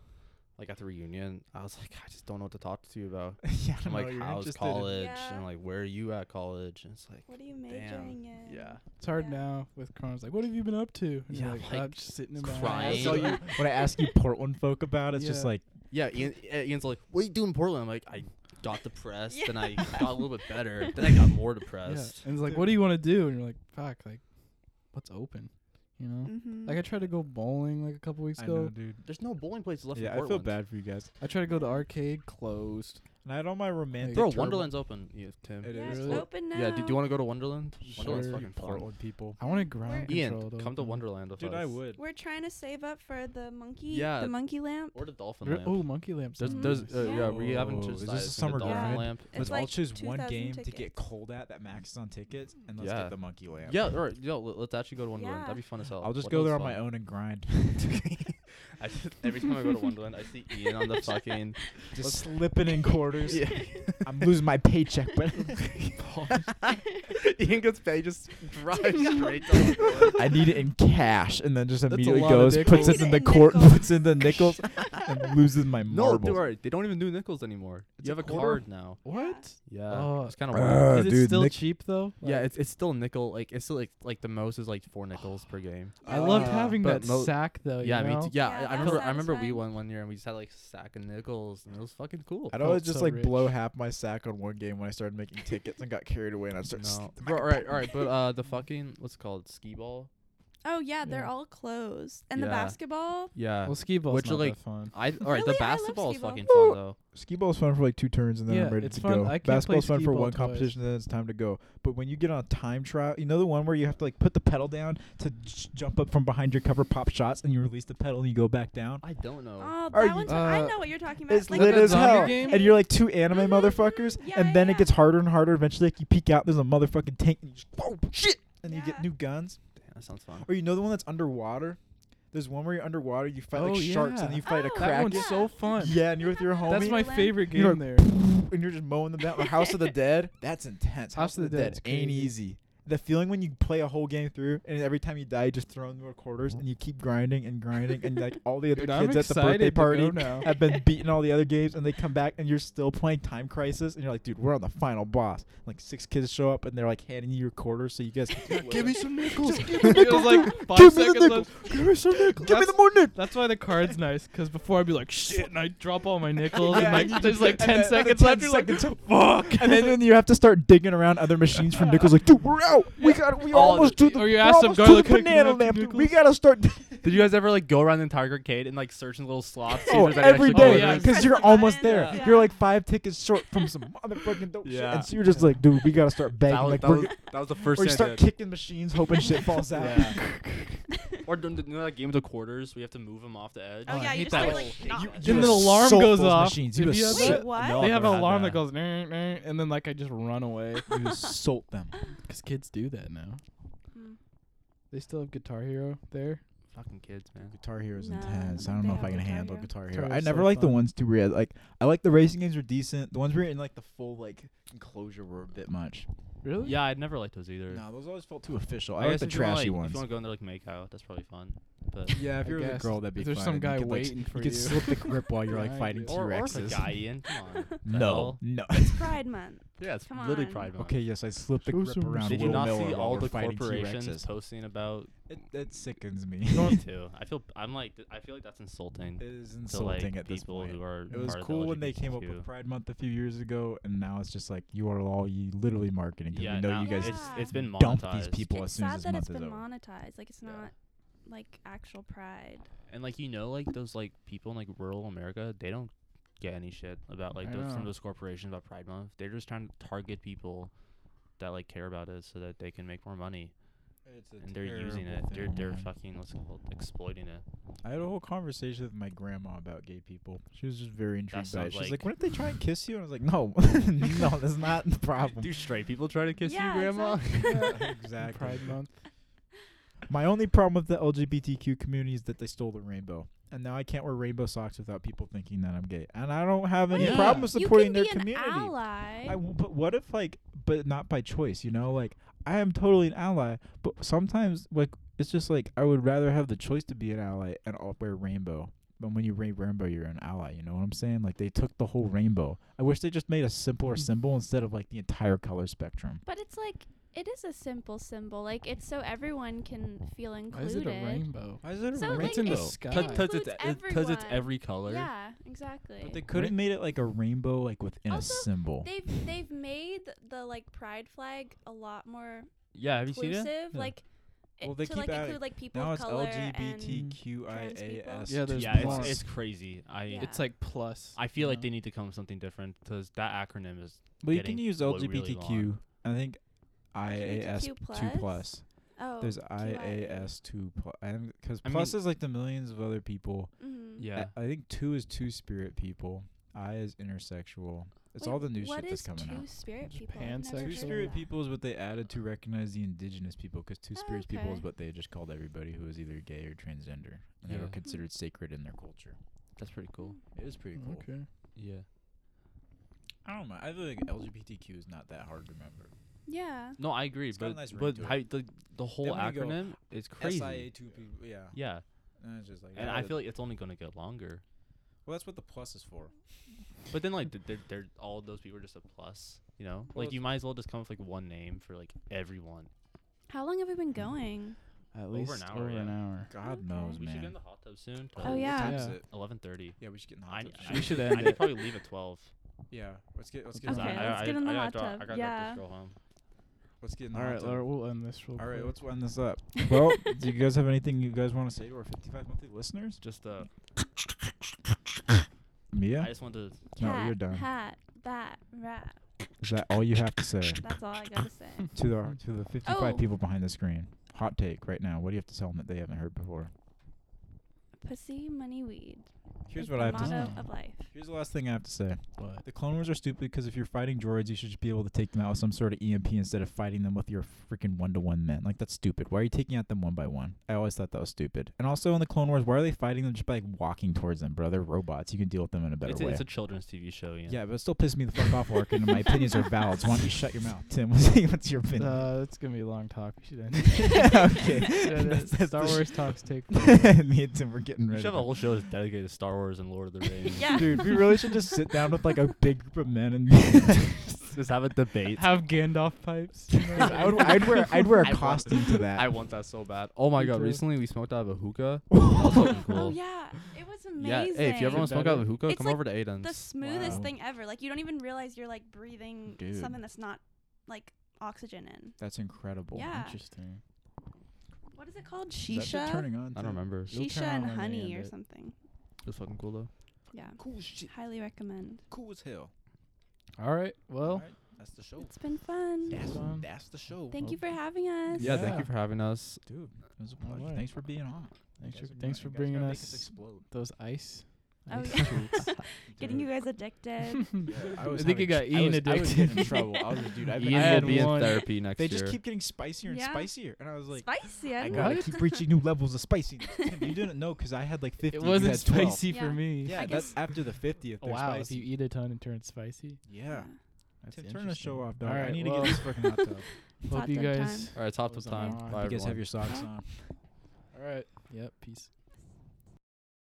S3: Like at the reunion, I was like, I just don't know what to talk to you about.
S2: yeah,
S3: I'm like,
S2: you're
S3: how's
S2: interested in-
S3: college?
S8: Yeah.
S3: And like, where are you at college? And it's like,
S8: What are you majoring in?
S3: yeah.
S1: It's hard
S8: Yeah.
S1: now with Crohn's. Like, what have you been up to? And
S3: Yeah,
S1: you're like,
S3: like,
S1: I'm just sitting in
S2: When I
S1: my
S3: crying.
S1: house. Oh,
S2: ask you- when I ask you Portland folk about, it's just
S1: Yeah.
S2: like,
S3: Yeah, Ian, uh, Ian's like, "What do you do in Portland?" I'm like, "I got depressed, then I got a little bit better, then I got more
S1: Yeah.
S3: depressed."
S1: And it's like, what do you want to do? And you're like, fuck, like, what's open? You know?
S8: Mm-hmm.
S1: Like, I tried to go bowling like a couple weeks
S2: I
S1: ago.
S2: know, dude.
S3: There's no bowling places left
S2: yeah,
S3: in
S2: I feel
S3: Portland.
S2: bad for you guys.
S1: I tried to go to arcade, closed.
S2: And I had all my romantic.
S3: Bro,
S2: turmoil-
S3: Wonderland's open, yeah, Tim.
S2: It
S8: yeah,
S1: is.
S8: it's
S1: Really?
S8: open now.
S3: yeah, do, do you want to go to Wonderland?
S2: Sure,
S3: Wonderland's
S2: you
S3: fucking fun.
S2: Portland people.
S1: I wanted ground
S8: Where-
S1: control.
S3: Ian, come to
S1: open.
S3: Wonderland with
S2: Dude,
S3: us.
S2: I would.
S8: We're trying to save up for the monkey.
S3: Yeah.
S8: The monkey lamp.
S3: Or the Dolphin
S1: Re-
S3: Lamp.
S1: oh, monkey lamps.
S3: there's,
S1: are
S3: there's,
S1: nice.
S3: uh, yeah, we
S2: Yeah.
S3: haven't
S2: Whoa,
S3: just
S2: is this a
S3: decided to get
S2: summer
S3: Dolphin
S8: grind?
S3: Lamp.
S2: Let's
S8: It's
S2: all
S8: like
S2: choose one
S8: 2,000
S2: game to get
S8: tickets.
S2: cold at that maxes on tickets, and let's
S3: Yeah.
S2: get the monkey lamp.
S3: Yeah, all right, yo, let- let's actually go to Wonderland.
S8: Yeah.
S3: That'd be fun as hell.
S2: I'll just go
S3: Wonderland's
S2: there on my
S3: fun.
S2: own and grind.
S3: I just, every time I go to Wonderland, I see Ian on the fucking.
S2: just slipping in quarters.
S3: Yeah.
S2: I'm losing my paycheck, but
S3: Ian gets paid, he just drives straight to
S2: I need it in cash, and then just
S1: a
S2: immediately
S1: lot of
S2: goes, puts
S8: nickels.
S2: it in
S8: Need
S2: the
S8: it in
S2: court,
S8: nickels.
S2: puts in the nickels, and loses my
S3: No,
S2: marbles.
S3: dude, alright, they don't even do nickels anymore.
S1: It's
S3: you
S1: a
S3: have a
S1: quarter?
S3: card now.
S1: What?
S3: Yeah,
S1: Oh.
S3: it's kind
S2: Uh,
S3: of weird.
S1: Is it
S2: dude,
S1: still
S2: Nick-
S1: cheap though?
S3: yeah,
S1: Like,
S3: it's it's still nickel. Like it's still like like the most is like four nickels per game.
S1: I loved
S2: Uh,
S1: having
S3: but
S1: that
S3: mo-
S1: sack
S2: Oh,
S1: though.
S3: yeah,
S1: you
S3: me
S1: know?
S3: too. Yeah,
S8: Yeah,
S3: I- I
S8: that
S3: remember.
S8: was
S3: I remember we
S8: satisfying.
S3: won one year and we just had like a sack of nickels and it was fucking cool.
S2: I'd always
S1: Felt
S2: just
S1: so
S2: like blow
S1: rich.
S2: half my sack on one game when I started making tickets and got carried away, and I started.
S3: No, bro, all right, all right, but uh, the fucking what's it called skee ball?
S8: Oh yeah, they're
S1: Yeah.
S8: all closed. And the
S3: Yeah.
S2: Oh.
S8: basketball.
S3: Yeah,
S1: Well, skee ball's
S3: Which are,
S1: not
S3: like,
S1: that fun.
S3: I all right.
S8: Really? I
S3: The
S8: love
S3: basketball is
S8: skee ball.
S3: fucking fun
S2: Oh.
S3: though.
S2: Skee ball's fun for like two turns, and then
S1: Yeah,
S2: I'm ready
S1: it's
S2: to
S1: fun.
S2: go.
S1: I can't play
S2: Basketball's fun
S1: skee
S2: for
S1: ball
S2: one
S1: twice.
S2: competition, and then it's time to go. But when you get on a time trial, you know the one where you have to like put the pedal down to j- jump up from behind your cover, pop shots, and you release the pedal and you go back down.
S3: I don't know.
S8: Oh,
S2: Are
S8: that
S2: you-
S8: one's. I
S1: Uh,
S8: know what you're talking about.
S2: It's
S8: like
S2: lit
S1: the
S2: as
S1: zombie
S2: hell,
S1: game?
S2: and you're like two anime
S8: Mhm,
S2: motherfuckers,
S8: mhm. Yeah,
S2: and
S8: yeah,
S2: then
S8: yeah.
S2: it gets harder and harder. Eventually, like you peek out, there's a motherfucking tank, and you just oh shit, and you
S8: Yeah.
S2: get new guns.
S3: Damn, that sounds fun.
S2: Or you know the one that's underwater. There's one where you're underwater, you fight
S1: Oh,
S2: like sharks, and
S1: yeah.
S2: you fight a
S8: Oh,
S1: That
S2: kraken.
S1: one's so fun.
S2: Yeah, and you're with your homie.
S1: That's my
S8: Wonderland.
S1: favorite game
S2: You're
S1: there.
S2: and you're just mowing them down. The House of the Dead, that's intense.
S1: House of the Dead's
S2: ain't
S1: crazy.
S2: easy. The feeling when you play a whole game through, and every time you die, you just throw in more quarters, and you keep grinding and grinding, and like all the other
S1: Dude, I'm
S2: kids at the
S1: excited
S2: birthday
S1: to go
S2: party
S1: now.
S2: have been beating all the other games, and they come back, and you're still playing Time Crisis, and you're like, dude, we're on the final boss. Like six kids show up, and they're like handing you your quarters, so you guys give me some nickels, give me
S1: it was like five
S2: Give me the
S1: seconds
S2: nickel.
S1: left.
S2: give me some nickels, give me
S1: That's-
S2: the more nickels.
S1: That's why the card's nice, because before I'd be like, shit, and I drop all my nickels,
S2: Yeah,
S1: and
S2: you
S1: like, there's like
S2: and then-
S1: 10
S2: and then
S1: seconds
S2: 10
S1: left. You're like,
S2: seconds,
S1: fuck.
S2: and then, then you have to start digging around other machines for nickels. Like, dude, we're out. We got. We almost to the.
S1: Oh, or you
S2: we're
S1: ask some
S2: almost to
S1: garlic
S2: the
S1: cook, you
S2: banana
S1: want
S2: lamp.
S1: some
S2: dude. We
S1: nickels?
S2: gotta start.
S3: Did you guys ever like go around the entire arcade and like search in little slots? see if
S2: oh,
S3: there's any
S2: every
S3: actually
S1: Oh,
S2: day
S1: yeah.
S3: quarters?
S2: because
S8: Press
S2: you're
S8: the
S2: almost
S8: button.
S2: there.
S8: Yeah.
S2: You're like five tickets short from some motherfucking dope shit,
S3: Yeah.
S2: and so you're just like, dude, we gotta start banging.
S3: That was,
S2: like,
S3: that
S2: we're
S3: was-
S2: g-
S3: that was the first
S2: or you
S3: thing I
S2: start
S3: did.
S2: kicking machines, hoping shit falls out.
S3: Yeah. Or do you know that game of the quarters? We have to move them off the edge.
S8: Oh,
S1: Oh, I
S8: yeah,
S1: hate
S8: you just
S1: that
S8: have to
S1: one.
S8: like knock.
S2: You-
S1: Then
S2: would
S1: the alarm
S2: assault
S1: goes
S2: those
S1: off.
S2: machines.
S1: Did
S2: You
S1: you have
S8: Wait,
S1: that?
S2: assault.
S8: what?
S2: No,
S1: they
S2: I've
S1: have an
S2: never had
S1: alarm that
S2: that.
S1: goes, "Nah, nah," and then like I just run away.
S2: You assault them.
S1: Because kids do that now.
S8: Mm.
S1: They still have Guitar Hero there.
S3: Fucking kids, man.
S2: Guitar Hero is
S8: No,
S2: intense. I
S8: they
S2: don't know if
S8: have
S2: I can
S8: Guitar
S2: handle
S8: Hero.
S2: Guitar
S1: Guitar
S2: Hero. I
S1: Hero's
S2: never
S1: so
S2: like the
S1: fun.
S2: ones too weird. Like I like the racing games were decent. The ones where you're in like the full like enclosure were a bit much.
S1: Really?
S3: Yeah, I'd never liked those either.
S2: No, those always felt too official.
S3: I
S2: I, like
S3: guess
S2: the
S3: if you wanna,
S2: trashy
S3: like, If
S2: ones.
S3: you want to go in there like make out, that's probably fun. But
S2: Yeah, if
S1: I
S2: you're with a
S1: guess.
S2: girl, that'd be
S1: There's
S2: fun,
S1: some
S2: and you
S1: guy
S2: could, like, s-
S1: waiting for
S2: you.
S1: you.
S2: could slip the grip while you're like
S1: Yeah, I
S2: fighting
S1: guess.
S2: T
S3: or, or if a
S2: Rexes.
S3: guy Ian, come on. What the
S2: No,
S3: hell?
S2: no.
S4: It's Pride Month.
S3: Yeah, it's
S4: Come
S3: literally
S4: on.
S3: Pride Month.
S2: Okay, yes, I slipped the
S1: Show
S2: grip
S1: some
S2: around.
S3: Did
S1: Will
S3: you not
S2: Miller
S3: see
S2: while
S3: all
S2: we're
S3: the
S2: fighting
S3: corporations
S2: T-Rexes.
S3: posting about
S2: It, it sickens me.
S3: me too? I feel I'm like th- I feel like that's insulting.
S2: it is
S3: to
S2: insulting
S3: like
S2: at this
S3: people
S2: point.
S3: who are
S2: It was
S3: part of the
S2: cool when they came up
S3: LGBTQ.
S2: with Pride Month a few years ago, and now it's just like you are all you literally marketing. 'cause
S3: yeah,
S2: we know
S3: now
S2: you guys
S3: it's it's been
S2: dump
S3: monetized.
S2: these people
S4: it's
S2: as soon
S4: sad
S2: as this
S4: that
S2: month
S4: it's
S2: is
S4: been
S2: over.
S4: monetized. Like it's
S3: Yeah.
S4: not like actual pride.
S3: and like you know like those like people in like rural America they don't get any shit about like
S1: I
S3: those,
S1: know.
S3: from those corporations about Pride Month. They're just trying to target people that like care about it so that they can make more money
S2: It's a
S3: and they're using it.
S2: terrible
S3: They're
S2: thing,
S3: they're
S2: man.
S3: fucking what's it called exploiting it.
S2: I had a whole conversation with my grandma about gay people. She was just very intrigued by it.
S3: sounds
S2: She's like,
S3: like-
S2: "Why don't they try and kiss you?" And I was like, "No, no, that's not the problem."
S3: Do straight people try to kiss
S4: Yeah,
S3: you, grandma?
S2: Yeah,
S1: In
S2: exactly.
S1: Pride Month.
S2: My only problem with the LGBTQ community is that they stole the rainbow, and now I can't wear rainbow socks without people thinking that I'm gay. And I don't have any
S1: Wait,
S2: problem with
S4: You
S2: supporting
S4: can
S2: their
S4: be an
S2: community.
S4: ally.
S2: I w- but what if like, but not by choice, you know? Like, I am totally an ally, but sometimes like it's just like I would rather have the choice to be an ally and I'll wear rainbow. But when you wear rainbow, you're an ally. You know what I'm saying? Like they took the whole rainbow. I wish they just made a
S9: Mm.
S2: simpler symbol instead of like the entire color spectrum.
S9: But it's like it is a simple symbol. Like it's so everyone can feel
S1: Why is it
S9: included.
S1: a rainbow?
S2: Why is
S9: a
S2: it a
S9: So,
S1: rainbow?
S9: like,
S1: It's in the
S9: it's-
S1: sky.
S9: Includes
S3: Because it's because it's
S9: everyone.
S3: every color.
S9: Yeah, exactly.
S2: But they could have made it like a rainbow, like within
S9: Also,
S2: a symbol.
S9: they've they've made the like pride flag a lot more
S3: Yeah, have you seen it?
S9: inclusive.
S2: Yeah.
S9: Like it-
S2: Well, they
S9: to
S2: keep
S9: like
S2: adding-
S9: include like people
S2: Now
S9: of
S2: it's
S9: color and trans people.
S2: LGBTQIAS.
S1: Yeah, there's
S3: Yeah,
S1: plus.
S3: it's, it's crazy. I
S9: Yeah.
S1: It's like plus.
S3: I feel
S1: you
S3: like they
S1: know?
S3: need to come with something different because that acronym is
S2: Well, you can
S3: getting
S2: use
S3: what we really
S2: LGBTQ.
S3: want.
S2: I think IAS two
S9: LGBTQ+?
S2: plus.
S9: oh
S2: There's
S9: QI.
S2: IAS two plus. Because
S3: I
S2: plus
S3: mean-
S2: is like the millions of other people.
S9: mhm.
S2: I-
S3: yeah.
S2: I, think two is two spirit people. I is intersexual. It's
S9: Wait,
S2: all the new
S9: what
S2: shit that's
S9: is
S2: coming
S9: two
S2: out.
S9: spirit
S1: Just
S9: people. I've never
S1: pansexual.
S9: heard
S2: Two
S9: of
S2: spirit
S9: that.
S2: people is what they added to recognize the indigenous people, because two
S9: Oh,
S2: spirit people
S9: okay.
S2: is what they just called everybody who was either gay or transgender, and they were
S3: Yeah.
S2: considered sacred in their culture.
S3: That's pretty cool.
S2: It was pretty cool.
S1: Okay.
S3: Yeah.
S2: I don't know. I feel like LGBTQ is not that hard to remember.
S4: Yeah.
S3: No, I agree,
S2: It's got a
S3: but
S2: nice ring
S3: but
S2: to it.
S3: how, the the whole
S2: when you go
S3: acronym is crazy.
S2: SIA two people. Yeah.
S3: Yeah,
S2: And it's just like.
S3: and
S2: ah,
S3: I feel like it's only gonna get longer.
S2: well, that's what the plus is for.
S3: But then like th- they're they're all those people are just a plus, you know.
S2: Well,
S3: Like you might as well just come up with like one name for like everyone.
S4: How long have we been going?
S1: At
S3: Over an
S1: least
S3: hour,
S1: over
S3: yeah.
S1: an hour.
S2: God
S4: Okay.
S2: knows,
S3: We should get in
S2: man.
S3: the hot tub soon.
S4: Oh, yeah.
S2: What time is
S1: Yeah.
S2: it?
S3: Eleven thirty.
S2: Yeah, we should get in the hot
S3: I
S2: tub
S3: I-
S1: We should
S3: I
S1: end
S3: need
S1: it.
S3: to probably leave at twelve.
S2: Yeah, let's get let's get
S3: Cause
S4: Okay,
S2: in the
S3: I, I,
S4: let's
S3: I,
S4: get in the
S3: I gotta
S4: hot
S3: drop-
S4: tub.
S3: I gotta
S4: Yeah.
S3: drop this girl home.
S2: let's get in the
S1: All
S2: hot
S1: right,
S2: tub.
S1: Laura, we'll end this real
S2: All
S1: quick.
S2: right, let's wind this up. Well, do you guys have anything you guys want to say to our 55 monthly listeners?
S3: Just uh, I
S2: Mia,
S3: just wanted to
S2: No,
S4: Cat,
S2: you're done.
S4: Hat, bat, rat.
S2: is that all you have to say
S4: That's all I gotta say.
S2: to the to the 55
S4: Oh.
S2: people behind the screen? Hot take right now. What do you have to tell them that they haven't heard before?
S4: Pussy, money, weed.
S2: Here's
S4: is
S2: what
S4: the
S2: I have to
S4: motto
S2: say.
S1: say.
S4: of life.
S2: Here's the last thing I have to say.
S1: What?
S2: The Clone Wars are stupid because if you're fighting droids, you should just be able to take them out with some sort of EMP instead of fighting them with your freaking one to one men. Like, that's stupid. Why are you taking out them one by one? I always thought that was stupid. And also in the Clone Wars, why are they fighting them just by like, walking towards them, bro? They're robots. You can deal with them in a better
S3: it's
S2: way.
S3: a, it's a children's TV show. Yeah.
S2: yeah, but it still pisses me the fuck off, Larkin, and my opinions are valid. So why don't you shut your mouth, Tim? What's your opinion?
S1: Uh, it's gonna be a long talk. We should end. it.
S2: okay.
S1: Yeah,
S2: That's- that's
S1: Star
S2: the sh-
S1: Wars talks take.
S2: Me and Tim, we're getting
S3: You
S2: ready.
S3: should have a whole show that's dedicated to Star Wars and Lord of the Rings.
S4: Yeah.
S2: Dude, we really should just sit down with like a big group of men and
S3: Just have a debate.
S1: Have Gandalf pipes.
S2: I would, I'd wear I'd wear
S3: I
S2: a
S3: want-
S2: costume to that.
S10: I want that so bad. Oh my
S1: Me
S10: god!
S1: too.
S10: Recently we smoked out of a hookah. that was fucking cool.
S4: Oh yeah, it was amazing.
S10: Yeah, Hey, if you ever want to smoke out of a hookah,
S4: It's
S10: come
S4: like
S10: over to Aiden's.
S4: the smoothest
S2: Wow.
S4: thing ever. Like you don't even realize you're like breathing
S2: Dude.
S4: something that's not like oxygen in.
S2: That's incredible.
S4: Yeah.
S1: Interesting.
S4: What is it called?
S2: Is that shit
S4: Shisha.
S2: turning on.
S10: I don't
S2: too?
S10: remember. It
S1: You'll
S4: Shisha
S1: turn
S4: and
S1: on when they end
S4: honey or
S1: it.
S4: something.
S10: was fucking cool though.
S4: Yeah,
S2: Cool shit.
S4: highly recommend.
S2: Cool as hell.
S1: All right. Well.
S2: Alright, that's the show.
S4: It's been fun.
S1: Yes.
S2: That's,
S1: Um,
S2: that's the show.
S4: Thank you for having us.
S10: Yeah, thank
S1: Yeah.
S10: you for having us.
S2: Dude, it was a
S1: All
S2: pleasure.
S1: right.
S2: Thanks for being on.
S1: Thanks for
S2: You guys are
S1: thanks
S2: great.
S1: for
S2: You guys
S1: bringing
S2: gotta make us
S1: us
S2: explode.
S1: those ice.
S4: Oh,
S1: ice
S4: yeah.
S1: treats.
S4: Getting you guys addicted.
S2: Yeah,
S1: I think it got
S2: I
S1: Ian
S2: was- I was
S1: addicted.
S2: getting in trouble. I was like, dude, I've been
S1: Ian
S2: I
S1: had
S10: Ian will be
S1: one-
S10: in therapy next
S2: They
S10: year.
S2: just keep getting spicier and
S4: Yeah.
S2: spicier, and I was like,
S4: Spicy.
S2: I
S4: I
S2: gotta
S1: What?
S2: keep reaching new levels of spiciness. Tim, you didn't know because I had like 50.
S1: It
S2: you
S1: wasn't
S2: had 12.
S1: spicy
S4: Yeah.
S1: for me.
S2: Yeah,
S4: I
S2: that's
S4: guess-
S2: after the 50th.
S1: Oh,
S2: They're
S1: wow.
S2: spicy.
S1: If you eat a ton and turn it spicy.
S2: yeah.
S1: That's
S2: Tim, turn the
S1: interesting.
S2: show off, dog.
S1: All
S2: I
S1: right,
S2: need
S1: well,
S2: to get this fucking hot tub.
S1: Hope
S4: Hot
S1: you
S4: tub
S1: guys.
S10: All right, top of
S1: Goes
S10: time.
S1: on.
S10: Bye,
S2: You
S10: everyone.
S2: guys have your socks on.
S1: All right. Yep. Peace.